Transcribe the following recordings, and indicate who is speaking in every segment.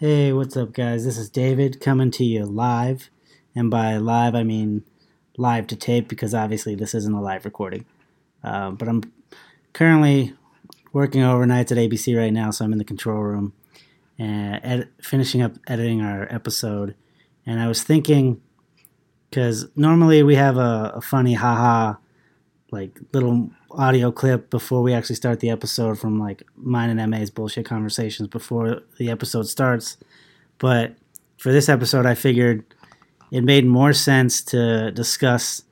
Speaker 1: Hey, what's up, guys? This is David coming to you live. And by live, I mean live to tape because obviously this isn't a live recording. Uh, but I'm currently working overnights at ABC right now, so I'm in the control room and ed- finishing up editing our episode. And I was thinking, because normally we have a, a funny haha, like little audio clip before we actually start the episode from like mine and MA's bullshit conversations before the episode starts. But for this episode, I figured it made more sense to discuss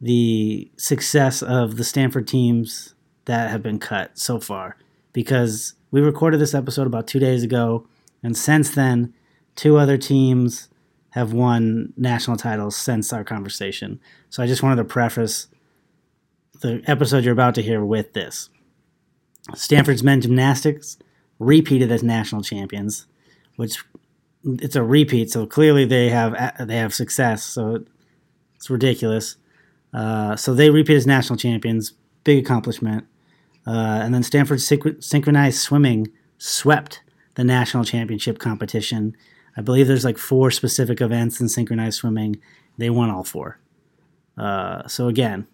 Speaker 1: the success of the Stanford teams that have been cut so far because we recorded this episode about two days ago, and since then, two other teams have won national titles since our conversation. So I just wanted to preface the episode you're about to hear with this. Stanford's men's gymnastics repeated as national champions, which it's a repeat, so clearly they have they have success. So it's ridiculous. Uh, so they repeat as national champions, big accomplishment. Uh, and then Stanford synch- synchronized swimming swept the national championship competition. I believe there's like four specific events in synchronized swimming. They won all four. Uh, so again,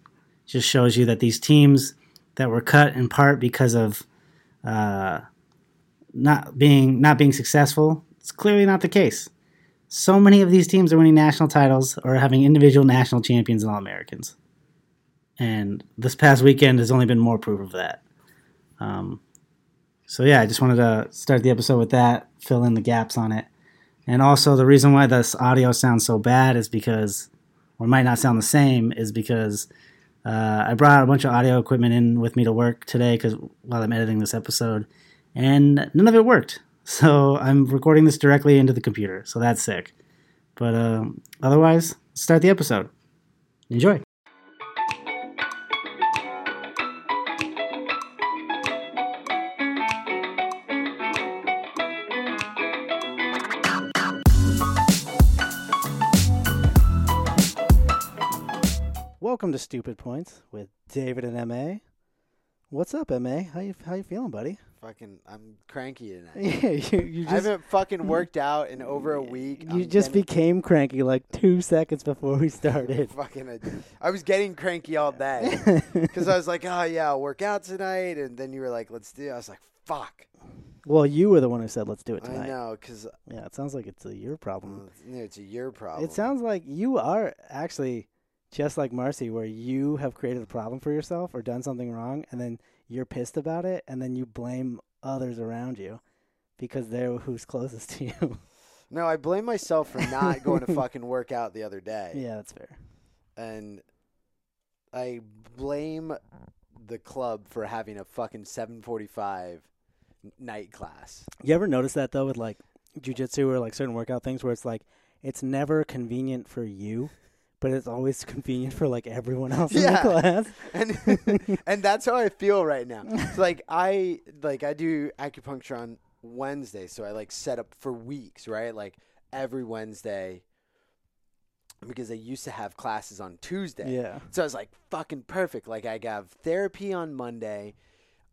Speaker 1: just shows you that these teams that were cut in part because of uh, not being not being successful, it's clearly not the case. So many of these teams are winning national titles or having individual national champions and All Americans, and this past weekend has only been more proof of that. Um, so yeah, I just wanted to start the episode with that, fill in the gaps on it, and also the reason why this audio sounds so bad is because, or might not sound the same, is because uh, I brought a bunch of audio equipment in with me to work today because while I'm editing this episode, and none of it worked. So I'm recording this directly into the computer. So that's sick. But um, otherwise, let's start the episode. Enjoy. Welcome to Stupid Points with David and Ma. What's up, Ma? How you how you feeling, buddy?
Speaker 2: Fucking, I'm cranky tonight.
Speaker 1: Yeah, you, you
Speaker 2: I haven't fucking worked out in over a week.
Speaker 1: You
Speaker 2: I'm
Speaker 1: just
Speaker 2: getting
Speaker 1: became cranky like two seconds before we started.
Speaker 2: fucking. a- I was getting cranky all day because I was like, oh yeah, I'll work out tonight, and then you were like, let's do. It. I was like, fuck.
Speaker 1: well, you were the one who said let's do it
Speaker 2: I
Speaker 1: tonight.
Speaker 2: know, because
Speaker 1: Yeah, it sounds like it's a your problem.
Speaker 2: it's a your problem.
Speaker 1: It sounds like you are actually just like Marcy, where you have created a problem for yourself or done something wrong, and then you're pissed about it, and then you blame others around you because they're who's closest to you.
Speaker 2: No, I blame myself for not going to fucking work out the other day,
Speaker 1: yeah, that's fair.
Speaker 2: and I blame the club for having a fucking 7:45 night class.
Speaker 1: You ever notice that though with like jujitsu or like certain workout things where it's like it's never convenient for you, but it's always convenient for like everyone else in the
Speaker 2: Yeah.
Speaker 1: class.
Speaker 2: and and that's how I feel right now. So like I like I do acupuncture on Wednesday, so I like set up for weeks, right? Like every Wednesday because I used to have classes on Tuesday.
Speaker 1: Yeah.
Speaker 2: So I was like fucking perfect. Like I have therapy on Monday,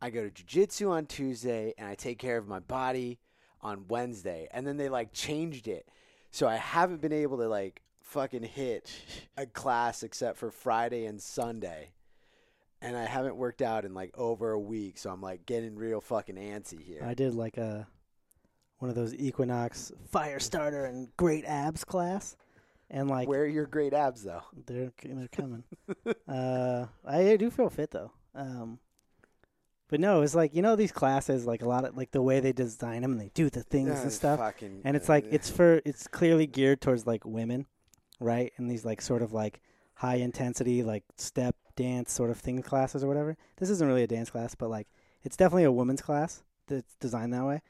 Speaker 2: I go to jujitsu on Tuesday, and I take care of my body on Wednesday. And then they like changed it. So I haven't been able to like fucking hit a class except for Friday and Sunday. And I haven't worked out in like over a week, so I'm like getting real fucking antsy here.
Speaker 1: I did like a one of those Equinox fire starter and great abs class, and like
Speaker 2: Where are your great abs though?
Speaker 1: they're they're coming. uh, I do feel fit though. Um, but no, it's like you know these classes, like a lot of like the way they design them and they do the things
Speaker 2: Uh,
Speaker 1: and stuff,
Speaker 2: fucking-
Speaker 1: and it's like it's for it's clearly geared towards like women, right? And these like sort of like high intensity like step dance sort of thing classes or whatever. This isn't really a dance class, but like it's definitely a women's class that's designed that way.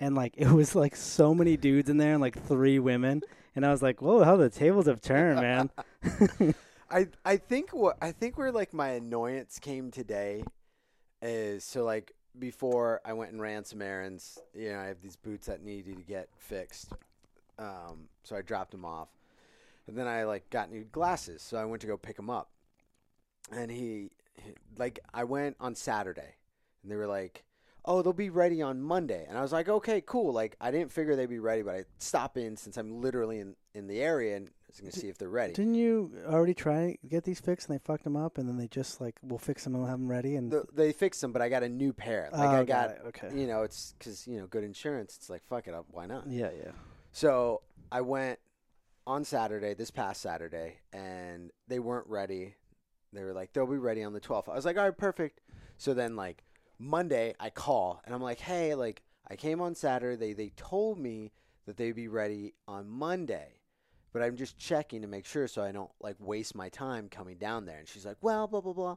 Speaker 1: And like it was like so many dudes in there and like three women, and I was like, whoa, how the tables have turned, man.
Speaker 2: I I think what I think where like my annoyance came today is so like before I went and ran some errands. You know, I have these boots that needed to get fixed, um, so I dropped them off, and then I like got new glasses, so I went to go pick them up, and he, he like I went on Saturday, and they were like, oh, they'll be ready on Monday. And I was like, okay, cool. Like, I didn't figure they'd be ready, but I stop in since I'm literally in, in the area and I was going to see if they're ready.
Speaker 1: Didn't you already try to get these fixed and they fucked them up and then they just like we'll fix them and we'll have them ready and
Speaker 2: The- they fixed them, but I got a new pair. Like,
Speaker 1: Oh,
Speaker 2: I
Speaker 1: got
Speaker 2: got,
Speaker 1: it. Okay.
Speaker 2: you know, it's because, you know, good insurance. It's like, fuck it up. Why not?
Speaker 1: yeah, yeah.
Speaker 2: So I went on Saturday, this past Saturday, and they weren't ready. They were like, they'll be ready on the 12th. I was like, all right, perfect. So then, like, Monday, I call and I'm like, hey, like, I came on Saturday. They told me that they'd be ready on Monday, but I'm just checking to make sure so I don't, like, waste my time coming down there. And she's like, well, blah, blah, blah.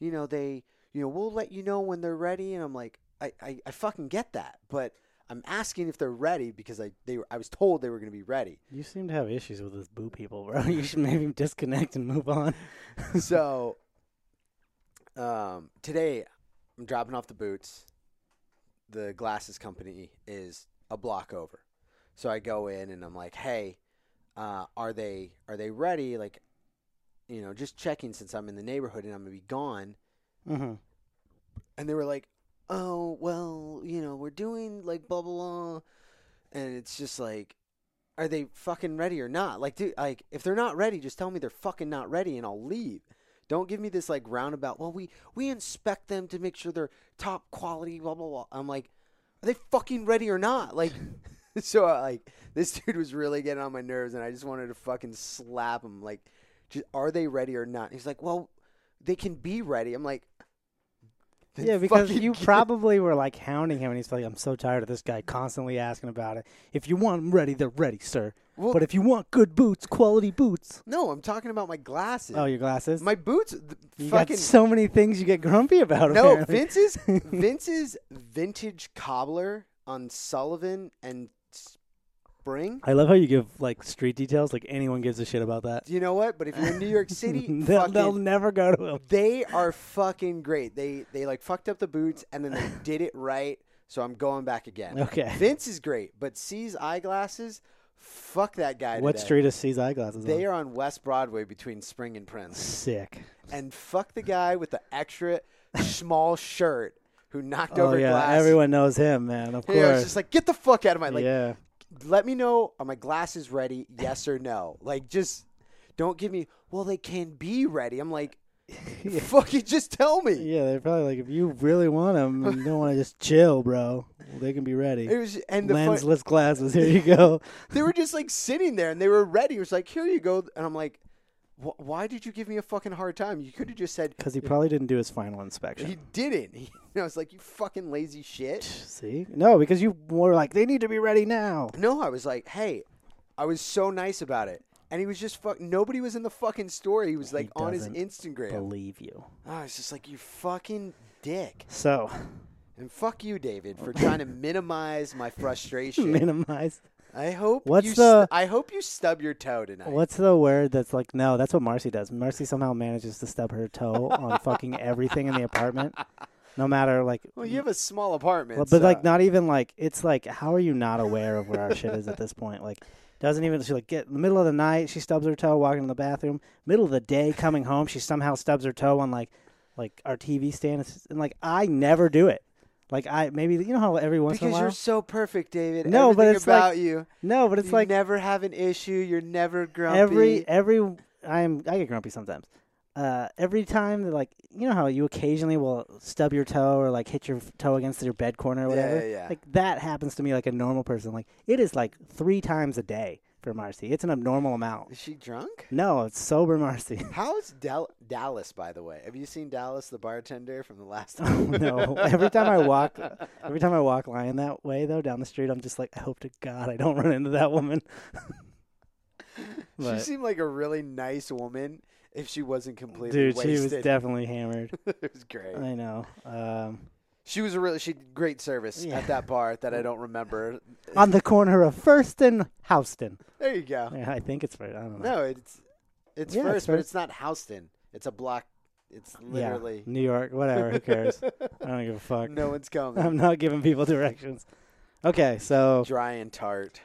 Speaker 2: You know, they, you know, we'll let you know when they're ready. And I'm like, I, I, I fucking get that, but I'm asking if they're ready because I they were, I was told they were going to be ready.
Speaker 1: You seem to have issues with those boo people, bro. You should maybe disconnect and move on.
Speaker 2: so um, today I'm dropping off the boots. The glasses company is a block over, so I go in and I'm like, "Hey, uh, are they are they ready? Like, you know, just checking since I'm in the neighborhood and I'm gonna be gone."
Speaker 1: Mm-hmm.
Speaker 2: and they were like, "Oh, well, you know, we're doing like blah blah blah," and it's just like, are they fucking ready or not? Like, dude, like if they're not ready, just tell me they're fucking not ready, and I'll leave. Don't give me this like roundabout. Well, we we inspect them to make sure they're top quality. Blah blah blah. I'm like, are they fucking ready or not? Like, so I, like this dude was really getting on my nerves, and I just wanted to fucking slap him. Like, just, are they ready or not? He's like, well, they can be ready. I'm like. then
Speaker 1: Yeah, because
Speaker 2: fucking
Speaker 1: you
Speaker 2: get-
Speaker 1: probably were like hounding him, and he's like, "I'm so tired of this guy constantly asking about it. If you want 'em ready, they're ready, sir.
Speaker 2: Well-
Speaker 1: but if you want good boots, quality boots,
Speaker 2: No, I'm talking about my glasses.
Speaker 1: oh, your glasses.
Speaker 2: my boots. th-
Speaker 1: you
Speaker 2: fucking
Speaker 1: got so many things you get grumpy about.
Speaker 2: no,
Speaker 1: apparently.
Speaker 2: Vince's Vince's vintage cobbler on Sullivan and Spring.
Speaker 1: I love how you give like street details. Like anyone gives a shit about that.
Speaker 2: Do you know what? But if you're in New York City,
Speaker 1: they'll,
Speaker 2: fucking,
Speaker 1: they'll never go to him.
Speaker 2: they are fucking great. They they like fucked up the boots and then they did it right. So I'm going back again.
Speaker 1: Okay.
Speaker 2: Vince is great, but C's eyeglasses, fuck that guy.
Speaker 1: What
Speaker 2: today.
Speaker 1: street is C's eyeglasses
Speaker 2: They
Speaker 1: on?
Speaker 2: are on West Broadway between Spring and Prince.
Speaker 1: Sick.
Speaker 2: and fuck the guy with the extra small shirt who knocked
Speaker 1: Oh
Speaker 2: over
Speaker 1: yeah,
Speaker 2: glass.
Speaker 1: everyone knows him, man. Of
Speaker 2: Yeah, I was
Speaker 1: course.
Speaker 2: just like, get the fuck out of my like.
Speaker 1: yeah.
Speaker 2: Let me know are my glasses ready? Yes or no? Like, just don't give me. Well, they can be ready. I'm like,
Speaker 1: Yeah.
Speaker 2: fucking just tell me.
Speaker 1: Yeah, they're probably like, if you really want them and you don't want to just chill, bro, they can be
Speaker 2: It
Speaker 1: ready.
Speaker 2: was and the fun,
Speaker 1: Lensless glasses, here you go.
Speaker 2: they were just like sitting there and they were ready. It was like, here you go. And I'm like, wh- why did you give me a fucking hard time? You could have just said
Speaker 1: Because he probably didn't do his final
Speaker 2: he
Speaker 1: inspection.
Speaker 2: didn't. He, I was like, you fucking lazy shit.
Speaker 1: See? No, because you were like, they need to be ready now.
Speaker 2: No, I was like, hey, I was so nice about it. And he was just fuck. Nobody was in the fucking store. He was like on his
Speaker 1: doesn't
Speaker 2: Instagram. Ah,
Speaker 1: Believe you.
Speaker 2: I was just like, you fucking dick.
Speaker 1: So,
Speaker 2: And fuck you, David, for trying to minimize my frustration.
Speaker 1: minimize.
Speaker 2: I hope
Speaker 1: What's
Speaker 2: you
Speaker 1: the-
Speaker 2: st- I hope you stub your toe tonight.
Speaker 1: What's the word that's like, no, that's what Marcy does. Marcy somehow manages to stub her toe on fucking everything in the apartment. No matter, like,
Speaker 2: Well, you have a small apartment.
Speaker 1: Well, but
Speaker 2: so-
Speaker 1: like not even like it's like how are you not aware of where our shit is at this point? Like doesn't even she like get in the middle of the night she stubs her toe walking in the bathroom. Middle of the day coming home she somehow stubs her toe on like like our TV stand It's just- and like I never do it. Like I maybe you know how every once in a
Speaker 2: because
Speaker 1: while
Speaker 2: you're so perfect, David.
Speaker 1: No, but
Speaker 2: Everything
Speaker 1: it's like-
Speaker 2: about you.
Speaker 1: no, but it's
Speaker 2: you
Speaker 1: like
Speaker 2: never have an issue. You're never grumpy.
Speaker 1: every every I'm I get grumpy sometimes. Uh, every time that like you know how you occasionally will stub your toe or like hit your f- toe against your bed corner or
Speaker 2: Yeah,
Speaker 1: whatever.
Speaker 2: yeah, yeah.
Speaker 1: Like that happens to me like a normal person. Like it is like three times a day for Marcy. It's an abnormal amount.
Speaker 2: Is she drunk?
Speaker 1: No, it's sober Marcy.
Speaker 2: How's Dal- Dallas, by the way? Have you seen Dallas, the bartender from the last
Speaker 1: oh no! Every time I walk, every time I walk lying that way though down the street, I'm just like, I hope to God I don't run into that woman.
Speaker 2: she
Speaker 1: But-
Speaker 2: seemed like a really nice woman if she wasn't completely
Speaker 1: dude, she was
Speaker 2: wasted.
Speaker 1: definitely hammered.
Speaker 2: it was great.
Speaker 1: I know. Um,
Speaker 2: She was a really she did great service
Speaker 1: Yeah.
Speaker 2: at that bar that I don't remember.
Speaker 1: on the corner of First and Houston.
Speaker 2: There you go.
Speaker 1: Yeah, I think it's First. I don't know.
Speaker 2: No, it's it's
Speaker 1: Yeah, it's
Speaker 2: first, but
Speaker 1: first.
Speaker 2: it's not Houston. It's a block. It's
Speaker 1: Yeah,
Speaker 2: literally
Speaker 1: New York, whatever. Who cares? I don't give a fuck.
Speaker 2: no one's coming.
Speaker 1: I'm not giving people directions. Okay, so
Speaker 2: Dry and tart.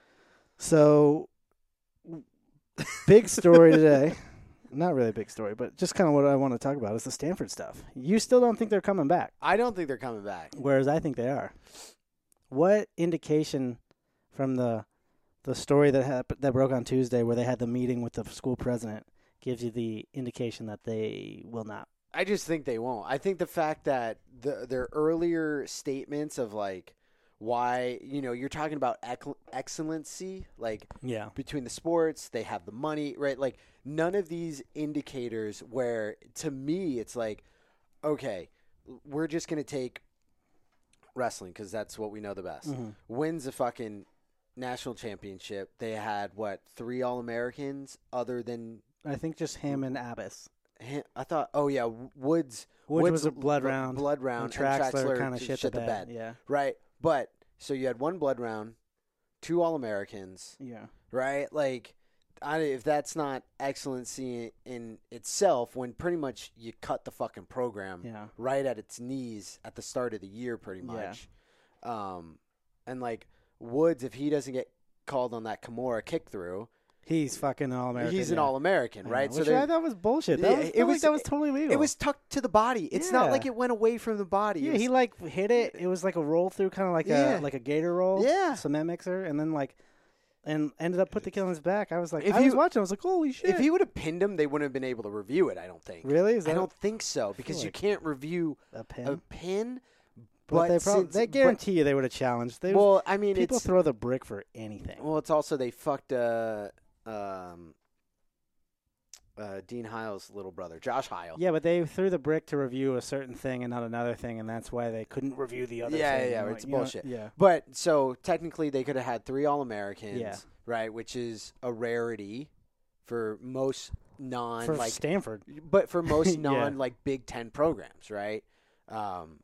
Speaker 1: so big story today. not really a big story, but just kind of what I want to talk about is the Stanford stuff. You still don't think they're coming back,
Speaker 2: I don't think they're coming back.
Speaker 1: whereas I think they are. What indication from the the story that happened that broke on Tuesday, where they had the meeting with the school president, gives you the indication that they will not?
Speaker 2: I just think they won't. I think the fact that the, their earlier statements of like why you know you're talking about ec- excellency like
Speaker 1: Yeah,
Speaker 2: between the sports they have the money right like none of these indicators where to me it's like okay we're just going to take wrestling because that's what we know the best
Speaker 1: Mm-hmm.
Speaker 2: wins a fucking national championship they had what three all-americans other than
Speaker 1: I think just him and Abbas.
Speaker 2: him. i thought oh yeah woods
Speaker 1: Woods was a blood
Speaker 2: bl-
Speaker 1: round,
Speaker 2: blood
Speaker 1: and
Speaker 2: round
Speaker 1: Traxler,
Speaker 2: Traxler
Speaker 1: kind of
Speaker 2: just
Speaker 1: shit, the bed. Yeah,
Speaker 2: right but so you had one blood round two all-americans
Speaker 1: yeah.
Speaker 2: right? Like, I, if that's not excellency in itself, when pretty much you cut the fucking program
Speaker 1: Yeah.
Speaker 2: right at its knees at the start of the year, pretty
Speaker 1: Yeah.
Speaker 2: much. Um, and like Woods, if he doesn't get called on that Kimura kick through,
Speaker 1: He's fucking all American.
Speaker 2: he's an All American, right?
Speaker 1: Which
Speaker 2: there-
Speaker 1: I thought was bullshit. That
Speaker 2: Yeah,
Speaker 1: was,
Speaker 2: it
Speaker 1: it was
Speaker 2: was-
Speaker 1: that was totally legal.
Speaker 2: it was tucked to the body. It's not
Speaker 1: Yeah.
Speaker 2: like it went away from the body. It
Speaker 1: Yeah,
Speaker 2: was-
Speaker 1: he like hit it. It was like a roll through, kind of like
Speaker 2: Yeah.
Speaker 1: a like a gator roll.
Speaker 2: Yeah.
Speaker 1: cement mixer, and then like, and ended up put the kill on his back. I was like,
Speaker 2: If
Speaker 1: I was
Speaker 2: you-
Speaker 1: watching. I was like, holy shit!
Speaker 2: if he would have pinned him, they wouldn't have been able to review it. I don't think.
Speaker 1: really is
Speaker 2: I
Speaker 1: that
Speaker 2: don't think so because you
Speaker 1: like-
Speaker 2: can't review
Speaker 1: a pin,
Speaker 2: a pin.
Speaker 1: but, they probably
Speaker 2: since-
Speaker 1: they
Speaker 2: but-
Speaker 1: guarantee you they would have challenged. They
Speaker 2: well, I mean,
Speaker 1: people
Speaker 2: it's
Speaker 1: throw the brick for anything.
Speaker 2: Well, it's also they fucked uh, um, uh, Dean Hile's little brother, Josh Hile.
Speaker 1: yeah, but they threw the brick to review a certain thing and not another thing, and that's why they couldn't review the other.
Speaker 2: Yeah,
Speaker 1: thing.
Speaker 2: yeah,
Speaker 1: I'm
Speaker 2: it's
Speaker 1: you know,
Speaker 2: bullshit.
Speaker 1: Yeah,
Speaker 2: But so technically, they could have had three All Americans,
Speaker 1: Yeah.
Speaker 2: right? Which is a rarity for most non
Speaker 1: for
Speaker 2: like,
Speaker 1: Stanford,
Speaker 2: but for most
Speaker 1: Yeah.
Speaker 2: non like Big Ten programs, right? Um,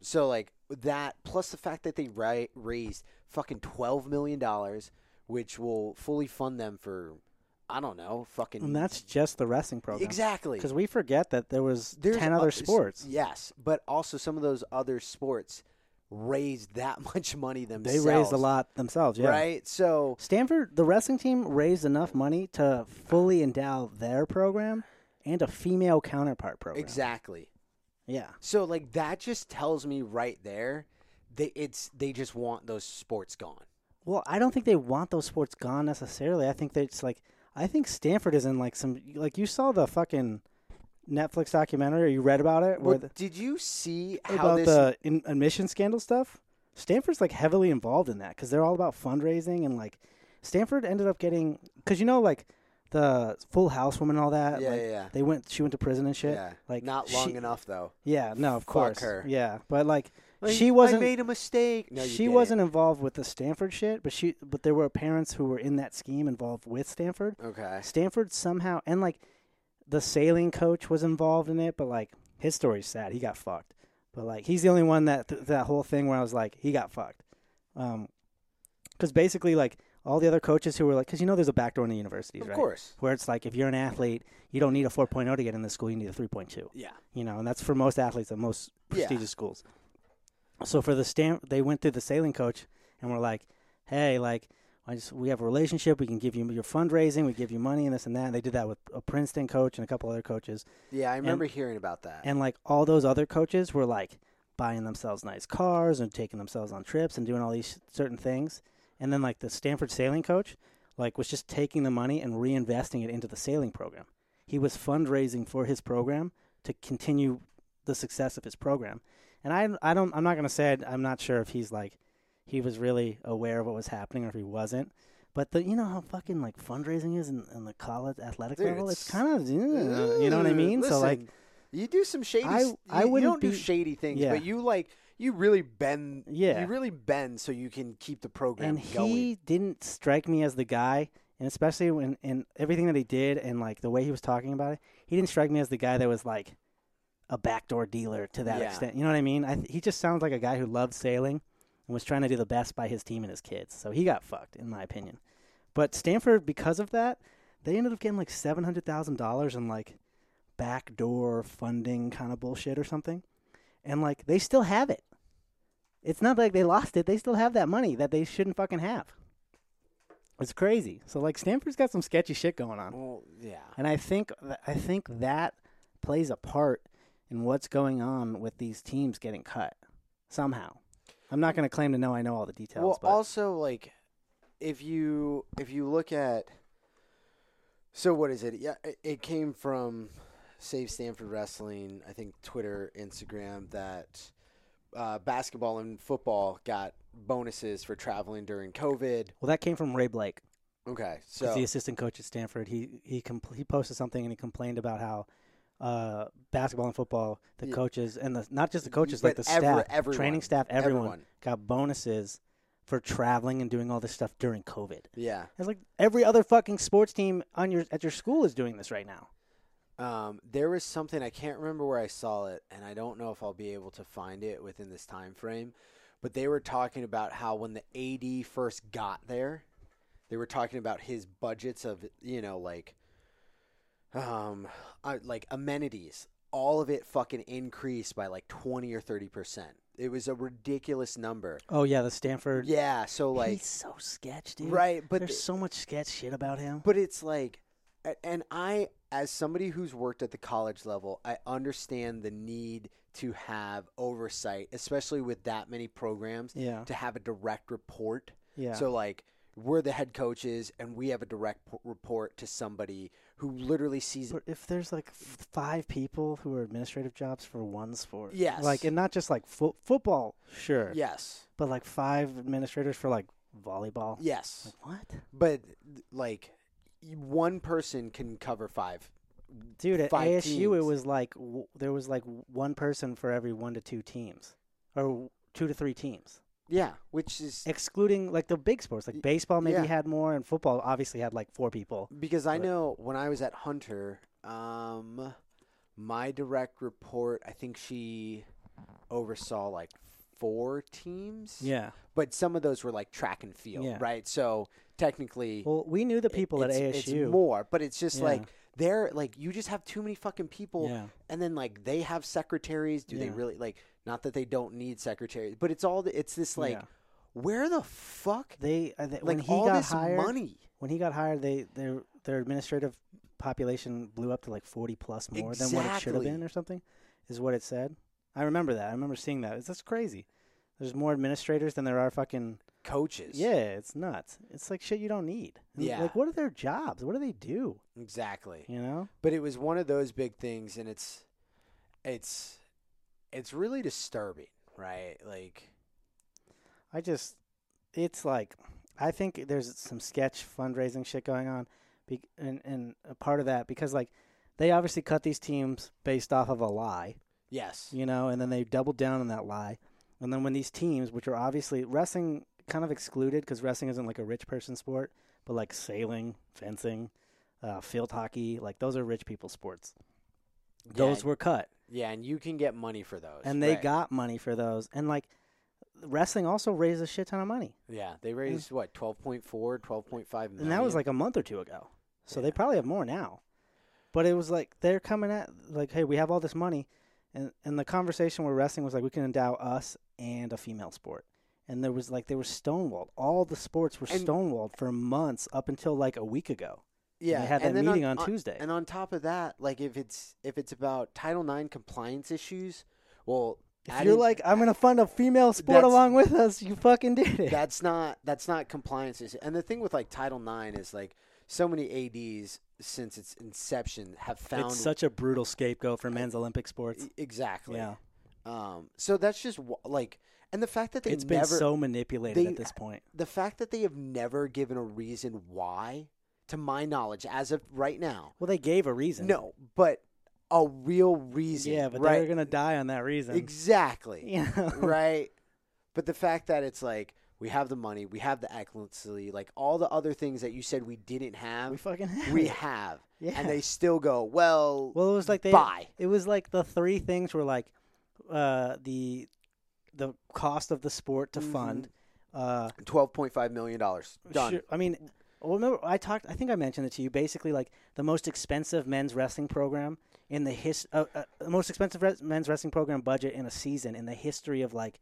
Speaker 2: so like that plus the fact that they ri- raised fucking twelve million dollars, which will fully fund them for I don't know, fucking
Speaker 1: and that's just the wrestling program.
Speaker 2: exactly
Speaker 1: Because we forget that there was
Speaker 2: There's
Speaker 1: ten
Speaker 2: oth-
Speaker 1: other
Speaker 2: s-
Speaker 1: sports.
Speaker 2: Yes, but also some of those other sports raised that much money
Speaker 1: They
Speaker 2: themselves.
Speaker 1: raised a lot themselves. Yeah.
Speaker 2: right? So
Speaker 1: Stanford, the wrestling team raised enough money to fully endow their program and a female counterpart program.
Speaker 2: exactly.
Speaker 1: Yeah.
Speaker 2: So like that just tells me right there, they it's they just want those sports gone.
Speaker 1: Well, I don't think they want those sports gone necessarily. I think that it's like I think Stanford is in like some like you saw the fucking Netflix documentary or you read about it where
Speaker 2: Well,
Speaker 1: the,
Speaker 2: did you see how
Speaker 1: about
Speaker 2: this?
Speaker 1: the in, admission scandal stuff? Stanford's like heavily involved in that because they're all about fundraising and like Stanford ended up getting because you know like the Full House woman and all that.
Speaker 2: yeah,
Speaker 1: like,
Speaker 2: yeah, yeah,
Speaker 1: They went. She went to prison and shit.
Speaker 2: yeah.
Speaker 1: Like
Speaker 2: not long
Speaker 1: she-
Speaker 2: enough though.
Speaker 1: Yeah, no, of
Speaker 2: Fuck
Speaker 1: course.
Speaker 2: her.
Speaker 1: Yeah, but like,
Speaker 2: Like,
Speaker 1: she wasn't.
Speaker 2: I made a mistake. No, you
Speaker 1: she
Speaker 2: didn't.
Speaker 1: wasn't involved with the Stanford shit, but she but there were parents who were in that scheme involved with Stanford.
Speaker 2: Okay.
Speaker 1: Stanford somehow and like the sailing coach was involved in it, but like his story's sad. He got fucked. But like he's the only one that th- that whole thing where I was like he got fucked. Um cuz basically like all the other coaches who were like cuz you know there's a backdoor in the universities,
Speaker 2: Of
Speaker 1: right?
Speaker 2: course.
Speaker 1: Where it's like if you're an athlete, you don't need a 4.0 to get in this school, you need a 3.2
Speaker 2: Yeah.
Speaker 1: you know, and that's for most athletes at most prestigious schools. So for the stamp, they went through the sailing coach and were like, "Hey, like, I just we have a relationship. We can give you your fundraising. We give you money and this and that." And they did that with a Princeton coach and a couple other coaches,
Speaker 2: Yeah, I remember hearing about that.
Speaker 1: and like all those other coaches were like buying themselves nice cars and taking themselves on trips and doing all these certain things. And then like the Stanford sailing coach, like was just taking the money and reinvesting it into the sailing program. He was fundraising for his program to continue the success of his program. And I I don't I'm not going to say I'd- I'm not sure if he's like he was really aware of what was happening or if he wasn't. But the, you know how fucking like fundraising is in, in the college athletic
Speaker 2: Dude,
Speaker 1: level. It's,
Speaker 2: it's- Mm,
Speaker 1: kind of uh, you know what I
Speaker 2: Ooh,
Speaker 1: mean. so like
Speaker 2: listen, you do some shady.
Speaker 1: I-
Speaker 2: s- you-
Speaker 1: I
Speaker 2: you
Speaker 1: wouldn't
Speaker 2: don't do
Speaker 1: be-
Speaker 2: shady things,
Speaker 1: yeah.
Speaker 2: but you like you really bend.
Speaker 1: Yeah.
Speaker 2: you really bend so you can keep the program
Speaker 1: and he
Speaker 2: going.
Speaker 1: didn't strike me as the guy and especially when in everything that he did and like the way he was talking about it he didn't strike me as the guy that was like a backdoor dealer to that
Speaker 2: Yeah.
Speaker 1: extent you know what i mean I th- he just sounds like a guy who loved sailing and was trying to do the best by his team and his kids so he got fucked in my opinion but stanford because of that they ended up getting like $700000 in like backdoor funding kind of bullshit or something and like they still have it it's not like they lost it. They still have that money that they shouldn't fucking have. It's crazy. So like Stanford's got some sketchy shit going on.
Speaker 2: Well, yeah.
Speaker 1: And I think I think that plays a part in what's going on with these teams getting cut somehow. I'm not going to claim to know I know all the details.
Speaker 2: Well,
Speaker 1: but
Speaker 2: also like if you if you look at so what is it? Yeah, it- it came from Save Stanford Wrestling, I think Twitter, Instagram that uh, basketball and football got bonuses for traveling during COVID.
Speaker 1: well, that came from Ray Blake,
Speaker 2: Okay,
Speaker 1: who's
Speaker 2: so
Speaker 1: the assistant coach at Stanford. He he compl- he posted something and he complained about how uh, basketball and football, the
Speaker 2: Yeah.
Speaker 1: coaches and the not just the coaches, like
Speaker 2: But
Speaker 1: the
Speaker 2: ever-
Speaker 1: staff,
Speaker 2: everyone.
Speaker 1: training staff, everyone,
Speaker 2: Everyone.
Speaker 1: got bonuses for traveling and doing all this stuff during COVID.
Speaker 2: yeah,
Speaker 1: It's like every other fucking sports team on your at your school is doing this right now.
Speaker 2: um, there was something I can't remember where I saw it, and I don't know if I'll be able to find it within this time frame. But they were talking about how when the AD first got there, they were talking about his budgets of you know like, um, uh, like amenities. All of it fucking increased by like twenty or thirty percent. It was a ridiculous number.
Speaker 1: Oh yeah, the Stanford.
Speaker 2: Yeah, so like
Speaker 1: he's so sketch, dude.
Speaker 2: right, but
Speaker 1: There's
Speaker 2: th-
Speaker 1: so much sketch shit about him.
Speaker 2: But it's like, a- and I, as somebody who's worked at the college level, I understand the need to have oversight, especially with that many programs,
Speaker 1: Yeah,
Speaker 2: to have a direct report.
Speaker 1: yeah.
Speaker 2: So, like, we're the head coaches, and we have a direct p- report to somebody who literally sees.
Speaker 1: But if there's like f- five people who are administrative jobs for one sport,
Speaker 2: Yes.
Speaker 1: like and not just like fo- football, sure,
Speaker 2: Yes,
Speaker 1: but like five administrators for like volleyball.
Speaker 2: yes,
Speaker 1: Like what,
Speaker 2: but like, y- one person can cover five.
Speaker 1: dude? At
Speaker 2: Five
Speaker 1: ASU, it
Speaker 2: teams.
Speaker 1: was like w- there was like one person for every one to two teams, or w- two to three teams,
Speaker 2: Yeah, which is
Speaker 1: excluding like the big sports. Like baseball maybe
Speaker 2: yeah.
Speaker 1: had more, and football obviously had like four people.
Speaker 2: Because I
Speaker 1: But-
Speaker 2: know when I was at Hunter, um, my direct report, I think she oversaw like four teams.
Speaker 1: Yeah.
Speaker 2: But some of those were like track and field,
Speaker 1: Yeah.
Speaker 2: right? So technically,
Speaker 1: Well, we knew the
Speaker 2: it-
Speaker 1: people at
Speaker 2: it's-
Speaker 1: ASU.
Speaker 2: it's more, but it's just
Speaker 1: Yeah.
Speaker 2: like they're like you just have too many fucking people,
Speaker 1: yeah.
Speaker 2: and then like they have secretaries. Do they
Speaker 1: Yeah.
Speaker 2: really like? Not that they don't need secretaries, but it's all the- it's this like
Speaker 1: Yeah.
Speaker 2: where the fuck
Speaker 1: They, uh, they
Speaker 2: like
Speaker 1: when he
Speaker 2: all
Speaker 1: got
Speaker 2: this
Speaker 1: hired,
Speaker 2: money.
Speaker 1: when he got hired, they their their administrative population blew up to like forty plus more than what it should have
Speaker 2: Exactly.
Speaker 1: been or something, is what it said. I remember that. I remember seeing that. It's that's crazy. There's more administrators than there are fucking.
Speaker 2: Coaches,
Speaker 1: Yeah, it's nuts. It's like shit you don't need. And,
Speaker 2: Yeah.
Speaker 1: Like, what are their jobs? What do they do?
Speaker 2: exactly.
Speaker 1: You know?
Speaker 2: but it was one of those big things and it's it's it's really disturbing right like
Speaker 1: I just, it's like, I think there's some sketch fundraising shit going on, be, and and a part of that because like, they obviously cut these teams based off of a lie.
Speaker 2: yes
Speaker 1: you know, and then they doubled down on that lie. And then when these teams, which are obviously wrestling kind of excluded because wrestling isn't like a rich person sport, but like sailing, fencing, uh, field hockey, like those are rich people sports. Those
Speaker 2: yeah,
Speaker 1: were cut,
Speaker 2: yeah and you can get money for those
Speaker 1: and they
Speaker 2: right.
Speaker 1: got money for those. And like wrestling also raised a shit ton of money,
Speaker 2: yeah they raised what 12.4 12.5 million
Speaker 1: and that was like a month or two ago. So they
Speaker 2: Yeah.
Speaker 1: probably have more now. But it was like they're coming at like, hey, we have all this money, and and the conversation where wrestling was like, we can endow us and a female sport, and there was like they were stonewalled. All the sports were
Speaker 2: And-
Speaker 1: stonewalled for months up until like a week ago. And
Speaker 2: yeah
Speaker 1: they had
Speaker 2: and
Speaker 1: that
Speaker 2: then
Speaker 1: meeting on, Tuesday.
Speaker 2: and on top of that like if it's if it's about title 9 compliance issues well
Speaker 1: if
Speaker 2: adding-
Speaker 1: you're like, I'm gonna fund a female sport
Speaker 2: That's-
Speaker 1: along with us, you fucking did it.
Speaker 2: that's not that's not compliance issue. And the thing with like Title IX is like so many ADs since its inception have found
Speaker 1: It's such a brutal scapegoat for men's Olympic sports.
Speaker 2: E- Exactly.
Speaker 1: Yeah,
Speaker 2: Um. So that's just wh- like, and the fact that they
Speaker 1: it's been
Speaker 2: never,
Speaker 1: so manipulated
Speaker 2: they-
Speaker 1: at this point.
Speaker 2: the fact that they have never given a reason why, to my knowledge, as of right now,
Speaker 1: Well, they gave a reason.
Speaker 2: no, but a real reason.
Speaker 1: Yeah, but
Speaker 2: right?
Speaker 1: they're gonna die on that reason.
Speaker 2: exactly.
Speaker 1: You know?
Speaker 2: right. But the fact that it's like we have the money, we have the excellency, like all the other things that you said we didn't
Speaker 1: We
Speaker 2: have,
Speaker 1: fucking have.
Speaker 2: we
Speaker 1: it.
Speaker 2: have,
Speaker 1: yeah.
Speaker 2: and they still go well.
Speaker 1: well, it was like they.
Speaker 2: bye.
Speaker 1: It was like the three things were like, uh, the, the cost of the sport to
Speaker 2: Mhm.
Speaker 1: fund. Uh,
Speaker 2: Twelve point five million dollars done.
Speaker 1: sure- I mean, well, remember I talked. I think I mentioned it to you. Basically, like the most expensive men's wrestling program in the his, uh, uh, the most expensive res- men's wrestling program budget in a season in the history of like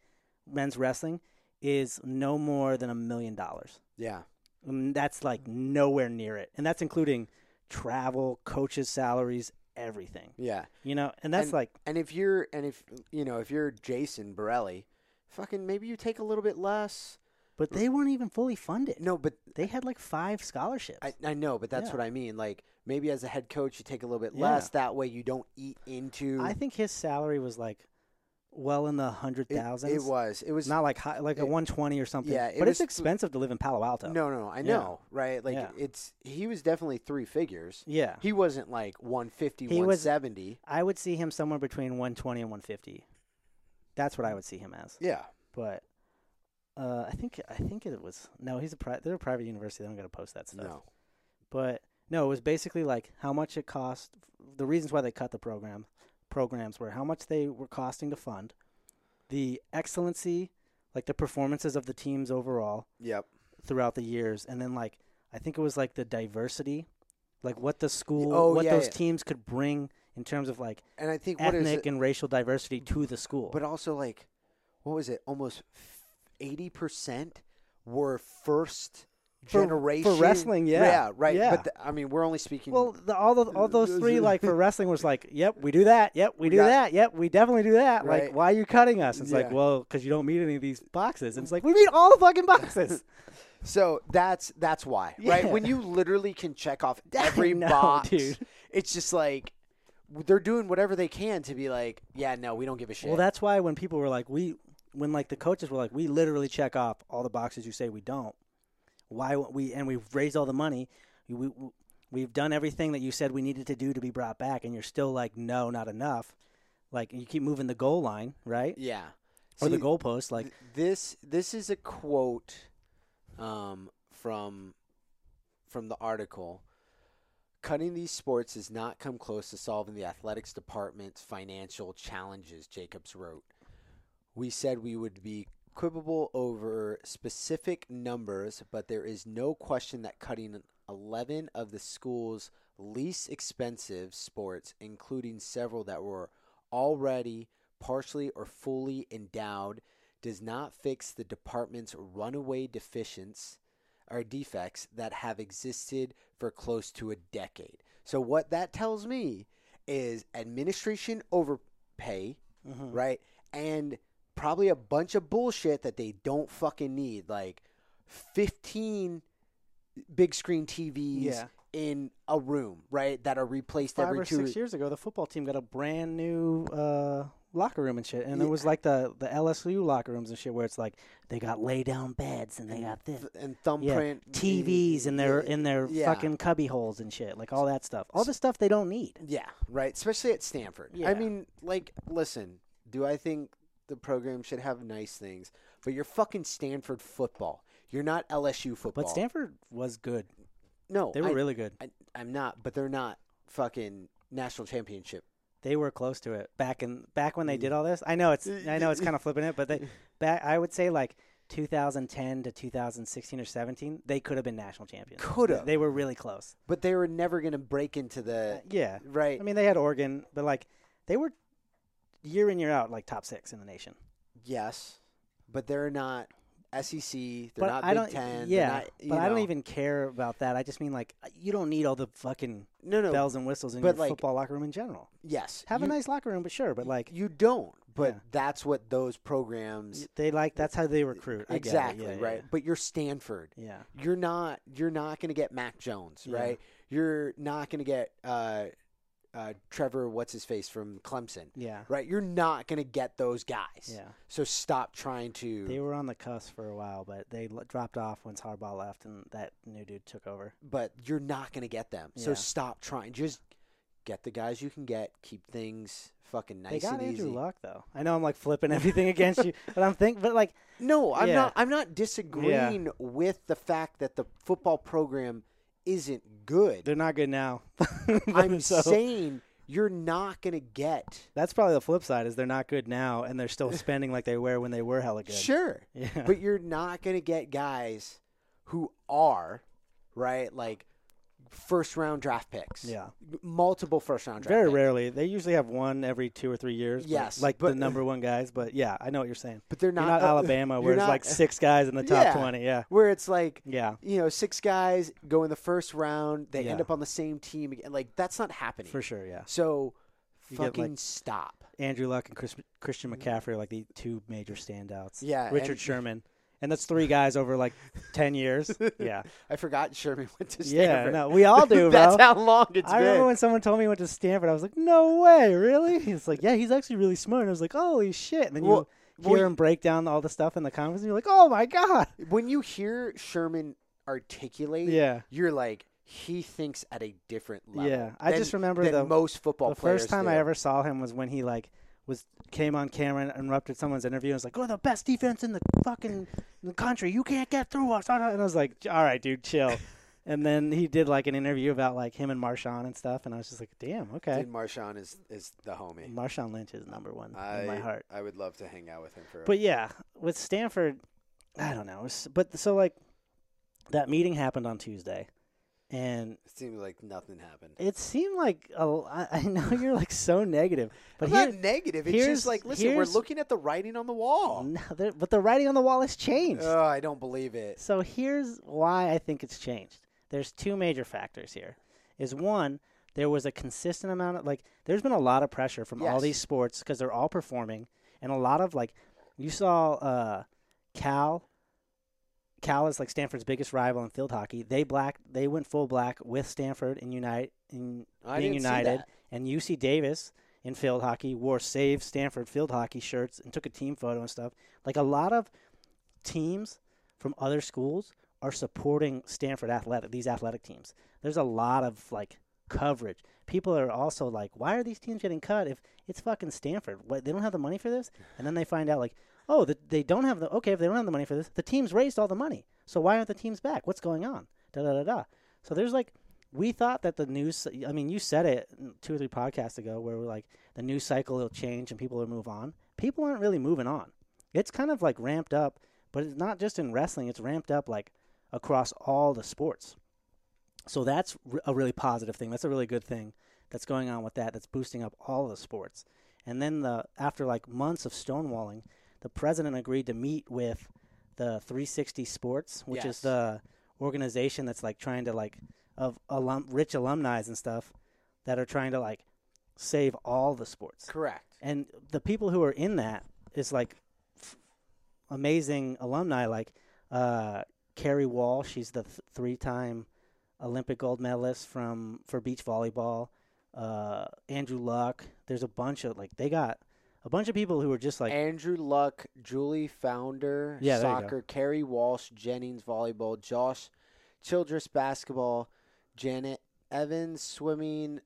Speaker 1: men's wrestling is no more than a million dollars.
Speaker 2: Yeah,
Speaker 1: And Um, that's like nowhere near it, and that's including travel, coaches' salaries, everything.
Speaker 2: Yeah.
Speaker 1: You know, and that's like
Speaker 2: And if you're and if you know, if you're Jason Borelli, fucking maybe you take a little bit less.
Speaker 1: But they weren't even fully funded.
Speaker 2: No, but
Speaker 1: They had like five scholarships.
Speaker 2: I, I know, but that's
Speaker 1: Yeah.
Speaker 2: what I mean. Like maybe as a head coach you take a little bit
Speaker 1: Yeah.
Speaker 2: less that way you don't eat into
Speaker 1: I think his salary was like well in the hundred
Speaker 2: it,
Speaker 1: thousands.
Speaker 2: it was. It was
Speaker 1: not like high, like a
Speaker 2: it-
Speaker 1: one twenty or something.
Speaker 2: yeah, it
Speaker 1: but it's
Speaker 2: was-
Speaker 1: expensive to live in Palo Alto.
Speaker 2: No, no, no. I
Speaker 1: Yeah.
Speaker 2: know, right? Like
Speaker 1: Yeah.
Speaker 2: it's he was definitely three figures.
Speaker 1: Yeah,
Speaker 2: He wasn't like 150,
Speaker 1: He was-
Speaker 2: 170.
Speaker 1: I would see him somewhere between one twenty and one fifty. That's what I would see him as.
Speaker 2: Yeah.
Speaker 1: But uh, I think I think it was no. He's a pri- they're a private university. They don't got to post that stuff.
Speaker 2: No.
Speaker 1: But no, it was basically like how much it cost. The reasons why they cut the program programs were how much they were costing to fund, the excellency, like the performances of the teams overall
Speaker 2: Yep.
Speaker 1: throughout the years, and then like I think it was like the diversity, like what the school,
Speaker 2: Oh,
Speaker 1: what
Speaker 2: yeah,
Speaker 1: those
Speaker 2: yeah.
Speaker 1: teams could bring in terms of like
Speaker 2: And I think what is
Speaker 1: ethnic
Speaker 2: it?
Speaker 1: and racial diversity to the school.
Speaker 2: But also like what was it? Almost 80% were first
Speaker 1: For- for
Speaker 2: generation
Speaker 1: wrestling, yeah.
Speaker 2: Yeah, right.
Speaker 1: Yeah.
Speaker 2: But the, I mean, we're only speaking
Speaker 1: well, the, all the, all those three like for wrestling was like, yep, we do that, yep, we,
Speaker 2: We
Speaker 1: do
Speaker 2: got-
Speaker 1: that, yep, we definitely do that.
Speaker 2: Right.
Speaker 1: Like, why are you cutting us? It's like,
Speaker 2: Yeah.
Speaker 1: well, because you don't meet any of these boxes. And it's like, we meet all the fucking boxes.
Speaker 2: So that's that's why, right?
Speaker 1: Yeah.
Speaker 2: When you literally can check off every
Speaker 1: know,
Speaker 2: box,
Speaker 1: dude.
Speaker 2: it's just like they're doing whatever they can to be like, yeah, no, we don't give a shit.
Speaker 1: well, that's why when people were like, we, when like the coaches were like, we literally check off all the boxes you say we don't. Why won't we? And we've raised all the money. We, we we've done everything that you said we needed to do to be brought back, and you're still like, no, not enough. Like you keep moving the goal line, right?
Speaker 2: yeah.
Speaker 1: or the
Speaker 2: See,
Speaker 1: goalpost, like
Speaker 2: th- this this is a quote um, from from the article. Cutting these sports has not come close to solving the athletics department's financial challenges, Jacobs wrote. We said we would be quibbable over specific numbers, but there is no question that cutting 11 of the school's least expensive sports, including several that were already partially or fully endowed, does not fix the department's runaway deficiencies or defects that have existed for close to a decade. So what that tells me is administration overpay,
Speaker 1: Mhm.
Speaker 2: right? And probably a bunch of bullshit that they don't fucking need, like 15 big screen TVs
Speaker 1: Yeah.
Speaker 2: in a room, right? That are replaced
Speaker 1: five
Speaker 2: every
Speaker 1: or
Speaker 2: two
Speaker 1: six years ago, the football team got a brand new uh, locker room and shit, and
Speaker 2: Yeah.
Speaker 1: it was like the the LSU locker rooms and shit, where it's like they got lay down beds and they got this.
Speaker 2: th- and
Speaker 1: Yeah,
Speaker 2: thumbprint
Speaker 1: TVs in their
Speaker 2: yeah,
Speaker 1: in their
Speaker 2: yeah.
Speaker 1: fucking cubby holes and shit, like all that stuff, all the stuff they don't need.
Speaker 2: Yeah, right. Especially at Stanford. I
Speaker 1: Yeah.
Speaker 2: mean, like, listen, do I think the program should have nice things? But you're fucking Stanford football. You're not LSU football.
Speaker 1: But Stanford was good;
Speaker 2: no,
Speaker 1: they were
Speaker 2: I,
Speaker 1: really good.
Speaker 2: I, I'm not, but they're not fucking national championship.
Speaker 1: They were close to it back in back when they
Speaker 2: Mm.
Speaker 1: did all this. I know it's I know it's kind of flipping it, but they back I would say like 2010 to 2016 or 17, they could have been national champions.
Speaker 2: Coulda.
Speaker 1: they were really close.
Speaker 2: But they were never gonna break into the
Speaker 1: Yeah,
Speaker 2: right.
Speaker 1: I mean, they had Oregon, but like they were year in year out like top six in the nation.
Speaker 2: yes, but they're not SEC. They're
Speaker 1: but
Speaker 2: not
Speaker 1: I
Speaker 2: Big
Speaker 1: don't.
Speaker 2: Ten. they're
Speaker 1: yeah,
Speaker 2: not- you
Speaker 1: but I don't
Speaker 2: know.
Speaker 1: even care about that. I just mean like you don't need all the fucking
Speaker 2: No, no.
Speaker 1: bells and whistles in your
Speaker 2: but, like,
Speaker 1: football locker room in general.
Speaker 2: yes,
Speaker 1: Have a
Speaker 2: you-
Speaker 1: nice locker room, but sure, but like
Speaker 2: you don't. But
Speaker 1: Yeah.
Speaker 2: that's what those programs
Speaker 1: they like that's how they recruit. I get it.
Speaker 2: exactly
Speaker 1: Yeah, yeah,
Speaker 2: right but you're stanford
Speaker 1: Yeah. Yeah.
Speaker 2: you're not you're not going to get mac jones
Speaker 1: Yeah.
Speaker 2: right you're not going to get uh, uh, trevor what's his face from clemson
Speaker 1: Yeah.
Speaker 2: right you're not going to get those guys
Speaker 1: Yeah.
Speaker 2: so stop trying to
Speaker 1: They were on the cusp for a while, but they l- dropped off once Harbaugh left and that new dude took over.
Speaker 2: but you're not going to get them so
Speaker 1: Yeah.
Speaker 2: stop trying just get the guys you can get keep things fucking nice
Speaker 1: they got
Speaker 2: and
Speaker 1: Andrew
Speaker 2: easy
Speaker 1: Luck though. I know I'm like flipping everything against you, but I'm thinking, but like
Speaker 2: no i'm
Speaker 1: Yeah.
Speaker 2: not i'm not disagreeing with the fact that the football program isn't good
Speaker 1: they're not good now.
Speaker 2: I'm
Speaker 1: So-
Speaker 2: saying you're not gonna get
Speaker 1: That's probably the flip side is they're not good now and they're still spending like they were when they were hella good.
Speaker 2: sure,
Speaker 1: Yeah.
Speaker 2: but you're not gonna get guys who are right like first round draft picks.
Speaker 1: Yeah.
Speaker 2: Multiple first round draft
Speaker 1: Very
Speaker 2: picks.
Speaker 1: rarely. They usually have one every two or three years. but,
Speaker 2: Yes,
Speaker 1: like the
Speaker 2: but-
Speaker 1: number one guys. But yeah, I know what you're saying.
Speaker 2: But they're
Speaker 1: You're
Speaker 2: not,
Speaker 1: not
Speaker 2: uh,
Speaker 1: Alabama,
Speaker 2: you're
Speaker 1: where there's
Speaker 2: not-
Speaker 1: like six guys in the top
Speaker 2: Yeah.
Speaker 1: twenty. Yeah,
Speaker 2: Where it's like
Speaker 1: yeah,
Speaker 2: you know, six guys go in the first round, they end
Speaker 1: Yeah.
Speaker 2: up on the same team again. Like that's not happening.
Speaker 1: for sure. Yeah,
Speaker 2: So
Speaker 1: You get, like-
Speaker 2: fucking stop.
Speaker 1: Andrew Luck and Chris, Christian McCaffrey are like the two major standouts.
Speaker 2: Mm-hmm. Yeah,
Speaker 1: Richard
Speaker 2: and-
Speaker 1: Sherman, and that's three guys over like ten years. Yeah,
Speaker 2: I forgot Sherman went to
Speaker 1: yeah.
Speaker 2: Stanford.
Speaker 1: No, we all do,
Speaker 2: that's
Speaker 1: bro.
Speaker 2: how long it's
Speaker 1: I
Speaker 2: been.
Speaker 1: remember when someone told me he went to Stanford. I was like, "No way, really?" He's like, "Yeah, he's actually really smart." And I was like, "Holy shit!" And then you
Speaker 2: Well,
Speaker 1: hear
Speaker 2: well,
Speaker 1: him break down all the stuff in the conference, and you're like, "Oh my god!"
Speaker 2: when you hear Sherman articulate,
Speaker 1: Yeah.
Speaker 2: you're like he thinks at a different level.
Speaker 1: Yeah, I
Speaker 2: than-
Speaker 1: just remember
Speaker 2: than
Speaker 1: the-
Speaker 2: most football
Speaker 1: the
Speaker 2: players.
Speaker 1: first time
Speaker 2: do.
Speaker 1: I ever saw him was when he like was came on camera and interrupted someone's interview and was like, "We're the best defense in the fucking in the country. You can't get through us." And I was like, "All right, dude, chill." and then he did like an interview about like him and Marshawn and stuff, and I was just like, "Damn, okay."
Speaker 2: Dude, Marshawn is is the homie.
Speaker 1: Marshawn Lynch is number one
Speaker 2: I
Speaker 1: in my heart.
Speaker 2: I would love to hang out with him for.
Speaker 1: But yeah, with Stanford, I don't know. It's- But so like that meeting happened on Tuesday, and
Speaker 2: it seems like nothing happened.
Speaker 1: it seemed like a, I, I know you're like so negative, but
Speaker 2: I'm
Speaker 1: here,
Speaker 2: not negative. It's
Speaker 1: here's-
Speaker 2: just like listen, we're
Speaker 1: here's-
Speaker 2: looking at the writing on the wall.
Speaker 1: No, there- but the writing on the wall has changed.
Speaker 2: Oh, I don't believe it.
Speaker 1: so here's why I think it's changed. There's two major factors here. Is one, there was a consistent amount of like there's been a lot of pressure from all
Speaker 2: Yes.
Speaker 1: these sports because they're all performing, and a lot of like you saw uh, Cal. Cal is like Stanford's biggest rival in field hockey. They black they went full black with Stanford and Unite in
Speaker 2: I
Speaker 1: being
Speaker 2: didn't see
Speaker 1: United
Speaker 2: that.
Speaker 1: and UC Davis in field hockey wore save Stanford field hockey shirts and took a team photo and stuff. Like a lot of teams from other schools are supporting Stanford athletic these athletic teams. There's a lot of like coverage. People are also like, why are these teams getting cut if it's fucking Stanford? What they don't have the money for this? And then they find out like, oh, the, they don't have the okay. If they don't have the money for this, the teams raised all the money. So why aren't the teams back? What's going on? Da da da da. So there's like we thought that the news i mean you said it two or three podcasts ago where we're like the news cycle will change and people will move on people aren't really moving on it's kind of like ramped up but it's not just in wrestling it's ramped up like across all the sports so that's r- a really positive thing that's a really good thing that's going on with that that's boosting up all the sports and then the after like months of stonewalling the president agreed to meet with the 360 sports which is
Speaker 2: Yes.
Speaker 1: the organization that's like trying to like of alum, rich alumni and stuff that are trying to like save all the sports.
Speaker 2: Correct.
Speaker 1: And the people who are in that is like f- amazing alumni, like uh, Carrie Wall. She's the th- three-time Olympic gold medalist from for beach volleyball. Uh, Andrew Luck. There's a bunch of like they got a bunch of people who are just like
Speaker 2: Andrew Luck, Julie Founder,
Speaker 1: Yeah, there you go.
Speaker 2: soccer, Carrie Walsh, Jennings, volleyball, Josh Childress, basketball, Janet Evans, swimming,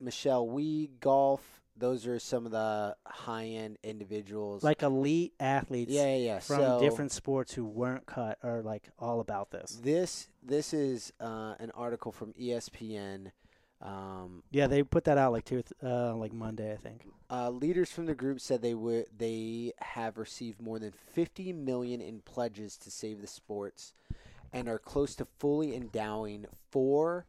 Speaker 2: Michelle Wee, golf. Those are some of the high end individuals.
Speaker 1: like elite athletes
Speaker 2: yeah, yeah, yeah.
Speaker 1: from
Speaker 2: so
Speaker 1: different sports who weren't cut are like all about this.
Speaker 2: This this is uh, an article from ESPN. Um,
Speaker 1: Yeah, they put that out like two, uh, like Monday, I think.
Speaker 2: Uh, leaders from the group said they would they have received more than 50 million in pledges to save the sports, and are close to fully endowing four,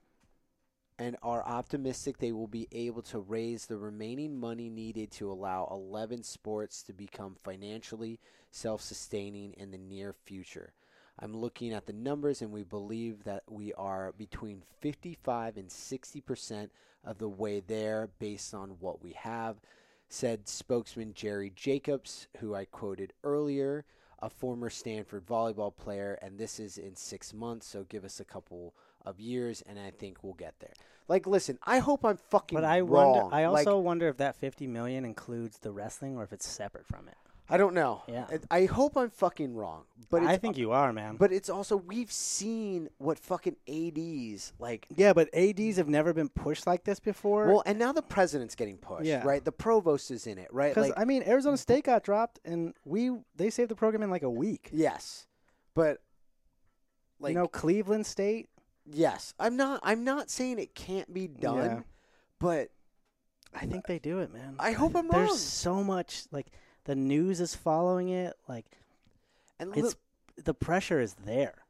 Speaker 2: and are optimistic they will be able to raise the remaining money needed to allow 11 sports to become financially self-sustaining in the near future. I'm looking at the numbers, and we believe that we are between 55 and 60 percent of the way there, based on what we have said spokesman Jerry Jacobs, who I quoted earlier, a former Stanford volleyball player, and this is in six months, so give us a couple of years, and I think we'll get there. Like, listen, I hope I'm fucking
Speaker 1: But I
Speaker 2: wrong.
Speaker 1: wonder. I
Speaker 2: Like,
Speaker 1: also wonder if that fifty million includes the wrestling or if it's separate from it.
Speaker 2: I don't know.
Speaker 1: Yeah.
Speaker 2: I I hope I'm fucking wrong, but
Speaker 1: But
Speaker 2: it's,
Speaker 1: I think you are, man.
Speaker 2: But it's also we've seen what fucking ads like.
Speaker 1: yeah, but ads have never been pushed like this before.
Speaker 2: Well, and now the president's getting pushed,
Speaker 1: Yeah.
Speaker 2: right? The provost is in it, right?
Speaker 1: because
Speaker 2: Like,
Speaker 1: I mean, Arizona State got dropped, and we they saved the program in like a week.
Speaker 2: yes, but like
Speaker 1: you know, Cleveland State.
Speaker 2: Yes, I'm not. I'm not saying it can't be done,
Speaker 1: Yeah.
Speaker 2: but
Speaker 1: I think they do it, man.
Speaker 2: I hope I'm
Speaker 1: There's
Speaker 2: wrong.
Speaker 1: so much like the news is following it. Like
Speaker 2: And
Speaker 1: it's
Speaker 2: look,
Speaker 1: the pressure is there.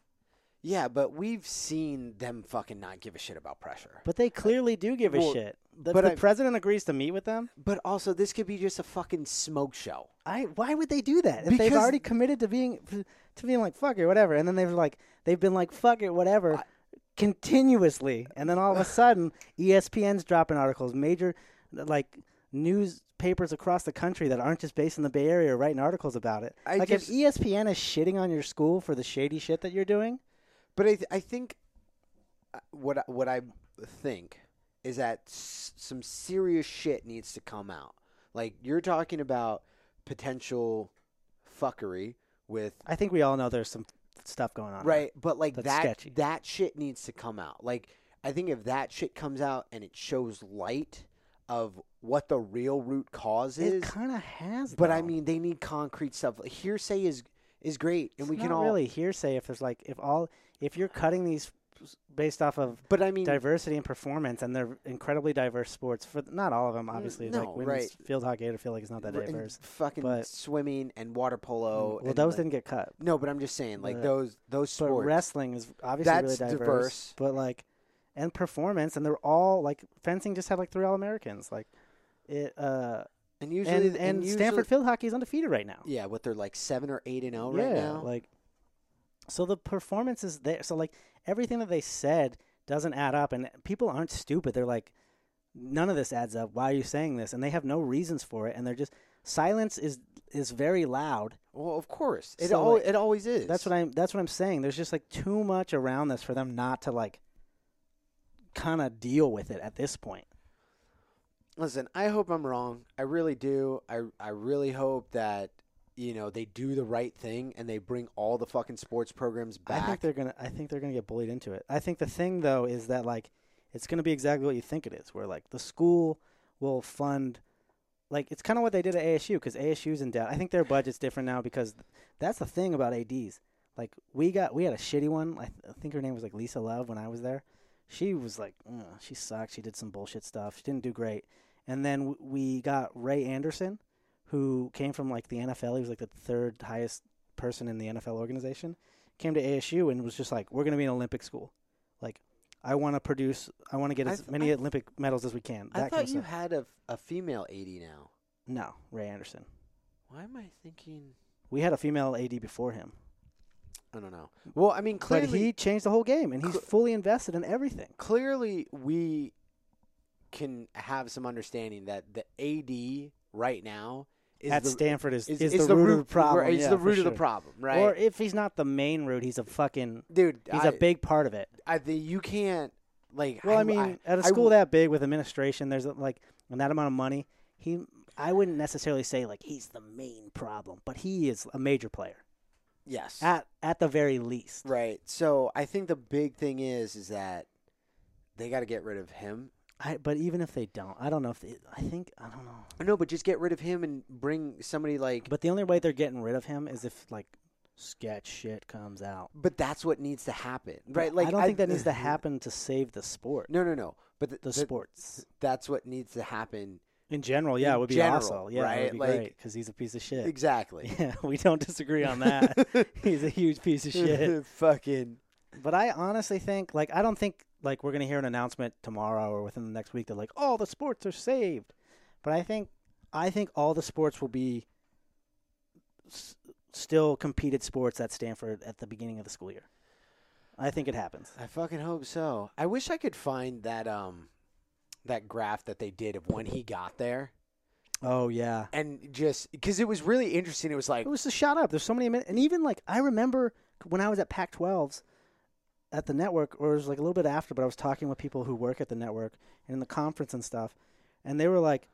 Speaker 2: Yeah, but we've seen them fucking not give a shit about pressure.
Speaker 1: But they clearly do give a
Speaker 2: Well,
Speaker 1: shit. The,
Speaker 2: but
Speaker 1: the
Speaker 2: I-
Speaker 1: president agrees to meet with them.
Speaker 2: But also, this could be just a fucking smoke show.
Speaker 1: I why would they do that if they've
Speaker 2: Because-
Speaker 1: already committed to being to being like fuck it whatever, and then they've like they've been like fuck it whatever continuously, and then all of a sudden E ESPN's dropping articles, major like newspapers across the country that aren't just based in the Bay Area are writing articles about it.
Speaker 2: I
Speaker 1: like
Speaker 2: just-
Speaker 1: if E ESPN is shitting on your school for the shady shit that you're doing,
Speaker 2: But I, th- I think uh, what I, what I think is that s- some serious shit needs to come out. Like you're talking about potential fuckery with
Speaker 1: I think we all know there's some stuff going on.
Speaker 2: right, but like
Speaker 1: Uh, That's
Speaker 2: that
Speaker 1: sketchy.
Speaker 2: that shit needs to come out. Like I think if that shit comes out and it shows light of what the real root cause
Speaker 1: It
Speaker 2: is,
Speaker 1: kind of has,
Speaker 2: but I
Speaker 1: though.
Speaker 2: mean they need concrete stuff. Hearsay is is great, and
Speaker 1: It's
Speaker 2: we can
Speaker 1: not
Speaker 2: all.
Speaker 1: really hearsay if there's like if all if you're cutting these based off of
Speaker 2: But I mean,
Speaker 1: diversity and performance, and they're incredibly diverse sports. For not all of them, obviously.
Speaker 2: Mm, no,
Speaker 1: like women's
Speaker 2: right.
Speaker 1: field hockey, I feel like it's not that
Speaker 2: r- and
Speaker 1: diverse.
Speaker 2: fucking
Speaker 1: but- Mm,
Speaker 2: swimming and water polo.
Speaker 1: well,
Speaker 2: and,
Speaker 1: those
Speaker 2: like-
Speaker 1: didn't get cut.
Speaker 2: No, but I'm just saying, like
Speaker 1: But-
Speaker 2: those those
Speaker 1: But
Speaker 2: sports.
Speaker 1: wrestling is obviously
Speaker 2: That's
Speaker 1: really diverse,
Speaker 2: diverse.
Speaker 1: But like, and performance, and they're all like fencing just had like three All Americans. Like it, uh,
Speaker 2: and usually,
Speaker 1: and and
Speaker 2: usually-
Speaker 1: Stanford field hockey is undefeated right now.
Speaker 2: Yeah, what they're like seven or eight and zero
Speaker 1: yeah,
Speaker 2: right now.
Speaker 1: like so the performance is there. So like everything that they said doesn't add up, and people aren't stupid. They're like, none of this adds up. Why are you saying this? And they have no reasons for it, and they're just silence is is very loud.
Speaker 2: well, of course, it
Speaker 1: So,
Speaker 2: al-
Speaker 1: like,
Speaker 2: it always is.
Speaker 1: That's what I'm. That's what I'm saying. There's just like too much around this for them not to like kind of deal with it at this point.
Speaker 2: Listen, I hope I'm wrong. I really do. I I really hope that you know they do the right thing and they bring all the fucking sports programs back.
Speaker 1: I think they're gonna. I think they're gonna get bullied into it. I think the thing though is that like, it's gonna be exactly what you think it is. Where like the school will fund, like it's kind of what they did at ASU because ASU's in debt. I think their budget's different now because that's the thing about ads. Like we got we had a shitty one. I, th- I think her name was like Lisa Love when I was there. She was like, "Ugh, she sucked. She did some bullshit stuff. She didn't do great. And then w- we got Ray Anderson, who came from like the NFL. He was like the third highest person in the NFL organization. Came to ASU and was just like, "We're going to be an Olympic school. Like, I want to produce. I want to get
Speaker 2: I
Speaker 1: as
Speaker 2: th-
Speaker 1: many
Speaker 2: I-
Speaker 1: Olympic medals as we can."
Speaker 2: I
Speaker 1: That
Speaker 2: thought
Speaker 1: kind of
Speaker 2: you
Speaker 1: stuff.
Speaker 2: had a, a female eighty now.
Speaker 1: no Ray Anderson.
Speaker 2: Why am I thinking?
Speaker 1: We had a female AD before him,
Speaker 2: I don't know. Well, I mean, clearly,
Speaker 1: but he changed the whole game, and he's
Speaker 2: Cl-
Speaker 1: fully invested in everything.
Speaker 2: clearly we can have some understanding that the AD right now is
Speaker 1: at
Speaker 2: the,
Speaker 1: Stanford is,
Speaker 2: is,
Speaker 1: is, the, root, of the problem.
Speaker 2: It's
Speaker 1: yeah,
Speaker 2: the
Speaker 1: for
Speaker 2: root of the
Speaker 1: sure.
Speaker 2: problem, right?
Speaker 1: Or if he's not the main root, he's a fucking
Speaker 2: Dude,
Speaker 1: he's
Speaker 2: I-
Speaker 1: a big part of it.
Speaker 2: I think you can't like.
Speaker 1: Well, I, mean, at a
Speaker 2: I
Speaker 1: school
Speaker 2: w-
Speaker 1: that big with administration, there's uh, like and that amount of money. He, I wouldn't necessarily say like he's the main problem, but he is a major player
Speaker 2: yes,
Speaker 1: at at the very least.
Speaker 2: right. So I think the big thing is is that they got to get rid of him.
Speaker 1: I, but even if they don't, I don't know if they, I think I don't know.
Speaker 2: Oh, No, but just get rid of him and bring somebody like.
Speaker 1: But the only way they're getting rid of him is if like sketch shit comes out.
Speaker 2: But that's what needs to happen, right?
Speaker 1: But
Speaker 2: Like
Speaker 1: I don't think that needs to happen to save the sport.
Speaker 2: No, no, no. But th-
Speaker 1: the
Speaker 2: th-
Speaker 1: sports.
Speaker 2: that's what needs to happen
Speaker 1: In general, yeah,
Speaker 2: In
Speaker 1: it would be
Speaker 2: general,
Speaker 1: awesome. Yeah, it
Speaker 2: right?
Speaker 1: would be
Speaker 2: Like-
Speaker 1: great because he's a piece of shit.
Speaker 2: exactly.
Speaker 1: Yeah, we don't disagree on that. he's a huge piece of shit.
Speaker 2: Fucking.
Speaker 1: But I honestly think, like, I don't think like we're gonna hear an announcement tomorrow or within the next week that like all the sports are saved. But I think, I think all the sports will be s- still competed sports at Stanford at the beginning of the school year. I think it happens.
Speaker 2: I fucking hope so. I wish I could find that um that graph that they did of when he got there
Speaker 1: Oh yeah.
Speaker 2: and just because it was really interesting. It was like
Speaker 1: It was just shot up. There's so many, min- and even like I remember when I was at Pac-12s at the network, or it was like a little bit after, but I was talking with people who work at the network and in the conference and stuff, and they were like,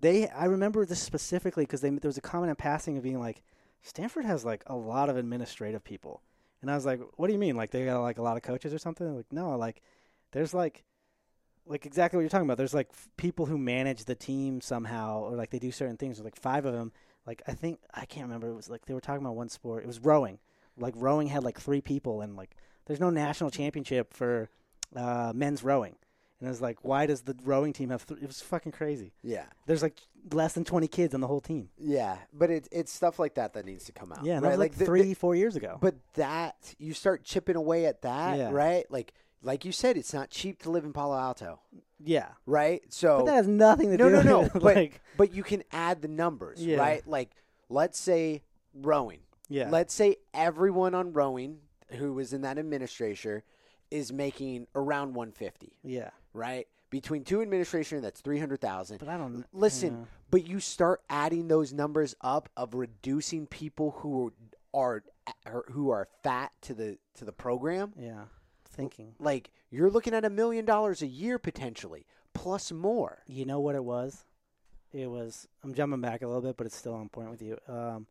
Speaker 1: they. I remember this specifically because there was a comment in passing of being like, Stanford has like a lot of administrative people, and I was like, what do you mean? Like they got like a lot of coaches or something? They're like no, like there's like. Like exactly what you're talking about. There's like f- people who manage the team somehow, or like they do certain things. There's like five of them, like I think I can't remember. It was like they were talking about one sport. It was rowing. Like rowing had like three people, and like there's no national championship for uh, men's rowing. And I was like, why does the rowing team have? Th-? It was fucking crazy.
Speaker 2: Yeah.
Speaker 1: There's like less than 20 kids on the whole team.
Speaker 2: Yeah, but it, it's stuff like that that needs to come out.
Speaker 1: Yeah, and that
Speaker 2: right?
Speaker 1: was like,
Speaker 2: the-
Speaker 1: three,
Speaker 2: the-
Speaker 1: four years ago.
Speaker 2: but that you start chipping away at that,
Speaker 1: Yeah.
Speaker 2: right? Like like you said, it's not cheap to live in Palo Alto,
Speaker 1: yeah,
Speaker 2: right? So
Speaker 1: but that has nothing to
Speaker 2: Oh. no,
Speaker 1: do.
Speaker 2: no,
Speaker 1: with
Speaker 2: no.
Speaker 1: it.
Speaker 2: But
Speaker 1: like,
Speaker 2: but you can add the numbers,
Speaker 1: Yeah.
Speaker 2: right? Like let's say rowing.
Speaker 1: yeah,
Speaker 2: Let's say everyone on rowing who was in that administration is making around 150,
Speaker 1: yeah.
Speaker 2: right? Between two administration, that's 300,000.
Speaker 1: But I don't
Speaker 2: Listen,
Speaker 1: yeah.
Speaker 2: but you start adding those numbers up of reducing people who are are- who are fat to the to the program.
Speaker 1: Yeah, thinking.
Speaker 2: Like you're looking at a million dollars a year potentially, plus more.
Speaker 1: You know what it was? It was. I'm jumping back a little bit, but it's still on point with you. Um,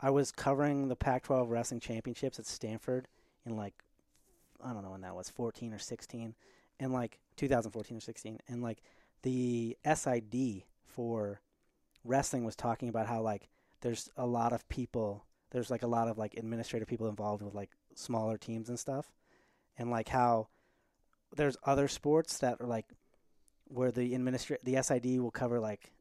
Speaker 1: I was covering the Pac-12 wrestling championships at Stanford in like, I don't know when that was, 14 or 16, and like 2014 or 16, and like the SID for wrestling was talking about how like there's a lot of people, there's like a lot of like administrative people involved with like smaller teams and stuff, and like how there's other sports that are like where the administra- the SID will cover like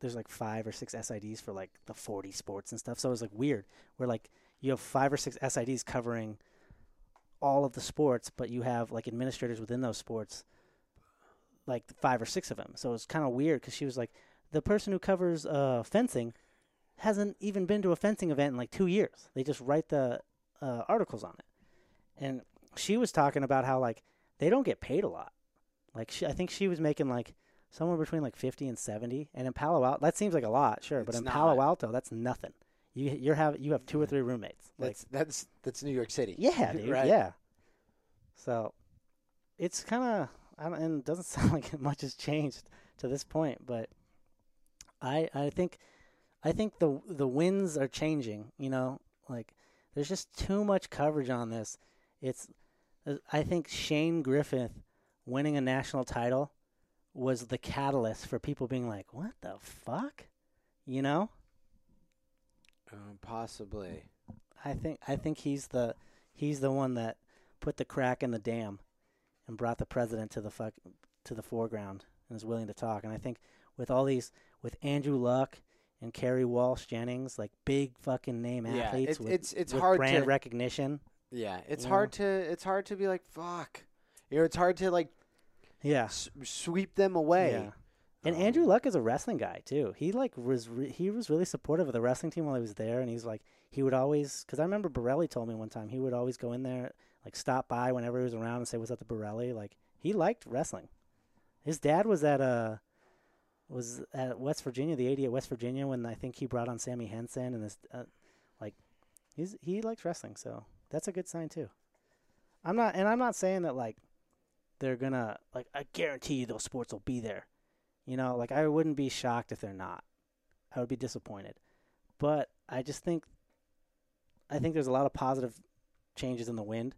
Speaker 1: there's like five or six SIDs for like the 40 sports and stuff. So it's like weird where like you have five or six SIDs covering all of the sports, but you have like administrators within those sports, like five or six of them. So it's kind of weird because she was like, the person who covers uh, fencing hasn't even been to a fencing event in like two years. They just write the uh, articles on it. And she was talking about how like they don't get paid a lot. Like she, I think she was making like somewhere between like 50 and 70 and in Palo Alto that seems like a lot, sure, but
Speaker 2: It's
Speaker 1: in Palo
Speaker 2: not.
Speaker 1: Alto that's nothing. You you're have you have two or three roommates. Like
Speaker 2: That's that's that's New York City.
Speaker 1: yeah, dude.
Speaker 2: right?
Speaker 1: Yeah. So it's kind of I don't and it doesn't sound like much has changed to this point, but I I think I think the the winds are changing, you know? Like there's just too much coverage on this. It's I think Shane Griffith winning a national title was the catalyst for people being like, "What the fuck?" You know?
Speaker 2: Um, possibly.
Speaker 1: I think I think he's the he's the one that put the crack in the dam and brought the president to the fuck to the foreground and is willing to talk. And I think with all these with Andrew Luck and Kerry Walsh Jennings, like big fucking name
Speaker 2: Yeah,
Speaker 1: athletes
Speaker 2: it-
Speaker 1: with,
Speaker 2: it's- it's
Speaker 1: with
Speaker 2: hard
Speaker 1: brand
Speaker 2: to-
Speaker 1: recognition.
Speaker 2: Yeah, it's
Speaker 1: Yeah.
Speaker 2: hard to it's hard to be like fuck. You know, it's hard to like
Speaker 1: Yeah.
Speaker 2: s- sweep them away.
Speaker 1: Ah. Yeah. And
Speaker 2: Um,
Speaker 1: Andrew Luck is a wrestling guy too. He like was re- he was really supportive of the wrestling team while he was there, and he's like he would always because I remember Borelli told me one time he would always go in there like stop by whenever he was around and say what's up to Borelli. Like he liked wrestling. His dad was at uh was at West Virginia, the eighty at West Virginia when I think he brought on Sammy Henson and this uh, like he's he likes wrestling, so that's a good sign too. I'm not and I'm not saying that like they're gonna like I guarantee you those sports will be there. You know, like I wouldn't be shocked if they're not. I would be disappointed. But I just think I think there's a lot of positive changes in the wind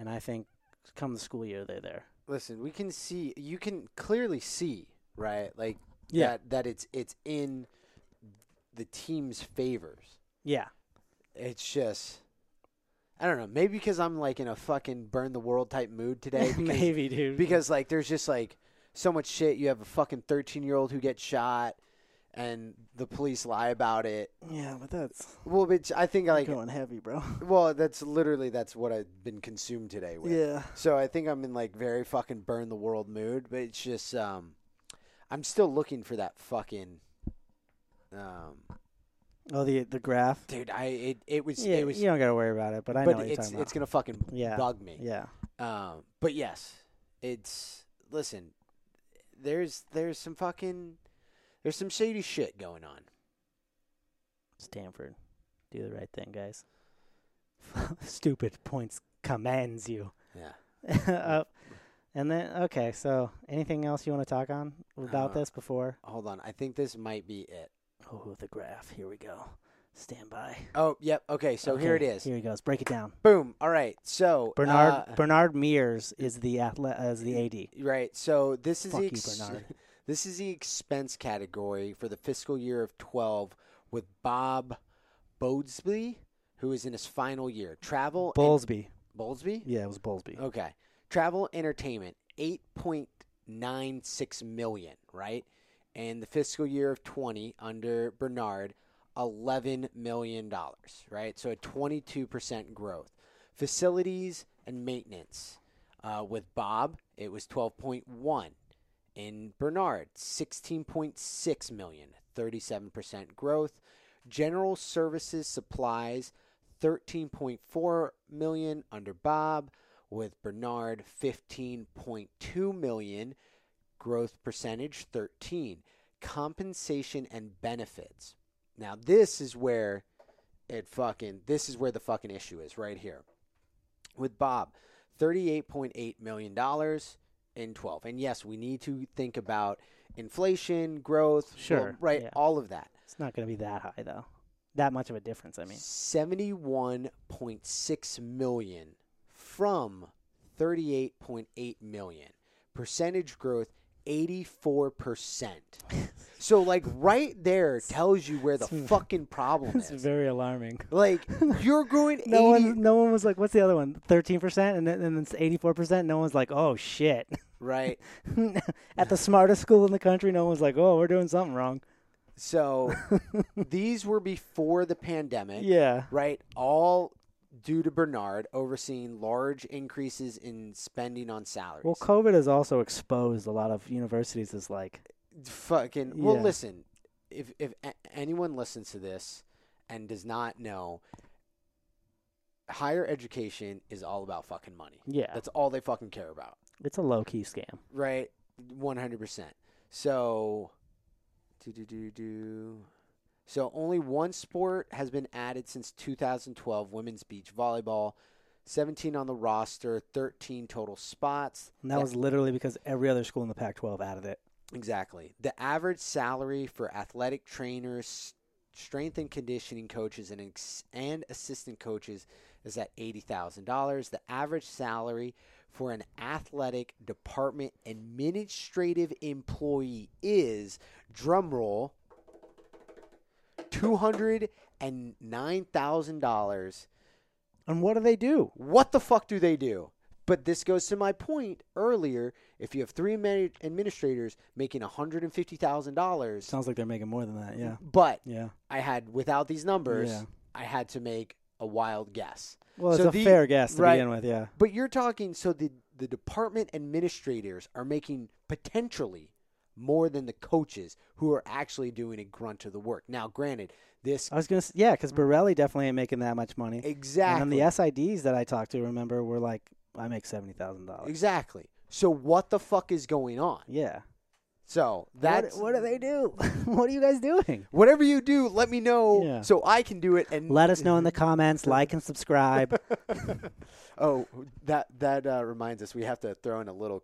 Speaker 1: and I think come the school year they're there.
Speaker 2: Listen, we can see you can clearly see, right? Like
Speaker 1: Yeah.
Speaker 2: that that it's it's in the team's favors.
Speaker 1: Yeah.
Speaker 2: It's just I don't know, maybe because I'm like in a fucking burn the world type mood today because
Speaker 1: Maybe dude.
Speaker 2: because like there's just like so much shit. You have a fucking 13-year-old who gets shot and the police lie about it.
Speaker 1: Yeah, but that's
Speaker 2: Well, bitch, I think like
Speaker 1: going heavy, bro.
Speaker 2: well, that's literally that's what I've been consumed today with.
Speaker 1: Yeah.
Speaker 2: So I think I'm in like very fucking burn the world mood, but it's just um I'm still looking for that fucking um
Speaker 1: Oh the the graph.
Speaker 2: dude, I it, it was
Speaker 1: yeah,
Speaker 2: it was
Speaker 1: you don't gotta worry about it, but I know
Speaker 2: but
Speaker 1: what you're
Speaker 2: it's
Speaker 1: talking about.
Speaker 2: it's gonna fucking
Speaker 1: Yeah.
Speaker 2: bug me.
Speaker 1: yeah.
Speaker 2: Um but yes, it's listen, there's there's some fucking there's some shady shit going on.
Speaker 1: Stanford. Do the right thing, guys. Stupid points commands you.
Speaker 2: Yeah.
Speaker 1: uh, and then okay, so anything else you want to talk on about
Speaker 2: Uh,
Speaker 1: this before?
Speaker 2: Hold on. I think this might be it.
Speaker 1: Oh, the graph. Here we go. Stand by.
Speaker 2: Oh, yep. Okay, so here it
Speaker 1: Okay,
Speaker 2: is.
Speaker 1: Here he goes. Break it down.
Speaker 2: Boom. All right. So
Speaker 1: Bernard
Speaker 2: uh,
Speaker 1: Bernard Mears is the athlete as the AD.
Speaker 2: Right. So this is
Speaker 1: Fuck
Speaker 2: the
Speaker 1: you,
Speaker 2: ex-
Speaker 1: Bernard.
Speaker 2: this is the expense category for the fiscal year of 12 with Bob Bodesley, who is in his final year. Travel and-
Speaker 1: Bowlesby.
Speaker 2: Bodesley?
Speaker 1: Oh. Yeah, it was Bowlesby.
Speaker 2: Okay. Travel entertainment 8.9 1.96 million, right? And the fiscal year of 20 under Bernard, 11 million dollars, right? So a 22% growth. Facilities and maintenance uh, with Bob, it was 12.1. In Bernard, 16.6 million, 37% growth. General services supplies, 13.4 million under Bob, with Bernard 15.2 million, growth percentage 13. Compensation and benefits. Now this is where it fucking this is where the fucking issue is right here. With Bob, 38.8 million dollars in 12. And yes, we need to think about inflation, growth,
Speaker 1: Sure,
Speaker 2: well, right,
Speaker 1: yeah.
Speaker 2: all of that.
Speaker 1: It's not going to be that high though. That much of a difference, I mean.
Speaker 2: 71.6 million from 38.8 million. Percentage growth 84%. so like right there tells you where the
Speaker 1: It's-
Speaker 2: fucking problem
Speaker 1: It's
Speaker 2: is.
Speaker 1: very alarming.
Speaker 2: Like you're growing
Speaker 1: No
Speaker 2: 80
Speaker 1: one, no one was like, "What's the other one? Thirteen percent?" And then and it's eighty-four percent. No one's like, "Oh shit!"
Speaker 2: right.
Speaker 1: At the smartest school in the country, no one's like, "Oh, we're doing something wrong."
Speaker 2: So these were before the pandemic.
Speaker 1: Yeah,
Speaker 2: right? All due to Bernard overseeing large increases in spending on salaries.
Speaker 1: Well, COVID has also exposed a lot of universities as like,
Speaker 2: fucking well,
Speaker 1: yeah.
Speaker 2: listen. If if a- anyone listens to this and does not know, higher education is all about fucking money.
Speaker 1: yeah,
Speaker 2: That's all they fucking care about,
Speaker 1: it's a low key scam.
Speaker 2: right? One hundred percent. So, do do do do. So only one sport has been added since 2012: women's beach volleyball. 17 on the roster, 13 total spots.
Speaker 1: And that
Speaker 2: The-
Speaker 1: was literally because every other school in the Pac 12 added it.
Speaker 2: exactly the average salary for athletic trainers, strength and conditioning coaches, and ex- and assistant coaches is at eighty thousand dollars. The average salary for an athletic department administrative employee is drumroll two hundred and nine thousand dollars
Speaker 1: And what do they do?
Speaker 2: what the fuck do they do? But this goes to my point earlier. If you have three admin- administrators making $150,000,
Speaker 1: Sounds like they're making more than that. Yeah.
Speaker 2: but
Speaker 1: Yeah.
Speaker 2: I had, without these numbers,
Speaker 1: Yeah.
Speaker 2: I had to make a wild guess.
Speaker 1: Well, it's
Speaker 2: So
Speaker 1: a
Speaker 2: the-
Speaker 1: fair guess to
Speaker 2: right.
Speaker 1: begin with. Yeah.
Speaker 2: But you're talking, so the, the department administrators are making potentially more than the coaches who are actually doing a grunt of the work. Now, granted, this
Speaker 1: I was going to say, yeah, because Borelli definitely ain't making that much money.
Speaker 2: exactly.
Speaker 1: Uh, And then the SIDs that I talked to, remember, were like, I make $70,000.
Speaker 2: exactly. So, what the fuck is going on?
Speaker 1: Yeah.
Speaker 2: So, that's.
Speaker 1: what, what do they do? what are you guys doing?
Speaker 2: Whatever you do, let me know
Speaker 1: Yeah.
Speaker 2: so I can do it. And
Speaker 1: Let us know in the comments, like and subscribe.
Speaker 2: Oh, that that uh, reminds us, we have to throw in a little.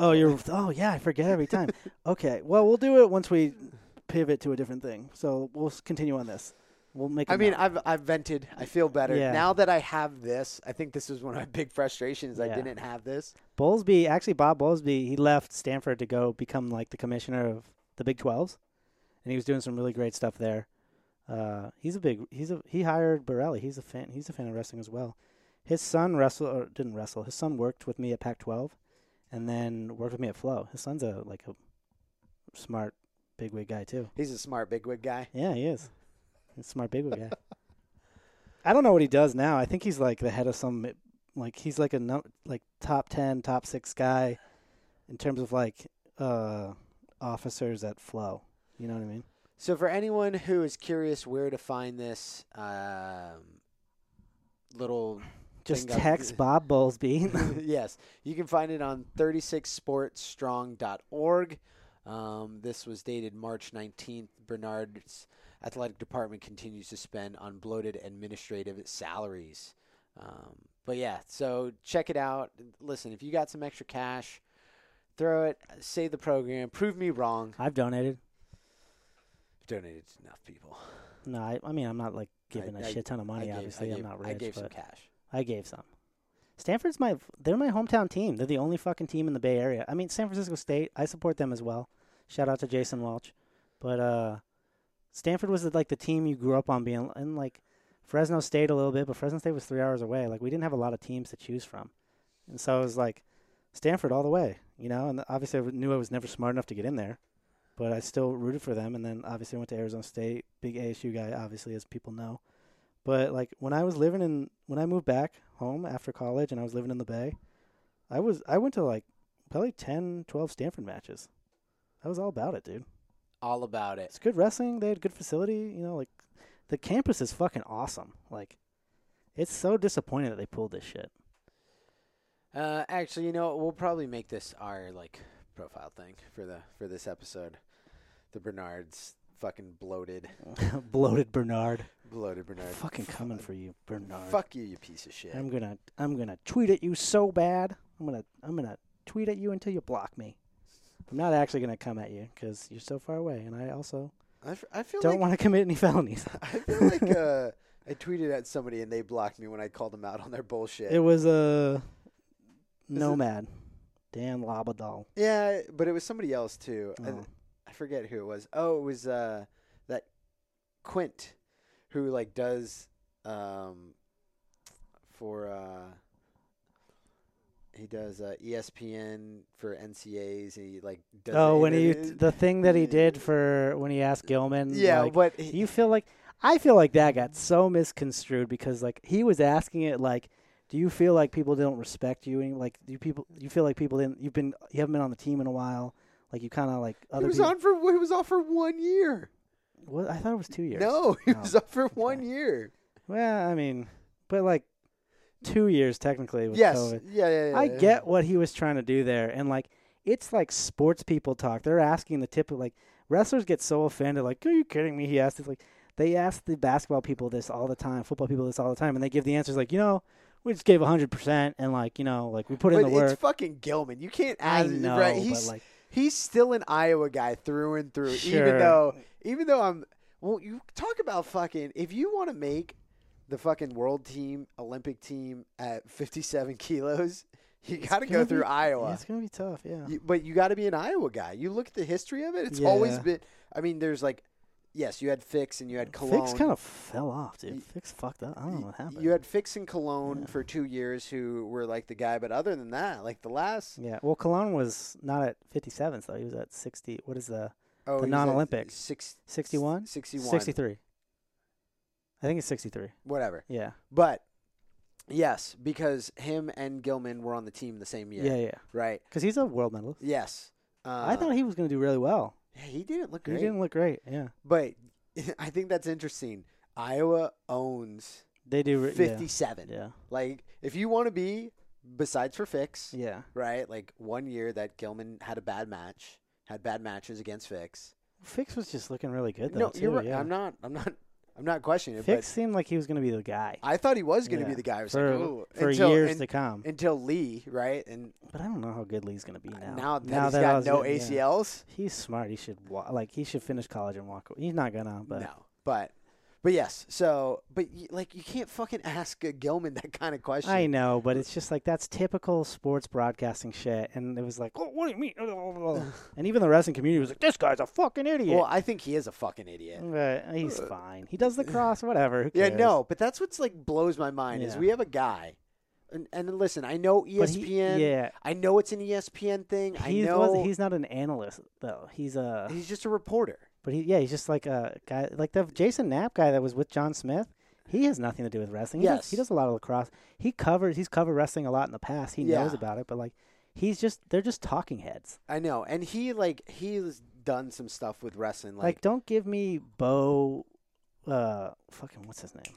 Speaker 1: Oh, you're. Oh, yeah, I forget every time. Okay, well, we'll do it once we pivot to a different thing. So we'll s- continue on this. We'll make.
Speaker 2: I
Speaker 1: a
Speaker 2: mean,
Speaker 1: note.
Speaker 2: I've I've vented. I feel better
Speaker 1: Yeah.
Speaker 2: now that I have this. I think this was one of my big frustrations. I
Speaker 1: Yeah.
Speaker 2: didn't have this.
Speaker 1: Bowlesby actually, Bob Bowlesby, he left Stanford to go become like the commissioner of the Big Twelves, and he was doing some really great stuff there. Uh, he's a big. He's a. He hired Borelli. He's a fan. He's a fan of wrestling as well. His son wrestled or didn't wrestle. His son worked with me at Pac-12, and then worked with me at Flow. His son's a like a smart bigwig guy too.
Speaker 2: He's a smart bigwig guy.
Speaker 1: Yeah, he is. He's a smart big guy. I don't know what he does now. I think he's like the head of some like he's like a num- like top 10, top 6 guy in terms of like uh officers at Flow. You know what I mean?
Speaker 2: So for anyone who is curious where to find this um, little
Speaker 1: Just
Speaker 2: Think of-
Speaker 1: text Bob Bowlesby.
Speaker 2: yes, you can find it on 36sportstrong.org. Um, this was dated March 19th. Bernard's athletic department continues to spend on bloated administrative salaries. Um, but yeah, so check it out. Listen, if you got some extra cash, throw it, save the program, prove me wrong.
Speaker 1: I've donated.
Speaker 2: Donated to enough people.
Speaker 1: No, I, I mean I'm not like giving
Speaker 2: I-
Speaker 1: a
Speaker 2: I-
Speaker 1: shit ton of money
Speaker 2: I gave,
Speaker 1: obviously.
Speaker 2: I
Speaker 1: I'm
Speaker 2: gave-
Speaker 1: not rich,
Speaker 2: I gave
Speaker 1: but
Speaker 2: some cash.
Speaker 1: I gave some. Stanford's my they're my hometown team. They're the only fucking team in the Bay Area. I mean, San Francisco State, I support them as well. Shout out to Jason Welch. But uh Stanford was like the team you grew up on being and like Fresno State a little bit, but Fresno State was 3 hours away. Like we didn't have a lot of teams to choose from. And so it was like Stanford all the way, you know. And obviously, I knew I was never smart enough to get in there, but I still rooted for them. And then obviously, I went to Arizona State, big ASU guy, obviously, as people know. But like when I was living in, when I moved back home after college, and I was living in the Bay, I was I went to like probably 10, 12 Stanford matches. I was all about it, dude.
Speaker 2: All about it.
Speaker 1: It's good wrestling. They had good facility. You know, like the campus is fucking awesome. Like, it's so disappointing that they pulled this shit.
Speaker 2: Uh, actually, you know, what? we'll probably make this our like profile thing for the for this episode. The Bernards fucking bloated,
Speaker 1: Bloated Bernard.
Speaker 2: bloated Bernard.
Speaker 1: Fucking coming for you, Bernard.
Speaker 2: Fuck you, you piece of shit.
Speaker 1: I'm gonna I'm gonna tweet at you so bad. I'm gonna I'm gonna tweet at you until you block me. I'm not actually gonna come at you because you're so far away, and I also
Speaker 2: I, f- I feel
Speaker 1: don't
Speaker 2: like
Speaker 1: want to commit any felonies.
Speaker 2: I feel like uh, I tweeted at somebody and they blocked me when I called them out on their bullshit.
Speaker 1: It was a nomad, Dan Labadal.
Speaker 2: yeah, but it was somebody else too. I,
Speaker 1: Oh.
Speaker 2: I forget who it was. Oh, it was uh, that Quint, who like does um, for uh, he does uh, ESPN for NCAs. And he like does the
Speaker 1: Oh, when he
Speaker 2: interviews.
Speaker 1: the thing that he did for when he asked Gilman.
Speaker 2: yeah,
Speaker 1: like,
Speaker 2: but
Speaker 1: Do you feel like I feel like that got so misconstrued because like he was asking it like do you feel like people don't respect you and like do you people you feel like people didn't you've been you haven't been on the team in a while like you kind of like
Speaker 2: he
Speaker 1: other
Speaker 2: was
Speaker 1: people
Speaker 2: on for he was off for one year.
Speaker 1: What? I thought it was 2 years.
Speaker 2: No, he
Speaker 1: Oh,
Speaker 2: was off for one year.
Speaker 1: Well, I mean, but like 2 years technically with
Speaker 2: Yes,
Speaker 1: COVID.
Speaker 2: yeah, yeah, yeah,
Speaker 1: I
Speaker 2: yeah.
Speaker 1: get what he was trying to do there, and like it's like sports people talk. They're asking the tip of like wrestlers get so offended, like, "Are you kidding me?" He asked this like they ask the basketball people this all the time, football people this all the time, and they give the answers like, you know, we just gave hundred percent, and like you know, like we put in
Speaker 2: But
Speaker 1: the
Speaker 2: it's
Speaker 1: work.
Speaker 2: fucking Gilman. You can't
Speaker 1: I
Speaker 2: ask.
Speaker 1: know,
Speaker 2: right?
Speaker 1: but
Speaker 2: He's
Speaker 1: like
Speaker 2: he's still an Iowa guy through and through. Even
Speaker 1: Sure.
Speaker 2: though even though I'm well, you talk about fucking if you want to make the fucking world team, Olympic team at 57 kilos, you got to go
Speaker 1: gonna
Speaker 2: through
Speaker 1: be- yeah,
Speaker 2: Iowa.
Speaker 1: it's gonna be tough, yeah.
Speaker 2: You- but you got to be an Iowa guy. You look at the history of it; it's always
Speaker 1: Yeah.
Speaker 2: been. I mean, there's like, yes, you had Fix and you had Cologne.
Speaker 1: Fix kind of fell off, dude.
Speaker 2: You-
Speaker 1: Fix fucked up. I don't know what happened.
Speaker 2: You had Fix and Cologne
Speaker 1: Yeah.
Speaker 2: for two years, who were like the guy. But other than that, like the last
Speaker 1: yeah, well, Cologne was not at fifty seven, so he was at sixty. What is the The
Speaker 2: oh, he was at
Speaker 1: non-Olympic.
Speaker 2: six,
Speaker 1: 61?
Speaker 2: 61,
Speaker 1: sixty three? I think it's sixty three.
Speaker 2: whatever.
Speaker 1: Yeah.
Speaker 2: But yes, because him and Gilman were on the team the same year,
Speaker 1: Yeah, yeah.
Speaker 2: right?
Speaker 1: Because he's a world medalist.
Speaker 2: Yes, uh,
Speaker 1: I thought he was going to do really well.
Speaker 2: yeah, he didn't look
Speaker 1: He
Speaker 2: great,
Speaker 1: didn't look great. Yeah,
Speaker 2: but I think that's interesting. Iowa owns
Speaker 1: they do. re-
Speaker 2: fifty-seven.
Speaker 1: Yeah.
Speaker 2: Like, if you want to be, besides for Fix,
Speaker 1: yeah, yeah.
Speaker 2: right? Like one year that Gilman had a bad match, had bad matches against Fix.
Speaker 1: Fix was just looking really good though.
Speaker 2: No,
Speaker 1: too,
Speaker 2: you're right.
Speaker 1: Yeah.
Speaker 2: I'm not. I'm not. I'm not questioning it.
Speaker 1: Fix seemed like he was going to be the guy
Speaker 2: But I thought he was going to
Speaker 1: Yeah.
Speaker 2: be the guy. I was
Speaker 1: for,
Speaker 2: like, oh,
Speaker 1: for
Speaker 2: until,
Speaker 1: years
Speaker 2: un-
Speaker 1: to come.
Speaker 2: until Lee, right? And
Speaker 1: But I don't know how good Lee's going to be now.
Speaker 2: Uh, now that he's
Speaker 1: that I
Speaker 2: got
Speaker 1: was
Speaker 2: no
Speaker 1: looking- yeah.
Speaker 2: ACLs,
Speaker 1: He's smart. He should wa- like he should finish college and walk. away. He's not gonna. But
Speaker 2: no. But but yes. So but you, like you can't fucking ask a Gilman that kind of question.
Speaker 1: I know. But it's just like that's typical sports broadcasting shit. And it was like, oh, what do you mean? and even the wrestling community was like, this guy's a fucking idiot.
Speaker 2: Well, I think he is a fucking idiot.
Speaker 1: But uh, he's fine. He does the cross, whatever. Who
Speaker 2: Uh, Yeah,
Speaker 1: cares?
Speaker 2: no, but that's what's like blows my mind is
Speaker 1: Yeah.
Speaker 2: we have a guy, and, and listen, I know E
Speaker 1: But he-
Speaker 2: ESPN.
Speaker 1: yeah,
Speaker 2: I know it's an E ESPN thing. I
Speaker 1: he's
Speaker 2: know
Speaker 1: was, he's not an analyst though. He's a
Speaker 2: he's just a reporter.
Speaker 1: but he yeah he's just like a guy like the Jason Knapp guy that was with John Smith. He has nothing to do with wrestling. He does, he
Speaker 2: Yes.
Speaker 1: does a lot of lacrosse. He covers he's covered wrestling a lot in the past. He knows
Speaker 2: Yeah.
Speaker 1: about it, but like he's just they're just talking heads.
Speaker 2: I know, and he like he's done some stuff with wrestling.
Speaker 1: Like,
Speaker 2: Like,
Speaker 1: don't give me Bo, uh, fucking what's his name?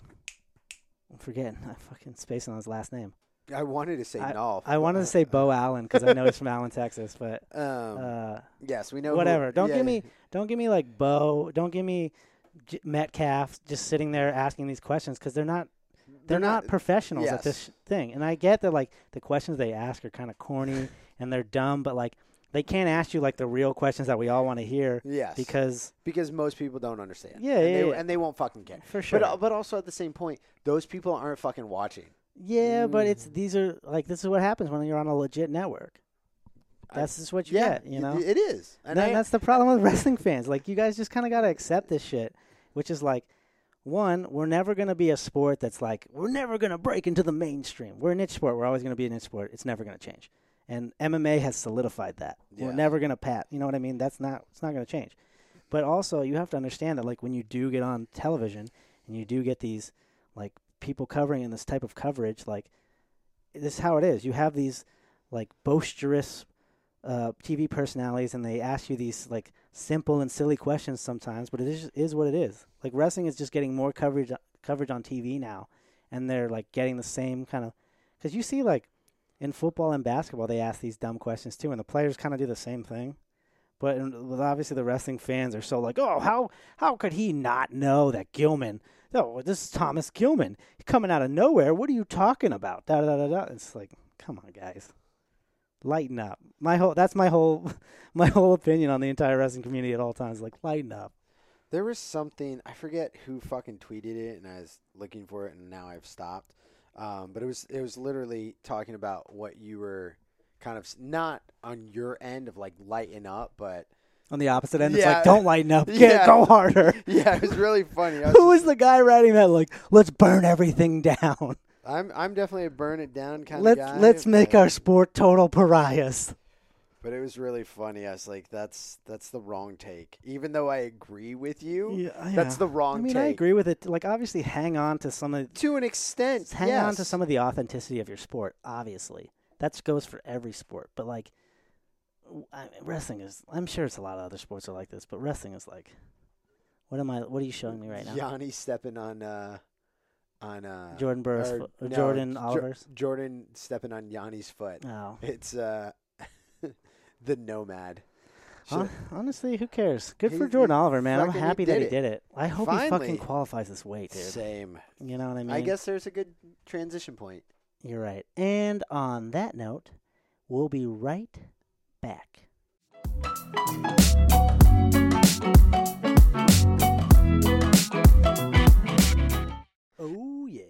Speaker 1: I'm forgetting. I'm fucking spacing on his last name.
Speaker 2: I wanted to say Nolf.
Speaker 1: I wanted to say Bo Allen because I know he's from Allen, Texas, but
Speaker 2: Uh, Um,
Speaker 1: uh,
Speaker 2: yes, we know. who-
Speaker 1: whatever. Don't
Speaker 2: yeah,
Speaker 1: give me don't give me like Bo. Don't give me J- Metcalf just sitting there asking these questions because they're not they're, not, professionals at this sh- thing. And I get that like the questions they ask are kind of corny and they're dumb, but like they can't ask you like the real questions that we all want to hear
Speaker 2: Yes, because
Speaker 1: because
Speaker 2: because most people don't understand.
Speaker 1: Yeah,
Speaker 2: and
Speaker 1: yeah,
Speaker 2: they,
Speaker 1: yeah.
Speaker 2: and they won't fucking care.
Speaker 1: for sure.
Speaker 2: But uh, but also at the same point, those people aren't fucking watching.
Speaker 1: yeah, but it's
Speaker 2: Mm.
Speaker 1: these are like this is what happens when you're on a legit network.
Speaker 2: I-
Speaker 1: That's just what you
Speaker 2: yeah,
Speaker 1: get, you know.
Speaker 2: it, it is, and
Speaker 1: That-
Speaker 2: I-
Speaker 1: that's the problem with wrestling fans. Like, you guys just kind of got to accept this shit, which is like, one, we're never going to be a sport that's like, we're never going to break into the mainstream. We're a niche sport. We're always going to be a niche sport. It's never going to change. and MMA has solidified that. We're
Speaker 2: Yeah.
Speaker 1: never gonna pat. You know what I mean? That's not. It's not gonna change. But also, you have to understand that like when you do get on television and you do get these like people covering in this type of coverage, like this is how it is. You have these like boisterous uh, TV personalities, and they ask you these like simple and silly questions sometimes. But it is, is what it is. Like wrestling is just getting more coverage coverage on TV now, and they're like getting the same kind of because you see like in football and basketball they ask these dumb questions too, and the players kind of do the same thing. But in- with obviously the wrestling fans are so like, oh, how how could he not know that Gilman? No, this is Thomas Gilman coming out of nowhere. What are you talking about? Da da da da. It's like, come on, guys, lighten up. My whole that's my whole my whole opinion on the entire wrestling community at all times. Like, lighten up.
Speaker 2: There was something I forget who fucking tweeted it, and I was looking for it, and now I've stopped. Um, but it was it was literally talking about what you were kind of s- not on your end of like lighten up, but
Speaker 1: On the opposite end, it's
Speaker 2: Yeah.
Speaker 1: like, don't lighten up. Get,
Speaker 2: Yeah.
Speaker 1: Go harder.
Speaker 2: yeah, it was really funny. I was
Speaker 1: Who was the guy writing that? Like, let's burn everything down.
Speaker 2: I'm I'm definitely a burn it down kind
Speaker 1: Let's
Speaker 2: of guy.
Speaker 1: let's make
Speaker 2: but-
Speaker 1: our sport total pariahs.
Speaker 2: But it was really funny. I was like, that's that's the wrong take. Even though I agree with you, that's the wrong
Speaker 1: I mean,
Speaker 2: take.
Speaker 1: I agree with it. Like, obviously, hang on to some of
Speaker 2: To an extent,
Speaker 1: hang on to
Speaker 2: yes.
Speaker 1: some of the authenticity of your sport. Obviously, that goes for every sport. But like, w- I wrestling is. I'm sure it's a lot of other sports are like this, but wrestling is like, what am I? What are you showing me right now?
Speaker 2: Yanni stepping on uh on uh
Speaker 1: Jordan Burroughs,
Speaker 2: or
Speaker 1: fo- or
Speaker 2: no,
Speaker 1: Jordan Oh.
Speaker 2: Jo-
Speaker 1: Oliver's.
Speaker 2: Jordan stepping on Yanni's foot.
Speaker 1: No.
Speaker 2: It's uh the nomad.
Speaker 1: Hon-
Speaker 2: Shit.
Speaker 1: honestly, who cares? Good for
Speaker 2: He-
Speaker 1: Jordan
Speaker 2: he
Speaker 1: Oliver, man. I'm
Speaker 2: fucking- he
Speaker 1: happy that
Speaker 2: did
Speaker 1: he
Speaker 2: it.
Speaker 1: did it. I hope he
Speaker 2: Finally.
Speaker 1: fucking qualifies this weight, dude.
Speaker 2: Same.
Speaker 1: You know what I mean?
Speaker 2: I guess there's a good transition point.
Speaker 1: You're right. And on that note, we'll be right back. Oh, yeah.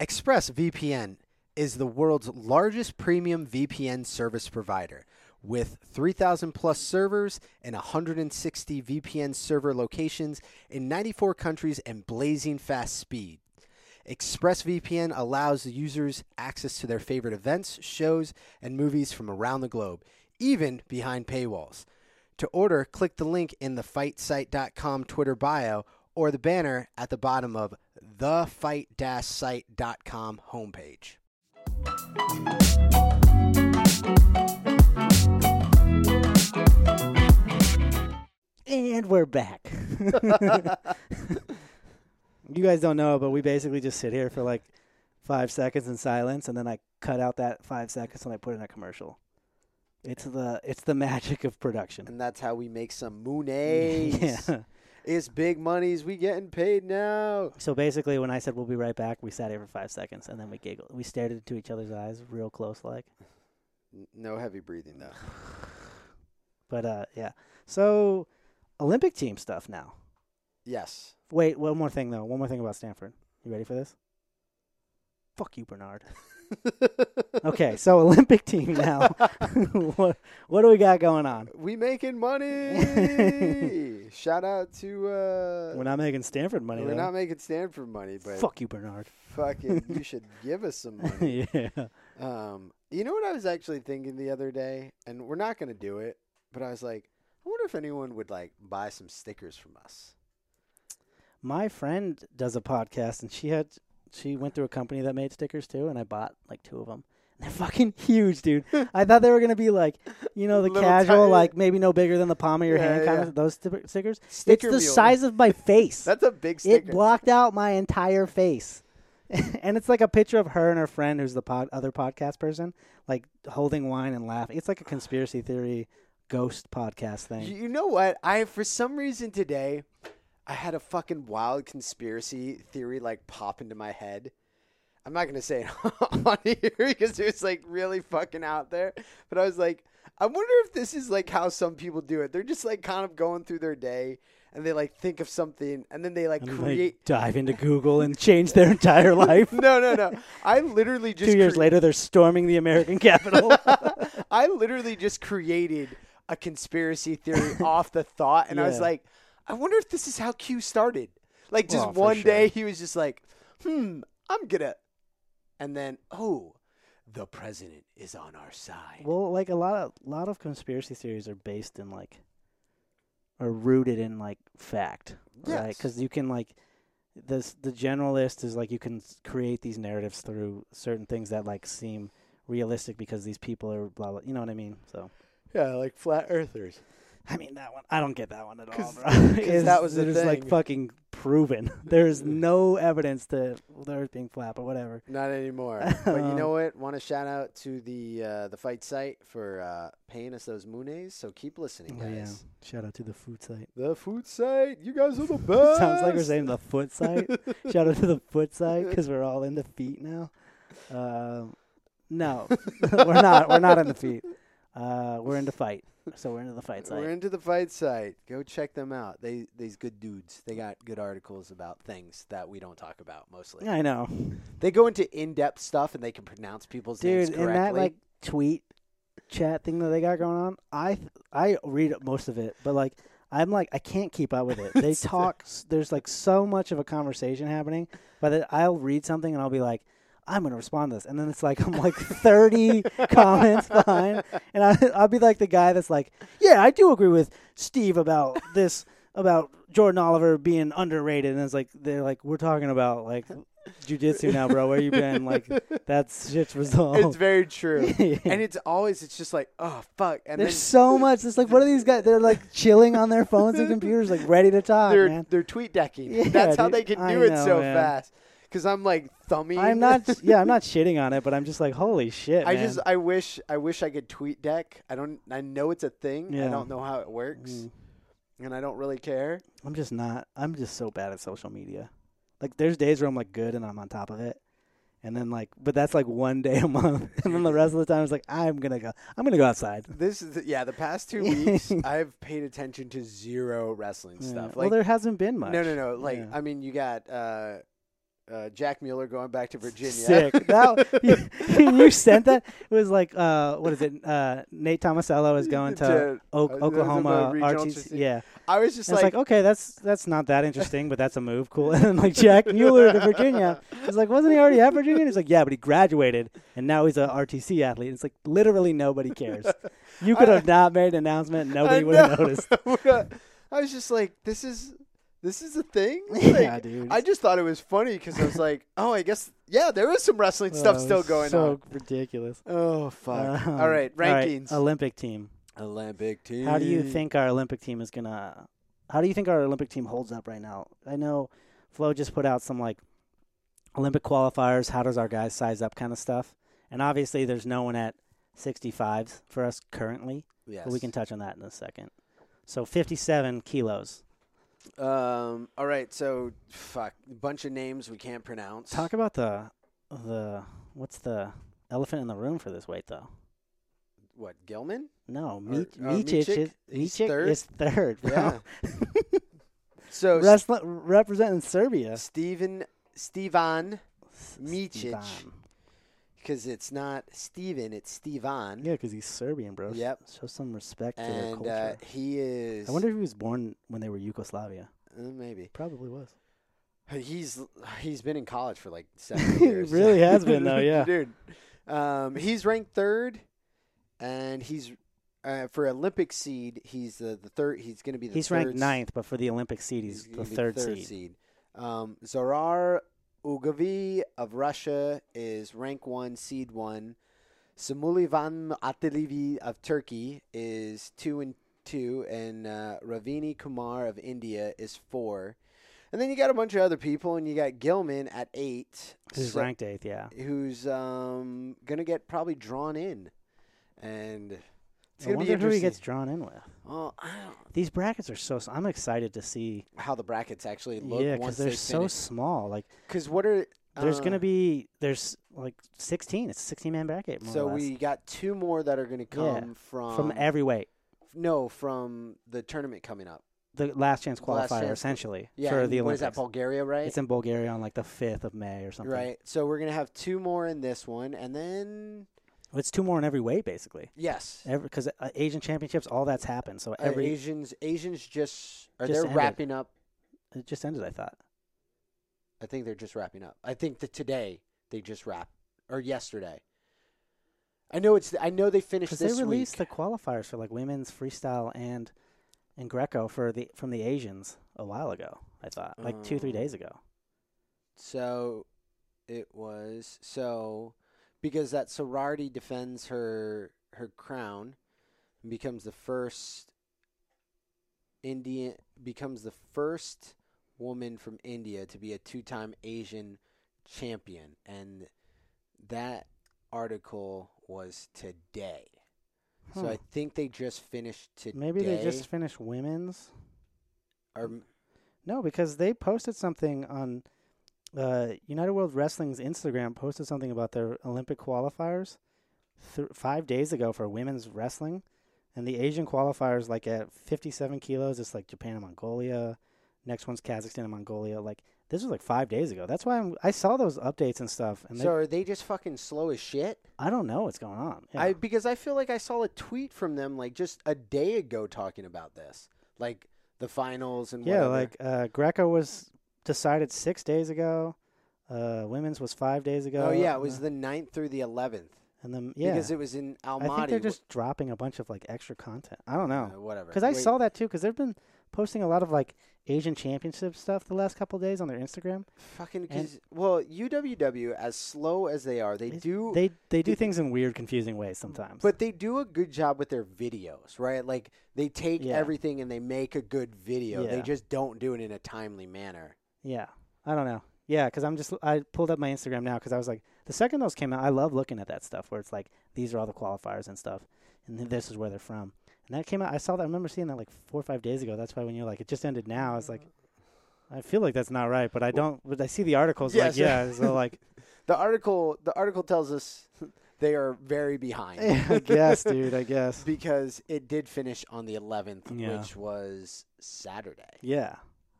Speaker 2: ExpressVPN is the world's largest premium VPN service provider with 3,000 plus servers and 160 VPN server locations in 94 countries and blazing fast speed. ExpressVPN allows the users access to their favorite events, shows, and movies from around the globe, even behind paywalls. To order, click the link in the fightsite.com Twitter bio or the banner at the bottom of the fight-site.com homepage.
Speaker 1: And we're back. you guys don't know, but we basically just sit here for like five seconds in silence, and then I cut out that five seconds and I put in a commercial. It's the it's the magic of production.
Speaker 2: And that's how we make some moonies.
Speaker 1: Yeah.
Speaker 2: It's big monies. We getting paid now.
Speaker 1: So basically, when I said we'll be right back, we sat here for five seconds and then we giggled. We stared into each other's eyes, real close, like.
Speaker 2: N- No heavy breathing though.
Speaker 1: But uh, yeah. So Olympic team stuff now.
Speaker 2: Yes.
Speaker 1: Wait, one more thing though. One more thing about Stanford. You ready for this? Fuck you, Bernard. Okay, so Olympic team now. what what do we got going on?
Speaker 2: we making money. Shout out to uh
Speaker 1: We're not making Stanford money
Speaker 2: we're
Speaker 1: though.
Speaker 2: not making Stanford money, but
Speaker 1: Fuck you, Bernard.
Speaker 2: fucking you should give us some money.
Speaker 1: yeah.
Speaker 2: Um, you know what I was actually thinking the other day, and we're not gonna do it, but I was like, I wonder if anyone would like buy some stickers from us.
Speaker 1: My friend does a podcast, and she had she went through a company that made stickers too, and I bought like two of them. They're fucking huge, dude. I thought they were gonna be like, you know, the
Speaker 2: Little
Speaker 1: casual,
Speaker 2: tiny-
Speaker 1: like maybe no bigger than the palm of your
Speaker 2: Yeah,
Speaker 1: hand kind
Speaker 2: yeah.
Speaker 1: of those sti- stickers.
Speaker 2: Sticker
Speaker 1: it's the
Speaker 2: wheel.
Speaker 1: size of my face.
Speaker 2: That's a big
Speaker 1: it
Speaker 2: sticker.
Speaker 1: blocked out my entire face, and it's like a picture of her and her friend, who's the pod, other podcast person, like holding wine and laughing. It's like a conspiracy theory ghost podcast thing.
Speaker 2: You you know what? I for some reason today, I had a fucking wild conspiracy theory like pop into my head. I'm not gonna say it on here because it was like really fucking out there. But I was like, I wonder if this is like how some people do it. They're just like kind of going through their day and they like think of something and then they like
Speaker 1: And they
Speaker 2: create.
Speaker 1: dive into Google and change their entire life.
Speaker 2: No, no, no. I literally just
Speaker 1: Two years
Speaker 2: cre-
Speaker 1: later, they're storming the American Capitol.
Speaker 2: I literally just created a conspiracy theory off the thought, and I was
Speaker 1: Yeah.
Speaker 2: like, I wonder if this is how Q started. Like, just
Speaker 1: Well, for
Speaker 2: one
Speaker 1: sure.
Speaker 2: day he was just like, "Hmm, I'm gonna," and then oh, the president is on our side.
Speaker 1: Well, like a lot of lot of conspiracy theories are based in like are rooted in like fact, right?
Speaker 2: Yes.
Speaker 1: Because you can like this the generalist is like you can s- create these narratives through certain things that like seem realistic because these people are blah blah. You know what I mean? So
Speaker 2: Yeah, like flat earthers.
Speaker 1: I mean that one. I don't get that one at all,
Speaker 2: 'Cause-
Speaker 1: bro.
Speaker 2: 'cause
Speaker 1: It's-
Speaker 2: that was the
Speaker 1: it is, like
Speaker 2: thing.
Speaker 1: fucking proven. There's no evidence that the Earth being flat, but whatever.
Speaker 2: Not anymore. but you know what? Want to shout out to the uh, the fight site for uh, paying us those moonies. So keep listening,
Speaker 1: Oh, yeah.
Speaker 2: guys.
Speaker 1: Shout out to the food site.
Speaker 2: The food site. You guys are the best.
Speaker 1: Sounds like we're saying the foot site. Shout out to the foot site because we're all in the feet now. Um, no, we're not. We're not in the feet. Uh, we're into fight. So we're into the fight
Speaker 2: We're
Speaker 1: site.
Speaker 2: into the fight site. Go check them out. They these good dudes. They got good articles about things that we don't talk about mostly.
Speaker 1: I know,
Speaker 2: They go into in depth stuff and they can pronounce people's names
Speaker 1: dude.
Speaker 2: correctly.
Speaker 1: And that like tweet chat thing that they got going on, I th- I read most of it, but like I'm like I can't keep up with it. They talk. s- There's like so much of a conversation happening, but it- I'll read something and I'll be like. I'm gonna respond to this, and then it's like I'm like 30 comments behind, and I, I'll be like the guy that's like, yeah, I do agree with Steve about this about Jordan Oliver being underrated, and it's like they're like we're talking about like jujitsu now, bro. Where you been? Like that shit's resolved.
Speaker 2: it's very true. and it's always it's just like oh fuck. And
Speaker 1: There's
Speaker 2: then
Speaker 1: so much. It's like, what are these guys? They're like chilling on their phones and computers, like ready to talk,
Speaker 2: they're
Speaker 1: man.
Speaker 2: they're tweet decking.
Speaker 1: Yeah,
Speaker 2: That's how
Speaker 1: dude.
Speaker 2: they can
Speaker 1: I
Speaker 2: do it
Speaker 1: know,
Speaker 2: so
Speaker 1: man.
Speaker 2: fast. Because I'm like thumbing.
Speaker 1: I'm not. Yeah, I'm not shitting on it, but I'm just like, holy shit,
Speaker 2: I
Speaker 1: man.
Speaker 2: just I wish I wish I could tweet deck. I don't. I know it's a thing. I
Speaker 1: Yeah.
Speaker 2: don't know how it works,
Speaker 1: Mm.
Speaker 2: and I don't really care.
Speaker 1: I'm just not. I'm just so bad at social media. Like, there's days where I'm like good and I'm on top of it, and then like, but that's like one day a month, and then the rest of the time it's like I'm gonna go. I'm gonna go outside.
Speaker 2: This is yeah. The past two weeks, I've paid attention to zero wrestling
Speaker 1: Yeah.
Speaker 2: stuff.
Speaker 1: well,
Speaker 2: Like
Speaker 1: there hasn't been much.
Speaker 2: no, no, no. Like
Speaker 1: Yeah.
Speaker 2: I mean, you got uh, uh, Jack Mueller going back to Virginia.
Speaker 1: Sick. That you, you sent that. It was like uh, what is it? Uh, Nate Tomasello is going to,
Speaker 2: To,
Speaker 1: Oak,
Speaker 2: uh, those are the
Speaker 1: Oklahoma
Speaker 2: regional
Speaker 1: RTC.
Speaker 2: system.
Speaker 1: Yeah,
Speaker 2: I was just
Speaker 1: And it's like,
Speaker 2: like,
Speaker 1: okay, that's that's not that interesting, but that's a move, cool. And then like Jack Mueller to Virginia, it's like, wasn't he already at Virginia? And he's like, yeah, but he graduated, and now he's a RTC athlete. It's like literally nobody cares. You could have not made an announcement,
Speaker 2: I
Speaker 1: nobody would have
Speaker 2: know.
Speaker 1: noticed.
Speaker 2: I was just like, this is this is a thing.
Speaker 1: yeah,
Speaker 2: Like,
Speaker 1: dude.
Speaker 2: I just thought it was funny because I was like, oh, I guess yeah, there is some wrestling stuff
Speaker 1: Oh,
Speaker 2: still going
Speaker 1: so
Speaker 2: on.
Speaker 1: ridiculous.
Speaker 2: Oh fuck!
Speaker 1: Um,
Speaker 2: all right, rankings.
Speaker 1: Olympic team.
Speaker 2: Olympic team.
Speaker 1: How do you think our Olympic team is gonna? How do you think our Olympic team holds up right now? I know Flo just put out some like Olympic qualifiers. How does our guys size up kind of stuff? And obviously, there's no one at 65s for us currently,
Speaker 2: Yes.
Speaker 1: but we can touch on that in a second. So 57 kilos.
Speaker 2: um. All right. So fuck. Bunch of names we can't pronounce.
Speaker 1: Talk about the the what's the elephant in the room for this weight though?
Speaker 2: what? Gilman.
Speaker 1: No,
Speaker 2: Or-
Speaker 1: Michich
Speaker 2: uh, Michik?
Speaker 1: is
Speaker 2: He's
Speaker 1: Michik
Speaker 2: third?
Speaker 1: is third. Bro.
Speaker 2: Yeah. so S-
Speaker 1: Wrestling- representing Serbia.
Speaker 2: Steven Stevan Michik.
Speaker 1: Stevan.
Speaker 2: because it's not Steven, it's Stevan.
Speaker 1: Yeah, because he's Serbian, bro.
Speaker 2: Yep.
Speaker 1: Show some respect to their
Speaker 2: And
Speaker 1: culture.
Speaker 2: uh, he is.
Speaker 1: I wonder if he was born when they were Yugoslavia.
Speaker 2: Uh, maybe
Speaker 1: Probably was.
Speaker 2: he's he's been in college for like seven years.
Speaker 1: really has been, though, yeah.
Speaker 2: dude. Um, he's ranked third, and he's uh, for Olympic seed. He's the, the third. He's going to be the
Speaker 1: He's
Speaker 2: third
Speaker 1: ranked
Speaker 2: s-
Speaker 1: ninth, but for the Olympic seed, he's,
Speaker 2: He's gonna
Speaker 1: the
Speaker 2: be
Speaker 1: third,
Speaker 2: third
Speaker 1: seed.
Speaker 2: Um, Zorar Ugavi of Russia is rank one, seed one. Samulivan Atilivi of Turkey is two and two, and uh, Ravini Kumar of India is four. And then you got a bunch of other people, and you got Gilman at eight,
Speaker 1: He's
Speaker 2: so-
Speaker 1: ranked eighth, yeah.
Speaker 2: who's um, gonna get probably drawn in, and
Speaker 1: I
Speaker 2: it's gonna be
Speaker 1: wonder who
Speaker 2: interesting.
Speaker 1: he gets drawn in with.
Speaker 2: oh, I don't
Speaker 1: These brackets are so. s- I'm excited to see.
Speaker 2: how the brackets actually look.
Speaker 1: yeah,
Speaker 2: once
Speaker 1: because they're
Speaker 2: they
Speaker 1: so
Speaker 2: finish.
Speaker 1: small. Like
Speaker 2: Because what are
Speaker 1: there's
Speaker 2: uh,
Speaker 1: gonna be there's like 16. It's a 16 man bracket. More
Speaker 2: So
Speaker 1: or less,
Speaker 2: we um, got two more that are going to come
Speaker 1: Yeah,
Speaker 2: from
Speaker 1: from every weight.
Speaker 2: no from the tournament coming up.
Speaker 1: The last chance
Speaker 2: The last
Speaker 1: qualifier,
Speaker 2: chance-
Speaker 1: essentially,
Speaker 2: Yeah,
Speaker 1: for
Speaker 2: and
Speaker 1: the Olympics.
Speaker 2: what is that Bulgaria, right?
Speaker 1: It's in Bulgaria on like the 5th of May or something.
Speaker 2: right. So we're going to have two more in this one, and then
Speaker 1: It's two more in every way, basically.
Speaker 2: yes,
Speaker 1: Because uh, Asian Championships, all that's happened. So
Speaker 2: Uh,
Speaker 1: every
Speaker 2: Asians Asians just are
Speaker 1: Just
Speaker 2: they're
Speaker 1: ended.
Speaker 2: wrapping up.
Speaker 1: it just ended. I thought.
Speaker 2: I think they're just wrapping up. I think that today they just wrapped or yesterday I know it's. I know they finished
Speaker 1: because
Speaker 2: this
Speaker 1: they released
Speaker 2: week.
Speaker 1: the qualifiers for like women's freestyle and and Greco for the from the Asians a while ago. I thought like two three
Speaker 2: Oh.
Speaker 1: days ago.
Speaker 2: So it was so because that sorority defends her her crown and becomes the first Indian becomes the first woman from India to be a two-time Asian champion and that article was today. So
Speaker 1: Huh.
Speaker 2: I think they just finished today.
Speaker 1: Hmm. Maybe they just finished women's.
Speaker 2: or
Speaker 1: No, because they posted something on uh, United World Wrestling's Instagram. Posted something about their Olympic qualifiers th- five days ago for women's wrestling, and the Asian qualifiers like at 57 kilos. It's like Japan and Mongolia. Next one's Kazakhstan and Mongolia. Like this was like five days ago. That's why I'm, I saw those updates and stuff. And they,
Speaker 2: so are they just fucking slow as shit?
Speaker 1: I don't know what's going on. Yeah.
Speaker 2: I because I feel like I saw a tweet from them like just a day ago talking about this, like the finals and
Speaker 1: Yeah,
Speaker 2: whatever.
Speaker 1: like uh, Greco was decided six days ago. Uh, women's was five days ago.
Speaker 2: oh yeah, it
Speaker 1: and
Speaker 2: was
Speaker 1: the-
Speaker 2: the 9th through the eleventh
Speaker 1: and then uh, yeah.
Speaker 2: because it was in
Speaker 1: I
Speaker 2: Almaty.
Speaker 1: think they're just dropping a bunch of like extra content. I don't
Speaker 2: uh,
Speaker 1: know
Speaker 2: whatever.
Speaker 1: because I
Speaker 2: Wait,
Speaker 1: saw that too. Because they've been posting a lot of like Asian Championship stuff the last couple days on their Instagram.
Speaker 2: fucking because well UWW as slow as they are, they
Speaker 1: It's-
Speaker 2: do
Speaker 1: They they do
Speaker 2: Did-
Speaker 1: things in weird, confusing ways sometimes.
Speaker 2: But they do a good job with their videos, right? Like they take
Speaker 1: Yeah.
Speaker 2: everything and they make a good video. They
Speaker 1: Yeah.
Speaker 2: just don't do it in a timely manner.
Speaker 1: yeah, I don't know. Yeah, because I'm just I pulled up my Instagram now because I was like the second those came out, I love looking at that stuff where it's like these are all the qualifiers and stuff, and then this is where they're from. And that came out. I saw that. I remember seeing that like four or five days ago. That's why when you're like it just ended now, I was like. I feel like that's not right, but I don't. But I see the articles,
Speaker 2: Yeah,
Speaker 1: like
Speaker 2: so-
Speaker 1: yeah, so like
Speaker 2: The article the article tells us they are very behind.
Speaker 1: I guess, dude. I guess.
Speaker 2: because it did finish on the 11th,
Speaker 3: Yeah.
Speaker 2: which was Saturday.
Speaker 1: Yeah.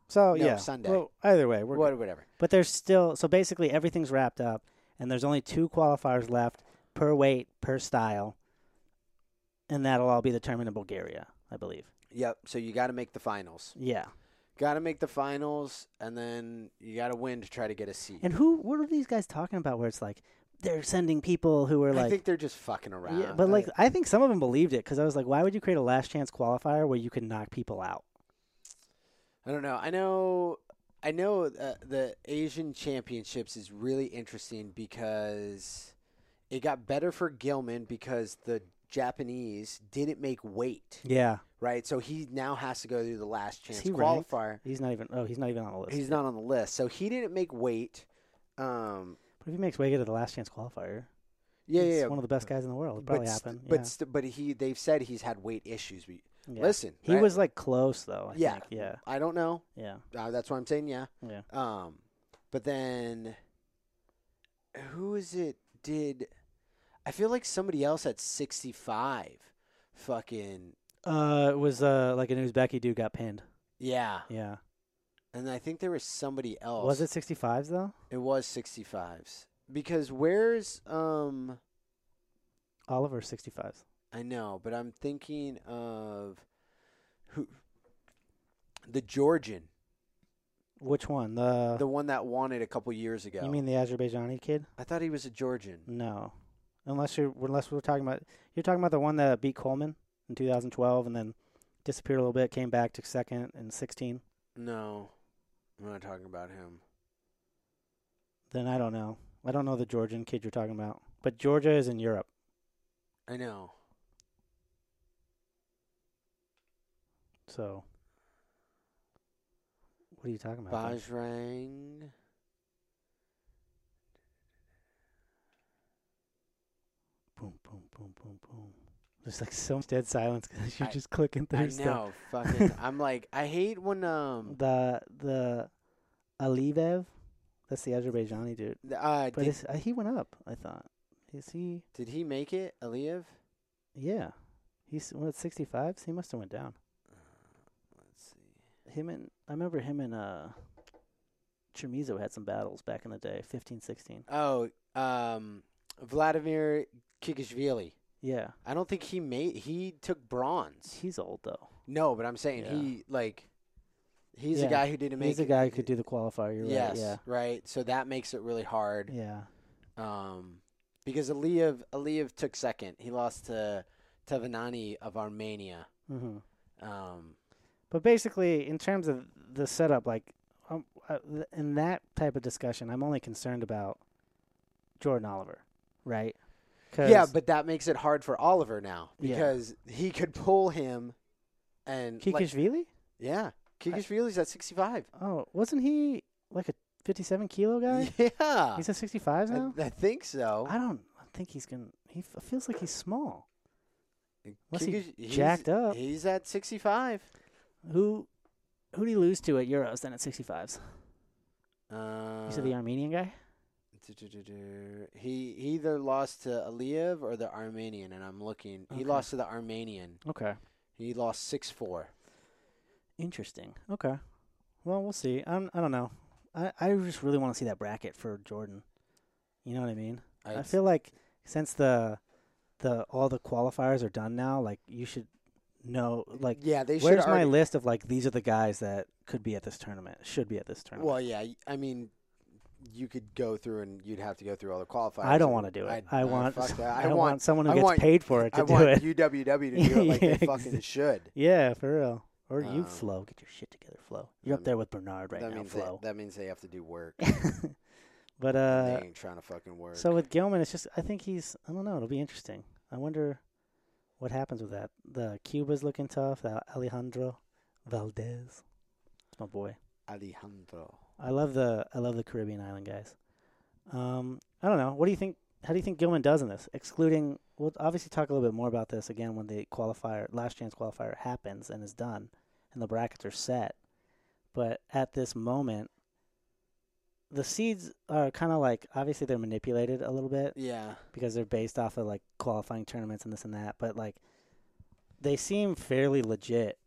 Speaker 1: So
Speaker 2: No,
Speaker 1: yeah,
Speaker 2: Sunday.
Speaker 1: Well, either way, we're
Speaker 2: What, whatever.
Speaker 1: but there's still so basically everything's wrapped up, and there's only two qualifiers left per weight per style, and that'll all be determined in Bulgaria, I believe.
Speaker 2: Yep. So you got to make the finals.
Speaker 1: Yeah.
Speaker 2: Got to make the finals, and then you got to win to try to get a seat.
Speaker 1: And who? What are these guys talking about? Where it's like they're sending people who are like.
Speaker 2: I think they're just fucking around.
Speaker 1: yeah, but
Speaker 2: I-
Speaker 1: like I think some of them believed it because I was like, why would you create a last chance qualifier where you can knock people out?
Speaker 2: I don't know. I know. I know uh, the Asian Championships is really interesting because it got better for Gilman because the Japanese didn't make weight,
Speaker 1: Yeah,
Speaker 2: right? So he now has to go through the last chance
Speaker 1: he ranked?
Speaker 2: qualifier.
Speaker 1: he's not even. Oh, he's not even on the list.
Speaker 2: He's not on the list, so he didn't make weight. Um,
Speaker 1: but if he makes way to the last chance qualifier,
Speaker 2: yeah,
Speaker 1: he's
Speaker 2: yeah, yeah.
Speaker 1: one of the best guys in the world. It
Speaker 2: but
Speaker 1: probably
Speaker 2: st-
Speaker 1: happened.
Speaker 2: but st- but he they've said he's had weight issues. But
Speaker 1: yeah.
Speaker 2: Listen,
Speaker 1: He
Speaker 2: right?
Speaker 1: was like close though. I
Speaker 2: Yeah.
Speaker 1: Think. Yeah.
Speaker 2: I don't know.
Speaker 1: Yeah.
Speaker 2: Uh, that's why I'm saying yeah.
Speaker 1: Yeah.
Speaker 2: Um, but then who is it? Did I feel like somebody else at 65? Fucking
Speaker 1: Uh, it was uh like an Uzbeki dude got pinned.
Speaker 2: yeah.
Speaker 1: Yeah.
Speaker 2: And I think there was somebody else.
Speaker 1: Was it 65s though?
Speaker 2: It was 65s because where's um.
Speaker 1: Oliver 65s.
Speaker 2: I know, but I'm thinking of who the Georgian,
Speaker 1: Which one? The,
Speaker 2: the one that wanted a couple years ago.
Speaker 1: Uh. you mean the Azerbaijani kid?
Speaker 2: I thought he was a Georgian.
Speaker 1: No. Unless you're unless we're talking about you're talking about the one that beat Coleman in 2012 and then disappeared a little bit, came back to second in 16.
Speaker 2: No, I'm not talking about him.
Speaker 1: Then I don't know. I don't know the Georgian kid you're talking about. But Georgia is in Europe.
Speaker 2: I know.
Speaker 1: So What are you talking about? man?
Speaker 2: Bajrang.
Speaker 1: boom, boom, boom, boom, boom. There's like so much dead silence because you're
Speaker 2: I-
Speaker 1: just clicking through
Speaker 2: I
Speaker 1: stuff.
Speaker 2: know. Fucking. I'm like. I hate when um.
Speaker 1: The the Aliyev, that's the Azerbaijani dude.
Speaker 2: the- Uh,
Speaker 1: But
Speaker 2: did,
Speaker 1: it's, uh, he went up. I thought. Is he?
Speaker 2: did he make it, Aliyev?
Speaker 1: Yeah. He's what 65? So he must have went down.
Speaker 2: Let's see.
Speaker 1: Him and I remember him and uh, Chamizo had some battles back in the day, 15, 16.
Speaker 2: Oh, um, Vladimir Kikishvili.
Speaker 1: Yeah,
Speaker 2: I don't think he made. He took bronze.
Speaker 1: he's old though.
Speaker 2: No, but I'm saying
Speaker 1: Yeah.
Speaker 2: he like he's
Speaker 1: Yeah.
Speaker 2: a guy who didn't make
Speaker 1: He's a guy who could do the qualifier. You're
Speaker 2: yes,
Speaker 1: right.
Speaker 2: right. So that makes it really
Speaker 1: Yeah,
Speaker 2: hard.
Speaker 1: yeah.
Speaker 2: Um because Aliyev Aliyev took second. He lost to Tevanani of Armenia.
Speaker 1: hmm
Speaker 2: Um,
Speaker 1: But basically, in terms of the setup, like um, uh, th- in that type of discussion, I'm only concerned about Jordan Oliver, right? 'Cause-
Speaker 2: yeah, but that makes it hard for Oliver now
Speaker 1: Yeah.
Speaker 2: because he could pull him, and like-
Speaker 1: Kikishvili.
Speaker 2: yeah, Kikishvili's at sixty five.
Speaker 1: Oh, wasn't he like a 57 kilo guy?
Speaker 2: Yeah,
Speaker 1: He's at 65
Speaker 2: I,
Speaker 1: now.
Speaker 2: I think so.
Speaker 1: I don't think he's gonna. He f- feels like he's small. unless he
Speaker 2: Kikish- he's-
Speaker 1: jacked up.
Speaker 2: He's at sixty five.
Speaker 1: Who, who do you lose to at Euros then at 65s?
Speaker 2: Uh,
Speaker 1: you said the Armenian guy.
Speaker 2: He he either lost to Aliyev or the Armenian, and I'm looking. He
Speaker 1: Okay.
Speaker 2: lost to the Armenian.
Speaker 1: Okay.
Speaker 2: He lost six four.
Speaker 1: Interesting. Okay. Well, we'll see. I'm, I don't know. I, I just really want to see that bracket for Jordan. You know what I mean? I feel like since the the all the qualifiers are done now, like you should know like
Speaker 2: yeah, they should.
Speaker 1: where's my
Speaker 2: Already,
Speaker 1: list of like these are the guys that could be at this tournament, should be at this tournament.
Speaker 2: well, yeah. y- I mean, you could go through, and you'd have to go through all the qualifiers.
Speaker 1: I don't
Speaker 2: and
Speaker 1: want to do it.
Speaker 2: I-
Speaker 1: I,
Speaker 2: I
Speaker 1: want
Speaker 2: fuck that.
Speaker 1: I,
Speaker 2: I
Speaker 1: want,
Speaker 2: want-
Speaker 1: someone who
Speaker 2: I
Speaker 1: gets
Speaker 2: want-
Speaker 1: paid for it to
Speaker 2: I
Speaker 1: do
Speaker 2: want
Speaker 1: it.
Speaker 2: UWW to do it like
Speaker 1: Yeah,
Speaker 2: they fucking
Speaker 1: exa-
Speaker 2: should.
Speaker 1: Yeah, for real. Or you,
Speaker 2: Um,
Speaker 1: Flo, get your shit together, Flo. You're
Speaker 2: um,
Speaker 1: up there with Bernard right
Speaker 2: that
Speaker 1: now,
Speaker 2: means they,
Speaker 1: Flo.
Speaker 2: that means they have to do work.
Speaker 1: but uh,
Speaker 2: they ain't trying to fucking work.
Speaker 1: So with Gilman, it's just I think he's I don't know. It'll be interesting. I wonder what happens with that. The Cuba's looking tough. The Alejandro Valdez, it's my boy.
Speaker 2: Alejandro.
Speaker 1: I love the I love the Caribbean island guys. Um, I don't know. What do you think? How do you think Gilman does in this? Excluding, we'll obviously talk a little bit more about this again when the qualifier, last chance qualifier happens and is done, and the brackets are set. But at this moment, the seeds are kind of like obviously they're manipulated a little bit
Speaker 2: Yeah.
Speaker 1: because they're based off of like qualifying tournaments and this and that. But like, they seem fairly legit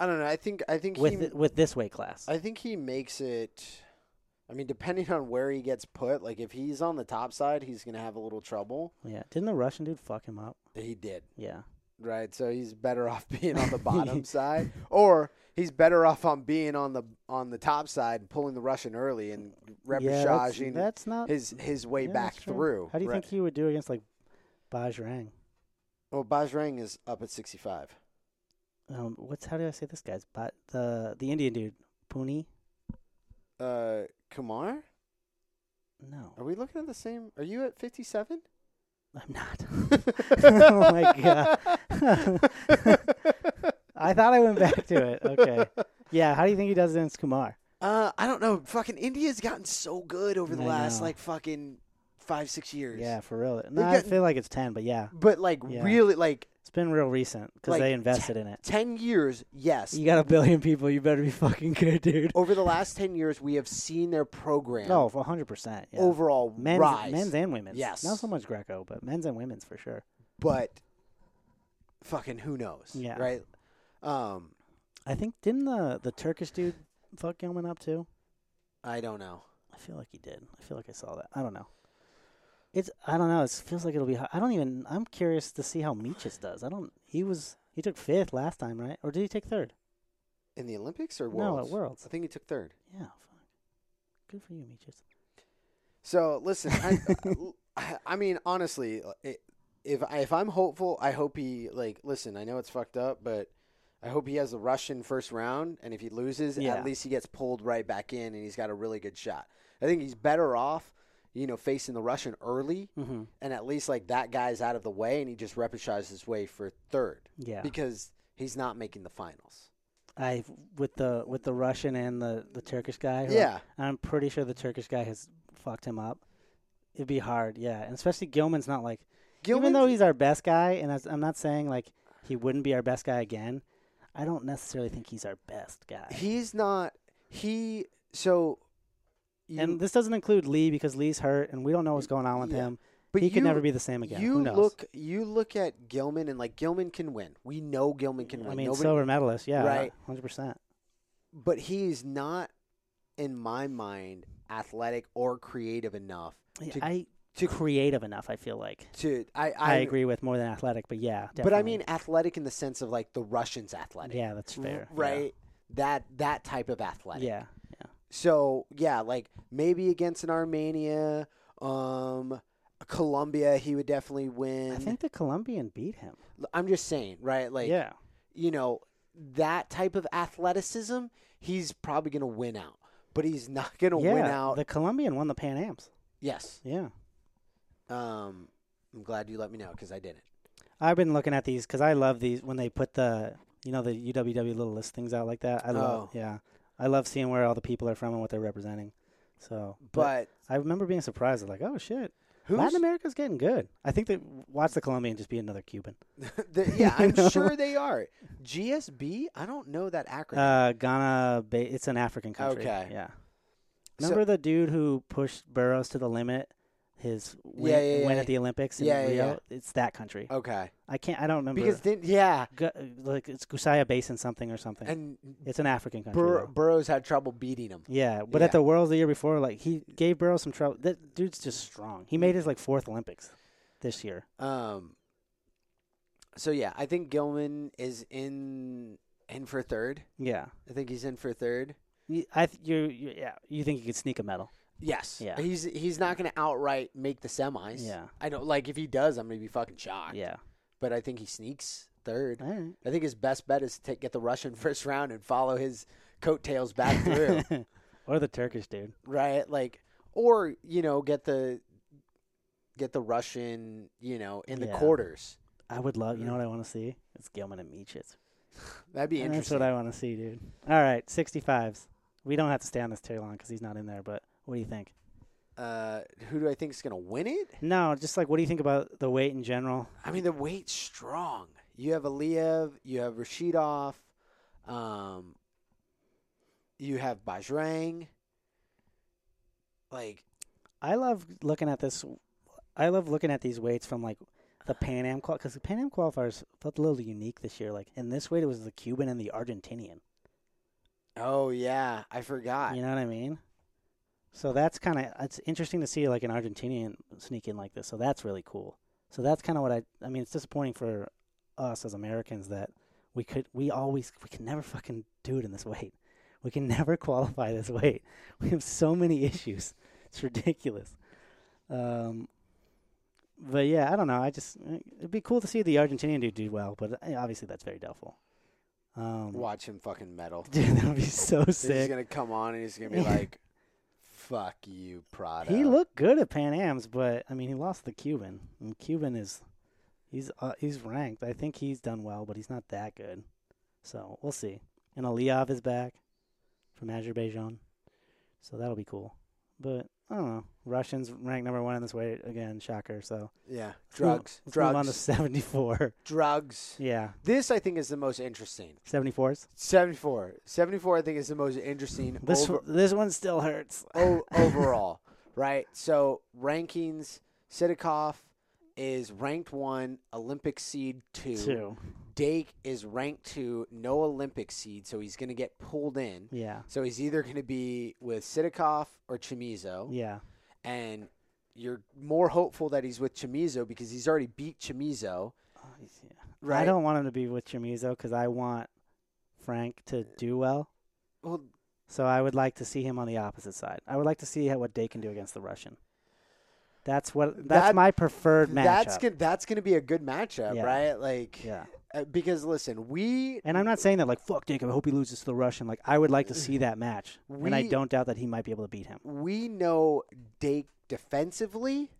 Speaker 2: I don't know. I think I think
Speaker 1: with
Speaker 2: he,
Speaker 1: th- with this weight class.
Speaker 2: I think he makes it. I mean, depending on where he gets put, like if he's on the top side, he's gonna have a little trouble.
Speaker 1: yeah, didn't the Russian dude fuck him up?
Speaker 2: He did
Speaker 1: Yeah,
Speaker 2: right, so he's better off being on the bottom side, or he's better off on being on the on the top side and pulling the Russian early and
Speaker 1: yeah, that's,
Speaker 2: repassaging
Speaker 1: that's not
Speaker 2: his his way
Speaker 1: yeah,
Speaker 2: back
Speaker 1: that's true.
Speaker 2: through.
Speaker 1: How do you
Speaker 2: right?
Speaker 1: think he would do against like Bajrang?
Speaker 2: Well, Bajrang is up at sixty five.
Speaker 1: Um, what's how do I say this guy's? But the the Indian dude Puni?
Speaker 2: Uh, Kumar,
Speaker 1: No,
Speaker 2: are we looking at the same? Are you at fifty seven?
Speaker 1: I'm not. Oh my God. I thought I went back to it. Okay. Yeah, how do you think he does against Kumar?
Speaker 2: Uh, I don't know. Fucking India's gotten so good over the
Speaker 1: I
Speaker 2: last
Speaker 1: know.
Speaker 2: like fucking five six years.
Speaker 1: Yeah, for real. No, I
Speaker 2: getting-
Speaker 1: feel like it's ten, but yeah,
Speaker 2: But like
Speaker 1: Yeah.
Speaker 2: really, like
Speaker 1: it's been real recent because
Speaker 2: Like,
Speaker 1: they invested in it.
Speaker 2: ten years. Yes.
Speaker 1: You got a billion people. You better be fucking good, dude.
Speaker 2: over the last ten years, we have seen their program
Speaker 1: Oh, for 100%. Yeah.
Speaker 2: overall
Speaker 1: men's,
Speaker 2: rise.
Speaker 1: men's and women's.
Speaker 2: Yes.
Speaker 1: Not so much Greco, but men's and women's for sure.
Speaker 2: but fucking who knows?
Speaker 1: Yeah.
Speaker 2: Right. Um,
Speaker 1: I think, didn't the, the Turkish dude fuck Gilman up too?
Speaker 2: I don't know.
Speaker 1: I feel like he did. I feel like I saw that. I don't know. It's I don't know. It feels like it'll be. hi- I don't even. I'm curious to see how Meechus does. I don't. He was. He took fifth last time, right? Or did he take third?
Speaker 2: In the Olympics or
Speaker 1: No, at
Speaker 2: Worlds?
Speaker 1: Worlds.
Speaker 2: I think he took third.
Speaker 1: Yeah. Fuck. Good for you, Meechus.
Speaker 2: So listen, I, I, I mean, honestly, i- if I, if I'm hopeful, I hope he like listen. I know it's fucked up, but I hope he has the Russian first round, and if he loses,
Speaker 1: Yeah.
Speaker 2: at least he gets pulled right back in, and he's got a really good shot. I think he's better off, you know, facing the Russian early,
Speaker 1: Mm-hmm.
Speaker 2: and at least like that guy's out of the way, and he just repachages his way for third
Speaker 1: Yeah.
Speaker 2: because he's not making the finals.
Speaker 1: I with the with the Russian and the the Turkish guy. who-
Speaker 2: Yeah,
Speaker 1: I'm pretty sure the Turkish guy has fucked him up. It'd be hard, yeah, and especially Gilman's not like even though
Speaker 2: Gilman's-
Speaker 1: he's our best guy, and as- I'm not saying like he wouldn't be our best guy again. I don't necessarily think he's our best guy.
Speaker 2: he's not he so. You,
Speaker 1: and this doesn't include Lee because Lee's hurt, and we don't know what's going on with
Speaker 2: Yeah.
Speaker 1: him.
Speaker 2: but
Speaker 1: he could
Speaker 2: you-
Speaker 1: never be the same again.
Speaker 2: You
Speaker 1: Who knows?
Speaker 2: look you look at Gilman and like Gilman can win. We know Gilman can win.
Speaker 1: I mean,
Speaker 2: Nobody-
Speaker 1: silver medalist, yeah,
Speaker 2: Right.
Speaker 1: hundred percent.
Speaker 2: but he's not in my mind athletic or creative enough to
Speaker 1: I
Speaker 2: to
Speaker 1: creative enough. I feel like
Speaker 2: to I I,
Speaker 1: I, agree with more than athletic, but yeah, definitely.
Speaker 2: But I mean athletic in the sense of like the Russians athletic.
Speaker 1: yeah, that's
Speaker 2: r-
Speaker 1: fair, yeah.
Speaker 2: Right? That that type of athletic.
Speaker 1: Yeah,
Speaker 2: So yeah, like maybe against an Armenia, um, Colombia, he would definitely win.
Speaker 1: I think the Colombian beat him.
Speaker 2: I'm just saying, right? Like,
Speaker 1: yeah.
Speaker 2: you know, that type of athleticism, he's probably going to win out. But he's not going to
Speaker 1: yeah,
Speaker 2: win out.
Speaker 1: The Colombian won the Pan Ams.
Speaker 2: yes.
Speaker 1: Yeah.
Speaker 2: Um, I'm glad you let me know because I didn't.
Speaker 1: I've been looking at these because I love these when they put the you know the UWW little list things out like that. I love
Speaker 2: Oh.
Speaker 1: yeah, I love seeing where all the people are from and what they're representing. So,
Speaker 2: But
Speaker 1: I remember being surprised. Like, oh shit,
Speaker 2: who's
Speaker 1: Latin America's getting good. I think that watch the Colombian just be another Cuban.
Speaker 2: the, yeah, I'm
Speaker 1: You know?
Speaker 2: sure they are. GSB? I don't know that acronym.
Speaker 1: Uh, Ghana, ba- it's an African country.
Speaker 2: Okay.
Speaker 1: yeah.
Speaker 2: So-
Speaker 1: Remember the dude who pushed Burroughs to the limit? His win,
Speaker 2: Yeah, yeah,
Speaker 1: win
Speaker 2: yeah.
Speaker 1: at the Olympics in
Speaker 2: Yeah, yeah,
Speaker 1: Rio.
Speaker 2: yeah.
Speaker 1: It's that country.
Speaker 2: okay.
Speaker 1: I can't. I don't remember.
Speaker 2: Because then, yeah.
Speaker 1: Gu- like it's Gusaya Basin something or something.
Speaker 2: And
Speaker 1: it's an African country.
Speaker 2: Bur-
Speaker 1: though.
Speaker 2: Burroughs had trouble beating him.
Speaker 1: Yeah, but
Speaker 2: Yeah.
Speaker 1: at the Worlds the year before, like he gave Burrow some trouble. That dude's just strong. He made his like fourth Olympics this year.
Speaker 2: Um. So yeah, I think Gilman is in in for third.
Speaker 1: Yeah,
Speaker 2: I think he's in for third.
Speaker 1: You- I th- you, you yeah you think you could sneak a medal?
Speaker 2: Yes.
Speaker 1: Yeah.
Speaker 2: He's he's not going to outright make the semis.
Speaker 1: Yeah.
Speaker 2: I don't like if he does, I'm going to be fucking shocked.
Speaker 1: Yeah,
Speaker 2: But I think he sneaks third.
Speaker 1: all right.
Speaker 2: I think his best bet is to take, get the Russian first round and follow his coattails back through,
Speaker 1: or the Turkish dude.
Speaker 2: right? Like or, you know, get the get the Russian, you know, in the
Speaker 1: Yeah.
Speaker 2: quarters.
Speaker 1: I would love. You know what I want to see? It's Gilman and Meechitz.
Speaker 2: That'd be
Speaker 1: That's
Speaker 2: interesting.
Speaker 1: what I want to see, dude. All right, sixty fives. We don't have to stay on this too long because he's not in there. But what do you think?
Speaker 2: uh who do I think is going to win it?
Speaker 1: No, just like what do you think about the weight in general?
Speaker 2: I mean, the weight's strong. You have Aliyev, you have Rashidov, um, you have Bajrang. Like,
Speaker 1: I love looking at this. I love looking at these weights from like the Pan Am qual because the Pan Am qualifiers felt a little unique this year. Like in this weight, it was the Cuban and the Argentinian.
Speaker 2: oh yeah, I forgot.
Speaker 1: You know what I mean? So that's kind of it's interesting to see like an Argentinian sneak in like this. So that's really cool. So that's kind of what I. I mean, it's disappointing for us as Americans that we could we always we can never fucking do it in this weight. We can never qualify this weight. We have so many issues. It's ridiculous. Um, but yeah, I don't know. I just it'd be cool to see the Argentinian dude do well, but uh, obviously that's very doubtful. Um,
Speaker 2: Watch him fucking metal.
Speaker 1: Dude, that would be so
Speaker 2: He's
Speaker 1: sick.
Speaker 2: gonna come on and he's gonna be like, "Fuck you, Prada."
Speaker 1: He looked good at Pan Am's, but I mean, he lost the Cuban. And Cuban is, he's uh, he's ranked. I think he's done well, but he's not that good. So we'll see. And Aliyev is back from Azerbaijan, so that'll be cool. But I don't know. Russians ranked number one in this weight again. Shocker. So
Speaker 2: Yeah,
Speaker 1: let's move-
Speaker 2: drugs,
Speaker 1: Let's move on to
Speaker 2: drugs,
Speaker 1: seventy four.
Speaker 2: drugs.
Speaker 1: yeah,
Speaker 2: This I think is the most interesting.
Speaker 1: seventy fours.
Speaker 2: 74. 74 I think is the most interesting.
Speaker 1: This
Speaker 2: over-
Speaker 1: this one still hurts.
Speaker 2: o- overall, right? So rankings: Sitikov is ranked one, Olympic seed two.
Speaker 1: Two.
Speaker 2: Dake is ranked two, no Olympic seed, so he's going to get pulled in.
Speaker 1: Yeah.
Speaker 2: So he's either going to be with Sitikov or Chimizo,
Speaker 1: Yeah.
Speaker 2: and you're more hopeful that he's with Chimizo because he's already beat Chimizo,
Speaker 1: Oh, he's- yeah.
Speaker 2: right?
Speaker 1: I don't want him to be with Chimizo because I want Frank to do well.
Speaker 2: Well,
Speaker 1: So I would like to see him on the opposite side. I would like to see how, what Day can do against the Russian. That's what. That's
Speaker 2: That-
Speaker 1: my preferred matchup.
Speaker 2: that's gonna, that's going to be a good matchup,
Speaker 1: Yeah.
Speaker 2: right? Like,
Speaker 1: yeah.
Speaker 2: uh, because listen, we
Speaker 1: And I'm not saying that like fuck Jacob. I hope he loses to the Russian. Like I would like to see that match, and I
Speaker 2: We-
Speaker 1: don't doubt that he might be able to beat him.
Speaker 2: we know Dake defensively,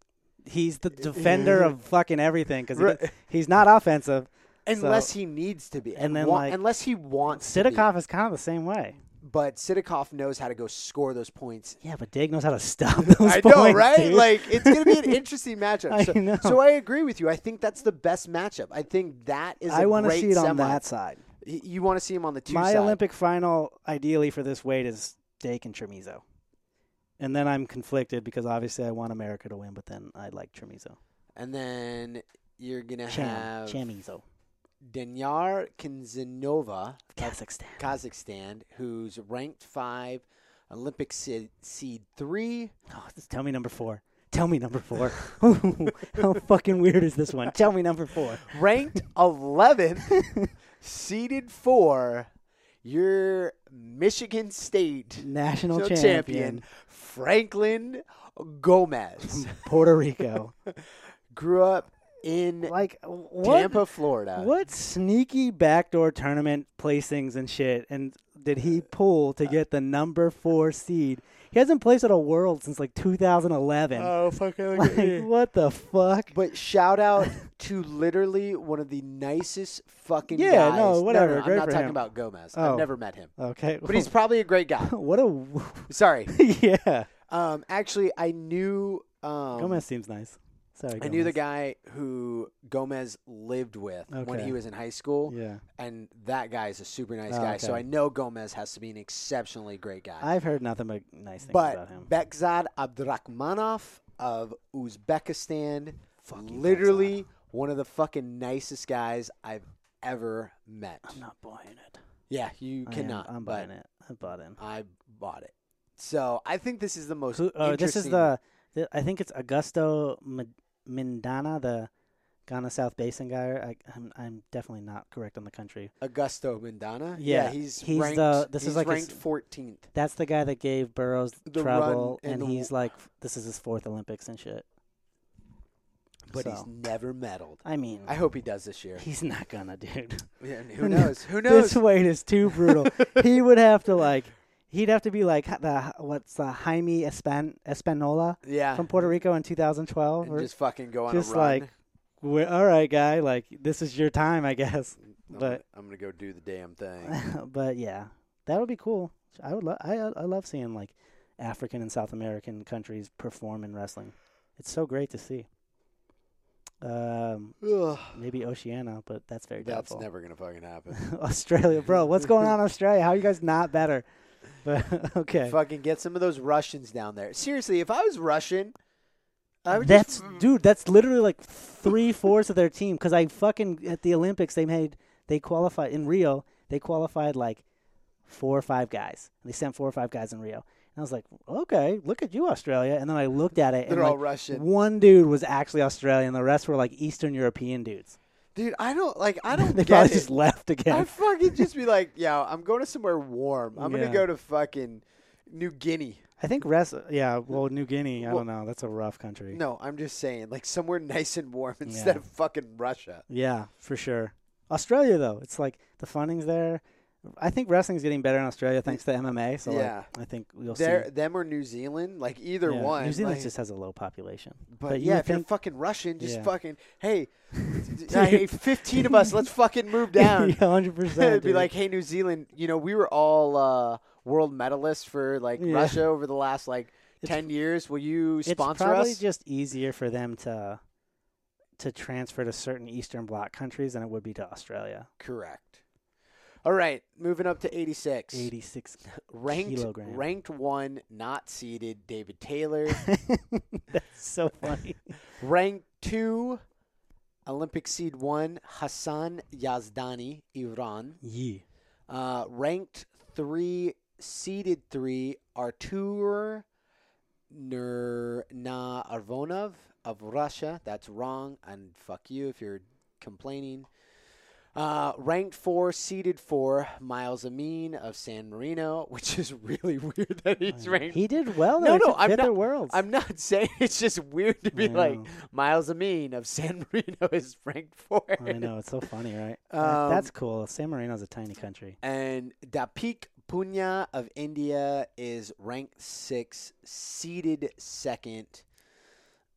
Speaker 1: He's the
Speaker 2: Uh,
Speaker 1: defender of fucking everything because
Speaker 2: Right.
Speaker 1: he's not offensive.
Speaker 2: unless he needs to be,
Speaker 1: and then,
Speaker 2: wa-
Speaker 1: like,
Speaker 2: unless he wants to be.
Speaker 1: Sitikov is kind of the same way.
Speaker 2: But Sitikov knows how to go score those points.
Speaker 1: Yeah, but Dig knows how to stop those
Speaker 2: I
Speaker 1: points.
Speaker 2: know, right?
Speaker 1: dude.
Speaker 2: Like it's gonna be an interesting matchup.
Speaker 1: I
Speaker 2: so,
Speaker 1: know.
Speaker 2: so I agree with you. I think that's the best matchup. I think that is.
Speaker 1: I
Speaker 2: want to
Speaker 1: see it on that side.
Speaker 2: You want to see him on the two
Speaker 1: My
Speaker 2: side.
Speaker 1: Olympic final, ideally for this weight, is Dake and Tremizo. And then I'm conflicted because obviously I want America to win, but then I like Tremizo.
Speaker 2: and then you're gonna
Speaker 1: Cham,
Speaker 2: have
Speaker 1: Chamizo.
Speaker 2: Danyar Kinzinova of
Speaker 1: Kazakhstan.
Speaker 2: Kazakhstan, who's ranked five, Olympic seed, seed three.
Speaker 1: Oh, just tell me number four. Tell me number four. How fucking weird is this one? Tell me number four.
Speaker 2: ranked 11th, seeded four, your Michigan State
Speaker 1: National
Speaker 2: national
Speaker 1: champion.
Speaker 2: champion, Franklin Gomez
Speaker 1: Puerto Rico.
Speaker 2: grew up in
Speaker 1: like what?
Speaker 2: Tampa, Florida.
Speaker 1: What sneaky backdoor tournament placings and shit and did he
Speaker 2: Uh,
Speaker 1: pull to get the number four seed? He hasn't placed at a world since like 2011.
Speaker 2: Oh, fucking
Speaker 1: like what the fuck?
Speaker 2: But shout out to literally one of the nicest fucking
Speaker 1: Yeah,
Speaker 2: guys.
Speaker 1: no, whatever,
Speaker 2: I'm
Speaker 1: great
Speaker 2: not
Speaker 1: for
Speaker 2: talking
Speaker 1: him.
Speaker 2: about Gomez.
Speaker 1: Oh.
Speaker 2: I've never met him.
Speaker 1: Okay,
Speaker 2: But he's probably a great guy.
Speaker 1: what a
Speaker 2: Sorry.
Speaker 1: yeah.
Speaker 2: Um, actually, I knew um,
Speaker 1: Gomez seems nice. Sorry,
Speaker 2: I knew the guy who Gomez lived with when
Speaker 1: Okay.
Speaker 2: he was in high school,
Speaker 1: Yeah,
Speaker 2: and that guy is a super nice
Speaker 1: Oh,
Speaker 2: guy. So
Speaker 1: okay.
Speaker 2: I know Gomez has to be an exceptionally great guy.
Speaker 1: I've heard nothing but nice things about him.
Speaker 2: but Bekzad Abdrakhmanov of Uzbekistan, literally one of the fucking nicest guys I've ever met.
Speaker 1: I'm not buying it.
Speaker 2: Yeah,
Speaker 1: I
Speaker 2: you
Speaker 1: am-
Speaker 2: cannot.
Speaker 1: I'm
Speaker 2: but
Speaker 1: buying it. I bought in.
Speaker 2: I bought it. So I think this is the most.
Speaker 1: Who- oh, this is
Speaker 2: interesting-
Speaker 1: the, the. I think it's Augusto Mid- Mindana, the Ghana South Basin guy. I, I'm, I'm definitely not correct on the country.
Speaker 2: Augusto Mendana.
Speaker 1: Yeah,
Speaker 2: he's
Speaker 1: he's
Speaker 2: ranked,
Speaker 1: the- this is
Speaker 2: he's
Speaker 1: like his-
Speaker 2: ranked 14th.
Speaker 1: That's the guy that gave Burroughs
Speaker 2: The
Speaker 1: trouble,
Speaker 2: run
Speaker 1: and,
Speaker 2: and the-
Speaker 1: he's like, this is his fourth Olympics and shit.
Speaker 2: but he's
Speaker 1: So,
Speaker 2: never medaled.
Speaker 1: I mean,
Speaker 2: I hope he does this year.
Speaker 1: he's not gonna, dude.
Speaker 2: Mm. Yeah, and who knows? Who knows?
Speaker 1: This weight is too brutal. he would have to like, he'd have to be like h- the what's the Jaime Espan- Espanola
Speaker 2: yeah,
Speaker 1: from Puerto Rico in 2012.
Speaker 2: Ah. and
Speaker 1: Or,
Speaker 2: just fucking go on
Speaker 1: just
Speaker 2: a run.
Speaker 1: like, we're, all right, guy, like this is your time, I guess.
Speaker 2: I'm, gonna,
Speaker 1: but-
Speaker 2: I'm gonna go do the damn thing.
Speaker 1: but yeah, that would be cool. I would, lo- I, I love seeing like African and South American countries perform in wrestling. It's so great to see. Um,
Speaker 2: Ugh,
Speaker 1: maybe Oceania, but that's very
Speaker 2: That's
Speaker 1: doubtful.
Speaker 2: never gonna fucking happen.
Speaker 1: Australia, bro. What's going on in Australia? How are you guys not better? But okay.
Speaker 2: Fucking get some of those Russians down there. Seriously, if I was Russian, I would
Speaker 1: That's
Speaker 2: just,
Speaker 1: dude. That's literally like three fourths of their team. Because I fucking at the Olympics they made they qualified in Rio. They qualified like four or five guys. They sent four or five guys in Rio. And I was like, okay, look at you, Australia. And then I looked at it, and
Speaker 2: They're all
Speaker 1: like,
Speaker 2: Russian.
Speaker 1: one dude was actually Australian. The rest were like Eastern European dudes.
Speaker 2: dude. I don't like. I don't
Speaker 1: they
Speaker 2: get
Speaker 1: probably
Speaker 2: it.
Speaker 1: just left
Speaker 2: I
Speaker 1: again.
Speaker 2: fucking just be like, yo, I'm going to somewhere warm. I'm
Speaker 1: Yeah.
Speaker 2: gonna go to fucking New Guinea.
Speaker 1: I think rest. Yeah, well, New Guinea. I
Speaker 2: Well-
Speaker 1: don't know. That's a rough country.
Speaker 2: No, I'm just saying, like somewhere nice and warm instead
Speaker 1: Yeah.
Speaker 2: of fucking Russia.
Speaker 1: Yeah, for sure. Australia though, it's like the funding's there. I think wrestling's getting better in Australia thanks to MMA. So
Speaker 2: Yeah.
Speaker 1: like, I think we'll
Speaker 2: There,
Speaker 1: see.
Speaker 2: them or New Zealand, like either
Speaker 1: Yeah.
Speaker 2: one.
Speaker 1: New Zealand
Speaker 2: like-
Speaker 1: just has a low population.
Speaker 2: But,
Speaker 1: but you
Speaker 2: yeah,
Speaker 1: would
Speaker 2: if you're
Speaker 1: think-
Speaker 2: fucking Russian, just
Speaker 1: Yeah.
Speaker 2: fucking hey, d- d- hey, fifteen of us, let's fucking move down.
Speaker 1: hundred percent.
Speaker 2: It'd be like, hey, New Zealand, you know, we were all uh, world medalists for like
Speaker 1: Yeah.
Speaker 2: Russia over the last like
Speaker 1: It's-
Speaker 2: ten years. Will you
Speaker 1: it's
Speaker 2: sponsor
Speaker 1: probably
Speaker 2: us?
Speaker 1: just easier for them to to transfer to certain Eastern Bloc countries than it would be to Australia.
Speaker 2: Correct. All right, moving up to eighty six.
Speaker 1: Eighty six.
Speaker 2: Ranked,
Speaker 1: kilogram.
Speaker 2: ranked one, not seeded. David Taylor.
Speaker 1: That's so funny.
Speaker 2: Ranked two, Olympic seed one, Hassan Yazdani, Iran.
Speaker 1: yeah.
Speaker 2: Uh, ranked three, seeded three, Artur Nurna Arvonov of Russia. That's wrong, and fuck you if you're complaining. Uh, ranked four, seeded four, Miles Amin of San Marino, which is really weird that he's ranked.
Speaker 1: He did well.
Speaker 2: No,
Speaker 1: though. He
Speaker 2: no,
Speaker 1: took
Speaker 2: I'm
Speaker 1: fifth at
Speaker 2: not-
Speaker 1: Worlds.
Speaker 2: I'm not saying it's just weird to be
Speaker 1: I
Speaker 2: like
Speaker 1: know.
Speaker 2: Miles Amin of San Marino is ranked four.
Speaker 1: I know it's so funny, right?
Speaker 2: Um,
Speaker 1: That- That's cool. San Marino's a tiny country.
Speaker 2: And Dapik Punya of India is ranked six, seeded second.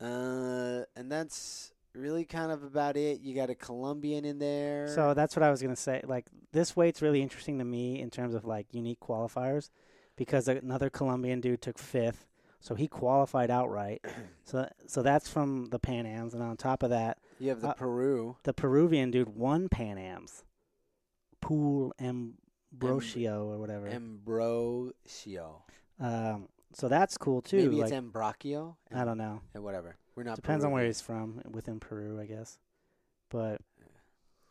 Speaker 2: Uh, and that's really kind of about it. You got a Colombian in there.
Speaker 1: So that's what I was gonna say. Like this weight's really interesting to me in terms of like unique qualifiers, because another Colombian dude took fifth, so he qualified outright. so so that's from the Pan Ams, and on top of that,
Speaker 2: you have the
Speaker 1: uh,
Speaker 2: Peru.
Speaker 1: the Peruvian dude won Pan Ams, Pool Ambrosio or whatever.
Speaker 2: Ambrosio.
Speaker 1: um, so that's cool too.
Speaker 2: Maybe
Speaker 1: like
Speaker 2: it's Ambraccio.
Speaker 1: I don't know.
Speaker 2: know. Whatever. We're not
Speaker 1: Depends on where
Speaker 2: Peruvian.
Speaker 1: he's from within Peru, I guess. But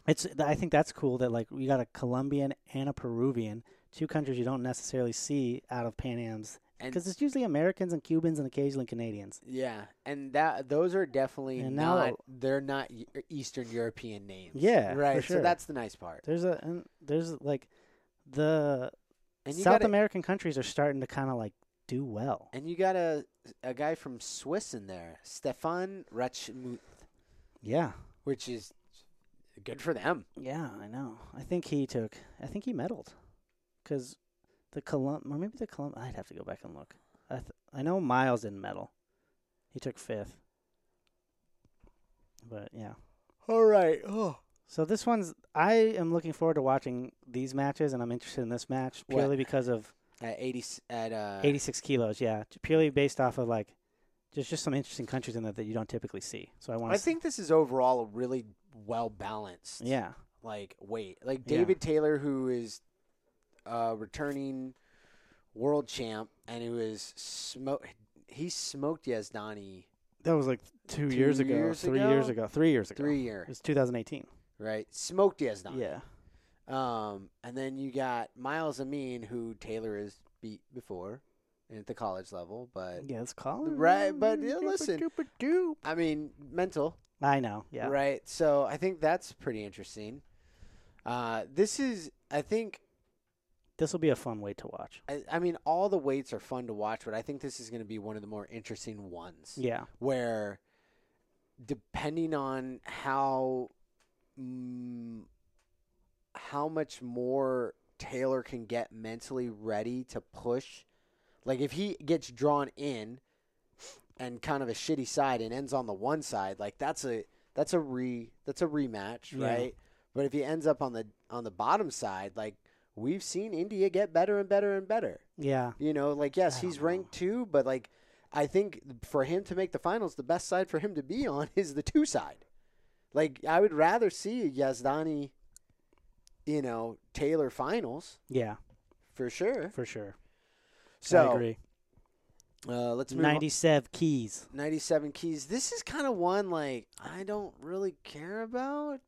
Speaker 1: it's th- I think that's cool that like we got a Colombian and a Peruvian, two countries you don't necessarily see out of Pan Am's
Speaker 2: And-
Speaker 1: because it's usually Americans and Cubans and occasionally Canadians.
Speaker 2: Yeah, and that those are definitely
Speaker 1: And now-
Speaker 2: not they're not E- Eastern European names.
Speaker 1: Yeah, for
Speaker 2: right. So
Speaker 1: sure.
Speaker 2: that's the nice part.
Speaker 1: There's a and there's like the
Speaker 2: And you
Speaker 1: South
Speaker 2: gotta,
Speaker 1: American countries are starting to kind of like do well.
Speaker 2: and you gotta a guy from Swiss in there, Stefan Rachmuth,
Speaker 1: Yeah.
Speaker 2: which is good for them.
Speaker 1: Yeah, I know. I think he took. I think he medaled, because the Colum or maybe the Colum. I'd have to go back and look. I th- I know Miles didn't medal. He took fifth. But yeah.
Speaker 2: All right. Oh.
Speaker 1: So this one's. I am looking forward to watching these matches, and I'm interested in this match
Speaker 2: What?
Speaker 1: purely because of
Speaker 2: At eighty s- at uh
Speaker 1: 86 kilos. Yeah, t- purely based off of like, just just some interesting countries in there that you don't typically see. So I want.
Speaker 2: I think this is overall a really well balanced.
Speaker 1: Yeah.
Speaker 2: Like weight, like
Speaker 1: Yeah.
Speaker 2: David Taylor, who is uh returning world champ and who is smoke. He smoked Yazdani
Speaker 1: That was like two,
Speaker 2: Two
Speaker 1: years ago,
Speaker 2: years
Speaker 1: three years
Speaker 2: ago?
Speaker 1: ago, three years ago.
Speaker 2: three
Speaker 1: It
Speaker 2: year,
Speaker 1: was 2018.
Speaker 2: right? Smoked Yazdani.
Speaker 1: Yeah.
Speaker 2: Um, and then you got Miles Amin, who Taylor has beat before at the college level, but
Speaker 1: Yeah, it's Colin.
Speaker 2: Right, but, yeah, listen. I mean, mental,
Speaker 1: I know. Yeah.
Speaker 2: right? So I think that's pretty interesting. Uh, this is, I think,
Speaker 1: This will be a fun way to watch.
Speaker 2: I, I mean, all the weights are fun to watch, but I think this is going to be one of the more interesting ones
Speaker 1: Yeah.
Speaker 2: where, depending on how, mm, how much more Taylor can get mentally ready to push, like if he gets drawn in, and kind of a shitty side and ends on the one side, like that's a that's a re that's a rematch,
Speaker 1: Yeah.
Speaker 2: right? But if he ends up on the on the bottom side, like we've seen India get better and better and better.
Speaker 1: Yeah.
Speaker 2: You know, like yes,
Speaker 1: I
Speaker 2: he's
Speaker 1: don't know.
Speaker 2: ranked two, but like I think for him to make the finals, the best side for him to be on is the two side. Like I would rather see Yazdani, you know, Taylor finals
Speaker 1: Yeah.
Speaker 2: for sure.
Speaker 1: For sure.
Speaker 2: So
Speaker 1: I agree.
Speaker 2: Uh, let's move on.
Speaker 1: 97 keys.
Speaker 2: 97 keys. This is kind of one like I don't really care about.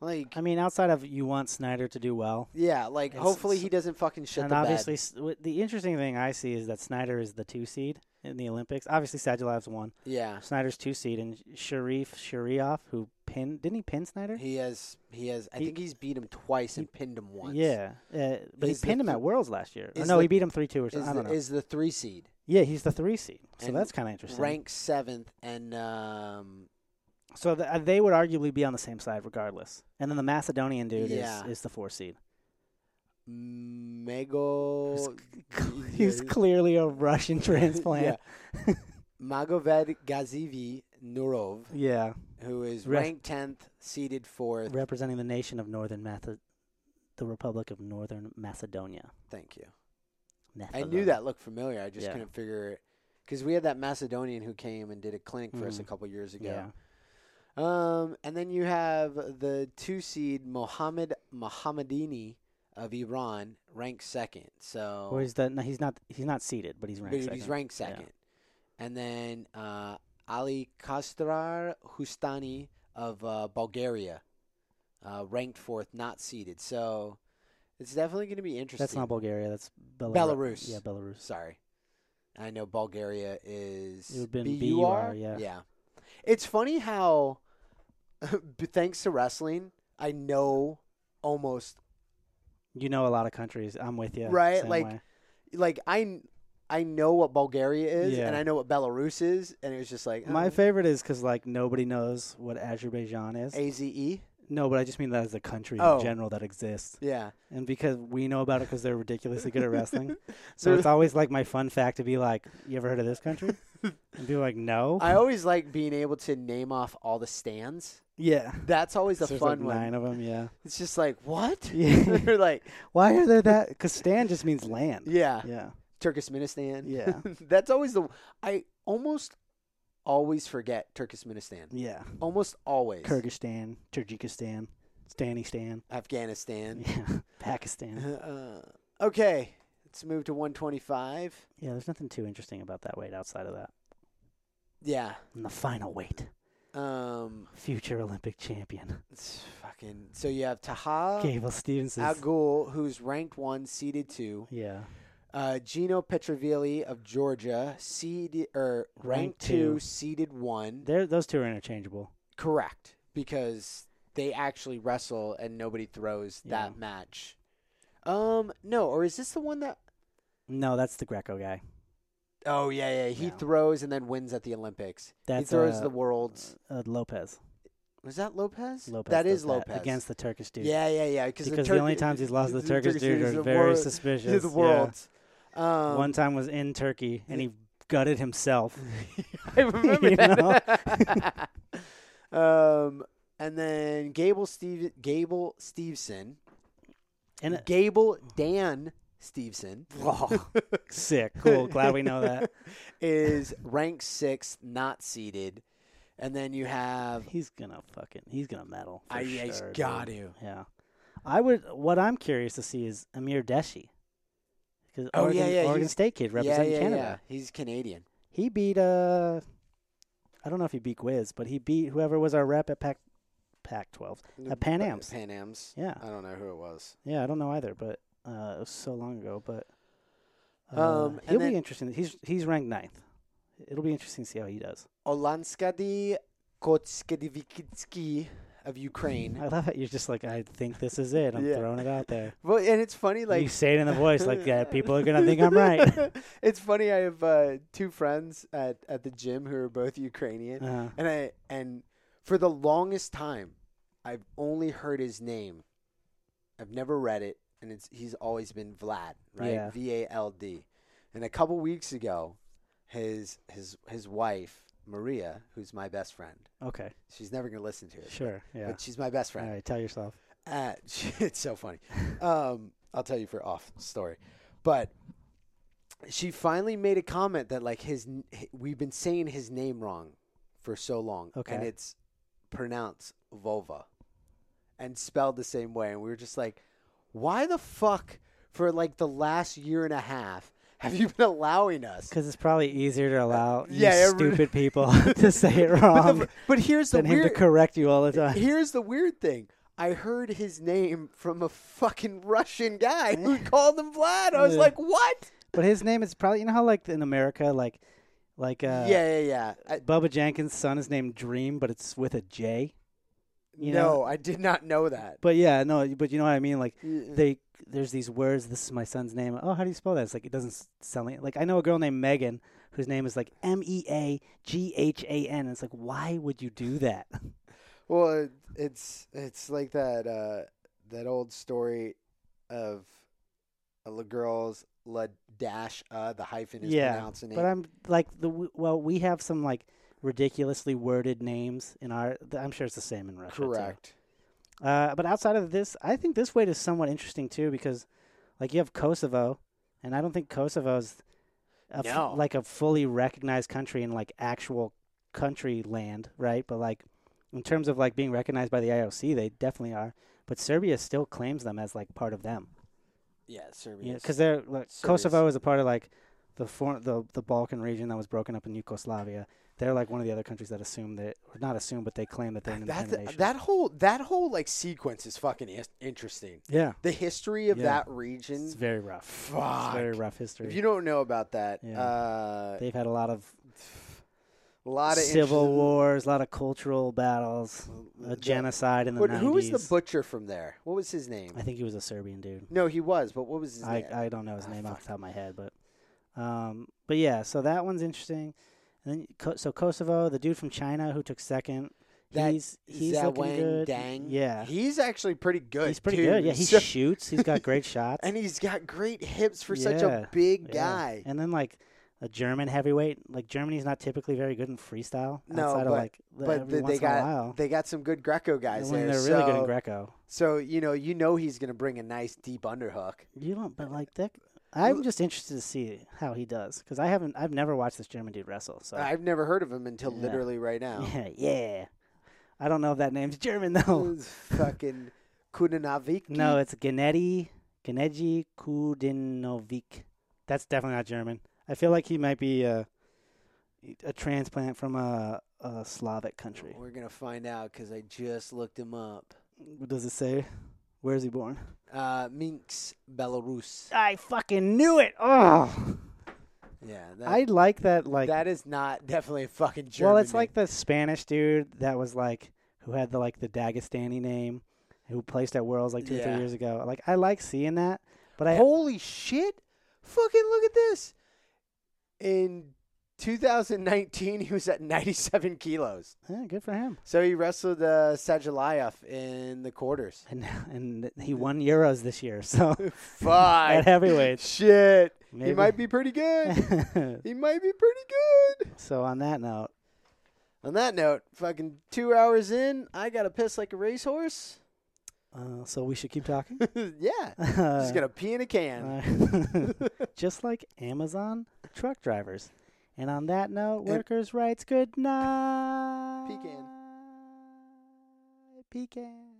Speaker 2: Like
Speaker 1: I mean, outside of you want Snyder to do well,
Speaker 2: yeah, like
Speaker 1: it's-
Speaker 2: hopefully
Speaker 1: it's-
Speaker 2: he doesn't fucking shit
Speaker 1: and
Speaker 2: the
Speaker 1: obviously
Speaker 2: bed.
Speaker 1: s- w- the interesting thing I see is that Snyder is the two seed in the Olympics. Obviously, Sadulai's one.
Speaker 2: Yeah.
Speaker 1: Snyder's two seed, and Sharif Shariov, who pinned, didn't he pin Snyder?
Speaker 2: He has he has I
Speaker 1: He-
Speaker 2: think he's beat him twice
Speaker 1: he-
Speaker 2: and pinned him once.
Speaker 1: Yeah, uh, but
Speaker 2: Is
Speaker 1: he
Speaker 2: the
Speaker 1: pinned him
Speaker 2: th-
Speaker 1: at Worlds last year. Or
Speaker 2: is
Speaker 1: no,
Speaker 2: the-
Speaker 1: he beat him three two or
Speaker 2: Is
Speaker 1: something. I don't
Speaker 2: the,
Speaker 1: know.
Speaker 2: is the 3 seed.
Speaker 1: yeah, he's the three seed, so
Speaker 2: And
Speaker 1: that's kind of interesting.
Speaker 2: Ranked 7th and um
Speaker 1: So th- uh, they would arguably be on the same side regardless. And then the Macedonian dude
Speaker 2: Yeah.
Speaker 1: is, is the four seed.
Speaker 2: Mago
Speaker 1: He's
Speaker 2: Yeah.
Speaker 1: clearly a Russian transplant.
Speaker 2: Yeah. Magomed Gazivi Nurov,
Speaker 1: yeah.
Speaker 2: who is
Speaker 1: Ref-
Speaker 2: ranked 10th, seeded 4th.
Speaker 1: representing the nation of Northern Math, the Republic of Northern Macedonia.
Speaker 2: Thank you. I
Speaker 1: Macedonia.
Speaker 2: knew that looked familiar. I just
Speaker 1: Yeah.
Speaker 2: couldn't figure it because we had that Macedonian who came and did a clinic for us a
Speaker 1: Mhm.
Speaker 2: couple years
Speaker 1: Yeah.
Speaker 2: ago. Um, and then you have the two seed Mohammed Mohammedini of Iran, ranked second. So
Speaker 1: Or is that? No, he's not. He's not seated, but he's
Speaker 2: but
Speaker 1: ranked. second.
Speaker 2: he's ranked
Speaker 1: Yeah.
Speaker 2: second. And then uh, Ali Kastrar Hustani of uh, Bulgaria, uh, ranked fourth, not seeded. So it's definitely going to be interesting.
Speaker 1: That's not Bulgaria. That's Belarus.
Speaker 2: Belarus.
Speaker 1: Yeah, Belarus.
Speaker 2: Sorry. I know Bulgaria is
Speaker 1: It would've been BUR, yeah.
Speaker 2: Yeah. It's funny how b- thanks to wrestling, I know almost
Speaker 1: You know a lot of countries. I'm with you.
Speaker 2: Right,
Speaker 1: same
Speaker 2: like,
Speaker 1: way.
Speaker 2: like I I know what Bulgaria is and
Speaker 1: Yeah.
Speaker 2: I know what Belarus is and it was just like
Speaker 1: my
Speaker 2: oh,
Speaker 1: favorite is because like nobody knows what Azerbaijan is.
Speaker 2: AZE.
Speaker 1: No, but I just mean that as a country
Speaker 2: Oh.
Speaker 1: in general that exists.
Speaker 2: Yeah.
Speaker 1: And because we know about it because they're ridiculously good at wrestling. So it's always like my fun fact to be like, you ever heard of this country? And people are like, no.
Speaker 2: I always like being able to name off all the stands.
Speaker 1: yeah.
Speaker 2: That's always the
Speaker 1: There's
Speaker 2: fun
Speaker 1: like
Speaker 2: one.
Speaker 1: nine of them, yeah.
Speaker 2: It's just like what?
Speaker 1: Yeah.
Speaker 2: You're like
Speaker 1: Why are there that? Because stan just means land.
Speaker 2: yeah,
Speaker 1: Yeah.
Speaker 2: Turkmenistan.
Speaker 1: Yeah.
Speaker 2: That's always the I almost always forget Turkmenistan.
Speaker 1: Yeah.
Speaker 2: Almost always.
Speaker 1: Kyrgyzstan, Tajikistan, Stanistan,
Speaker 2: Afghanistan.
Speaker 1: yeah. Pakistan.
Speaker 2: Uh, okay, let's move to 125.
Speaker 1: Yeah, there's nothing too interesting about that weight outside of that.
Speaker 2: Yeah.
Speaker 1: And the final weight,
Speaker 2: Um
Speaker 1: future Olympic champion,
Speaker 2: it's fucking so you have Taha
Speaker 1: Gable Stevenson.
Speaker 2: Agul who's ranked 1 seeded 2.
Speaker 1: yeah.
Speaker 2: Uh Gino Petrovilli of Georgia seed or ranked,
Speaker 1: Ranked
Speaker 2: 2
Speaker 1: two.
Speaker 2: seeded 1.
Speaker 1: They're, those two are interchangeable.
Speaker 2: Correct, because they actually wrestle and nobody throws that
Speaker 1: Yeah.
Speaker 2: match. Um, no, or is this the one that?
Speaker 1: No, that's the Greco guy.
Speaker 2: Oh yeah, yeah. He
Speaker 1: Yeah.
Speaker 2: throws and then wins at the Olympics. he
Speaker 1: That's,
Speaker 2: throws
Speaker 1: uh,
Speaker 2: the worlds.
Speaker 1: Uh, Lopez.
Speaker 2: Was that Lopez?
Speaker 1: Lopez.
Speaker 2: that
Speaker 1: does
Speaker 2: is Lopez
Speaker 1: against the Turkish dude.
Speaker 2: Yeah, yeah, yeah. Because
Speaker 1: because the,
Speaker 2: Turk-
Speaker 1: only times he's lost to the,
Speaker 2: the
Speaker 1: Turkish,
Speaker 2: Turkish
Speaker 1: dude
Speaker 2: dude is
Speaker 1: are
Speaker 2: the
Speaker 1: very
Speaker 2: world-
Speaker 1: suspicious.
Speaker 2: to the
Speaker 1: Yeah.
Speaker 2: worlds. Um,
Speaker 1: One time was in Turkey and he gutted himself.
Speaker 2: I remember
Speaker 1: You
Speaker 2: that. um, and then Gable Steve Gable Stevenson,
Speaker 1: And it-
Speaker 2: Gable Dan Stevenson.
Speaker 1: Oh, sick, cool. Glad we know that.
Speaker 2: is ranked sixth, not seeded. And then you have
Speaker 1: He's gonna fucking he's gonna medal. for
Speaker 2: I, he's
Speaker 1: sure,
Speaker 2: got
Speaker 1: dude.
Speaker 2: to.
Speaker 1: Yeah, I would. What I'm curious to see is Amir Deshi, because
Speaker 2: Oh,
Speaker 1: Oregon,
Speaker 2: yeah, yeah,
Speaker 1: Oregon
Speaker 2: he's-
Speaker 1: State kid representing Canada.
Speaker 2: He's Canadian.
Speaker 1: He beat uh, I don't know if he beat Quiz, but he beat whoever was our rep at Pac, Pac 12. At Pan
Speaker 2: But-
Speaker 1: Am's.
Speaker 2: Uh, Pan Am's.
Speaker 1: Yeah,
Speaker 2: I don't know who it was.
Speaker 1: yeah. I don't know either, but uh, it was so long ago. But uh,
Speaker 2: Um, and
Speaker 1: he'll
Speaker 2: then-
Speaker 1: be interesting. He's he's ranked ninth. It'll be interesting to see how he does.
Speaker 2: Olanskadi Kotskadivikitsky of Ukraine.
Speaker 1: I love it. You're just like, I think this is it. I'm
Speaker 2: Yeah.
Speaker 1: throwing it out there.
Speaker 2: Well, and it's funny, like
Speaker 1: you say it in the voice, like, yeah, people are gonna think I'm right.
Speaker 2: it's funny. I have uh, two friends at at the gym who are both Ukrainian,
Speaker 1: Uh,
Speaker 2: and I and for the longest time, I've only heard his name. I've never read it, and it's he's always been Vlad, right?
Speaker 1: Yeah.
Speaker 2: V A L D. And a couple weeks ago, his his his wife Maria, who's my best friend,
Speaker 1: okay,
Speaker 2: she's never gonna listen to it,
Speaker 1: sure, yeah.
Speaker 2: but she's my best
Speaker 1: All
Speaker 2: friend.
Speaker 1: right, tell yourself.
Speaker 2: Uh, it's so funny. Um, I'll tell you for off story, but she finally made a comment that like his n- h- we've been saying his name wrong for so long, and
Speaker 1: Okay.
Speaker 2: it's pronounced Volva, and spelled the same way, and we were just like, why the fuck for like the last year and a half have you been allowing us?
Speaker 1: Because it's probably easier to allow you
Speaker 2: Uh, yeah, it re-
Speaker 1: stupid people to say it
Speaker 2: But,
Speaker 1: wrong
Speaker 2: the, but here's the
Speaker 1: than him to
Speaker 2: weird.
Speaker 1: correct you all the time.
Speaker 2: Here's the weird thing. I heard his name from a fucking Russian guy who called him Vlad. I was
Speaker 1: Yeah.
Speaker 2: like, what?
Speaker 1: But his name is probably you know how like in America like like uh
Speaker 2: yeah, yeah, yeah. I,
Speaker 1: Bubba Jenkins' son is named Dream, but it's with a J. You
Speaker 2: no,
Speaker 1: know,
Speaker 2: I did not know that.
Speaker 1: but yeah, no, but you know what I mean. Like
Speaker 2: Mm,
Speaker 1: they there's these words. This is my son's name. Oh, how do you spell that? It's like it doesn't s- sound like like I know a girl named Megan whose name is like M E A G H A N. It's like why would you do that?
Speaker 2: well, it- it's it's like that uh, that old story of a la girl's la dash uh, the hyphen is
Speaker 1: Yeah,
Speaker 2: pronouncing it.
Speaker 1: But I'm like the w- well, we have some like ridiculously worded names in our. th- I'm sure it's the same in Russia. too.
Speaker 2: correct.
Speaker 1: Uh, but outside of this, I think this weight is somewhat interesting too because, like, you have Kosovo, and I don't think Kosovo's a f-
Speaker 2: No.
Speaker 1: like a fully recognized country in like actual country land, right? But like in terms of like being recognized by the IOC, they definitely are. But Serbia still claims them as like part of them
Speaker 2: Yeah, Serbian.
Speaker 1: because they're like,
Speaker 2: Serbia's-
Speaker 1: Kosovo is a part of like the for, the the Balkan region that was broken up in Yugoslavia. They're like one of the other countries that assume that, or not assume, but they claim that they're an
Speaker 2: That's,
Speaker 1: independent nation.
Speaker 2: that whole that whole like sequence is fucking is- interesting.
Speaker 1: yeah,
Speaker 2: The history of
Speaker 1: Yeah.
Speaker 2: that
Speaker 1: it's
Speaker 2: region.
Speaker 1: very rough. It's very
Speaker 2: Fuck.
Speaker 1: rough history.
Speaker 2: If you don't know about that,
Speaker 1: Yeah.
Speaker 2: uh,
Speaker 1: They've had a lot of
Speaker 2: a lot of
Speaker 1: civil
Speaker 2: interesting-
Speaker 1: wars, a lot of cultural battles, a
Speaker 2: the-
Speaker 1: genocide in the
Speaker 2: What,
Speaker 1: 90s.
Speaker 2: who was the butcher from there? What was his name?
Speaker 1: I think he was a Serbian dude.
Speaker 2: No, he was, but what was his
Speaker 1: I,
Speaker 2: name?
Speaker 1: I don't know his
Speaker 2: Ah,
Speaker 1: name off
Speaker 2: fuck.
Speaker 1: the top of my head, but um, but yeah, so that one's interesting. And then Co- so Kosovo, the dude from China who took second,
Speaker 2: That
Speaker 1: he's he's
Speaker 2: Zhao
Speaker 1: looking
Speaker 2: Wang
Speaker 1: good.
Speaker 2: Dang.
Speaker 1: Yeah,
Speaker 2: He's actually pretty good.
Speaker 1: he's pretty
Speaker 2: too.
Speaker 1: good. Yeah, he
Speaker 2: So-
Speaker 1: shoots. He's got great shots.
Speaker 2: and he's got great hips for such
Speaker 1: Yeah,
Speaker 2: a big
Speaker 1: Yeah.
Speaker 2: guy.
Speaker 1: And then like a German heavyweight, like Germany's not typically very good in freestyle.
Speaker 2: No,
Speaker 1: outside
Speaker 2: but-
Speaker 1: of like the-
Speaker 2: but
Speaker 1: every
Speaker 2: they- they
Speaker 1: once
Speaker 2: got-
Speaker 1: in a while.
Speaker 2: They got some good Greco guys
Speaker 1: And when
Speaker 2: there.
Speaker 1: they're really good in
Speaker 2: so-
Speaker 1: Greco.
Speaker 2: So you know, you know, he's gonna bring a nice deep underhook.
Speaker 1: You don't, but like that.
Speaker 2: Well-
Speaker 1: I'm just interested to see how he does because I haven't, I've never watched this German dude wrestle. So
Speaker 2: I've never heard of him until
Speaker 1: Yeah.
Speaker 2: literally right now.
Speaker 1: yeah, yeah. I don't know if that name's German though.
Speaker 2: It's fucking Kunanavik.
Speaker 1: no, it's Gennady Gennady Kudinovic. That's definitely not German. I feel like he might be a, a transplant from a, a Slavic country.
Speaker 2: We're gonna find out because I just looked him up.
Speaker 1: What does it say? Where is he born?
Speaker 2: Uh, Minsk, Belarus.
Speaker 1: I fucking knew it. Oh,
Speaker 2: Yeah, that,
Speaker 1: I like that. Like
Speaker 2: that is not definitely a fucking German.
Speaker 1: Well, it's
Speaker 2: name.
Speaker 1: like the Spanish dude that was like who had the like the Dagestani name, who placed at Worlds like two or
Speaker 2: Yeah.
Speaker 1: three years ago. Like I like seeing that, but I
Speaker 2: holy shit! Fucking look at this. In 2019, he was at 97 kilos.
Speaker 1: Yeah, eh, good for him.
Speaker 2: So he wrestled uh, Sajalayev in the quarters.
Speaker 1: And and he won Euros this year, so at
Speaker 2: Fuck.
Speaker 1: heavyweight.
Speaker 2: Shit. He
Speaker 1: Maybe.
Speaker 2: might be pretty good. he might be pretty good.
Speaker 1: so on that note,
Speaker 2: On that note, fucking two hours in, I gotta piss like a racehorse.
Speaker 1: uh, so we should keep talking.
Speaker 2: yeah.
Speaker 1: Uh,
Speaker 2: Just gonna pee in a can.
Speaker 1: uh, just like Amazon truck drivers. And on that note, workers' rights. Good night.
Speaker 2: Pecan.
Speaker 1: Pecan.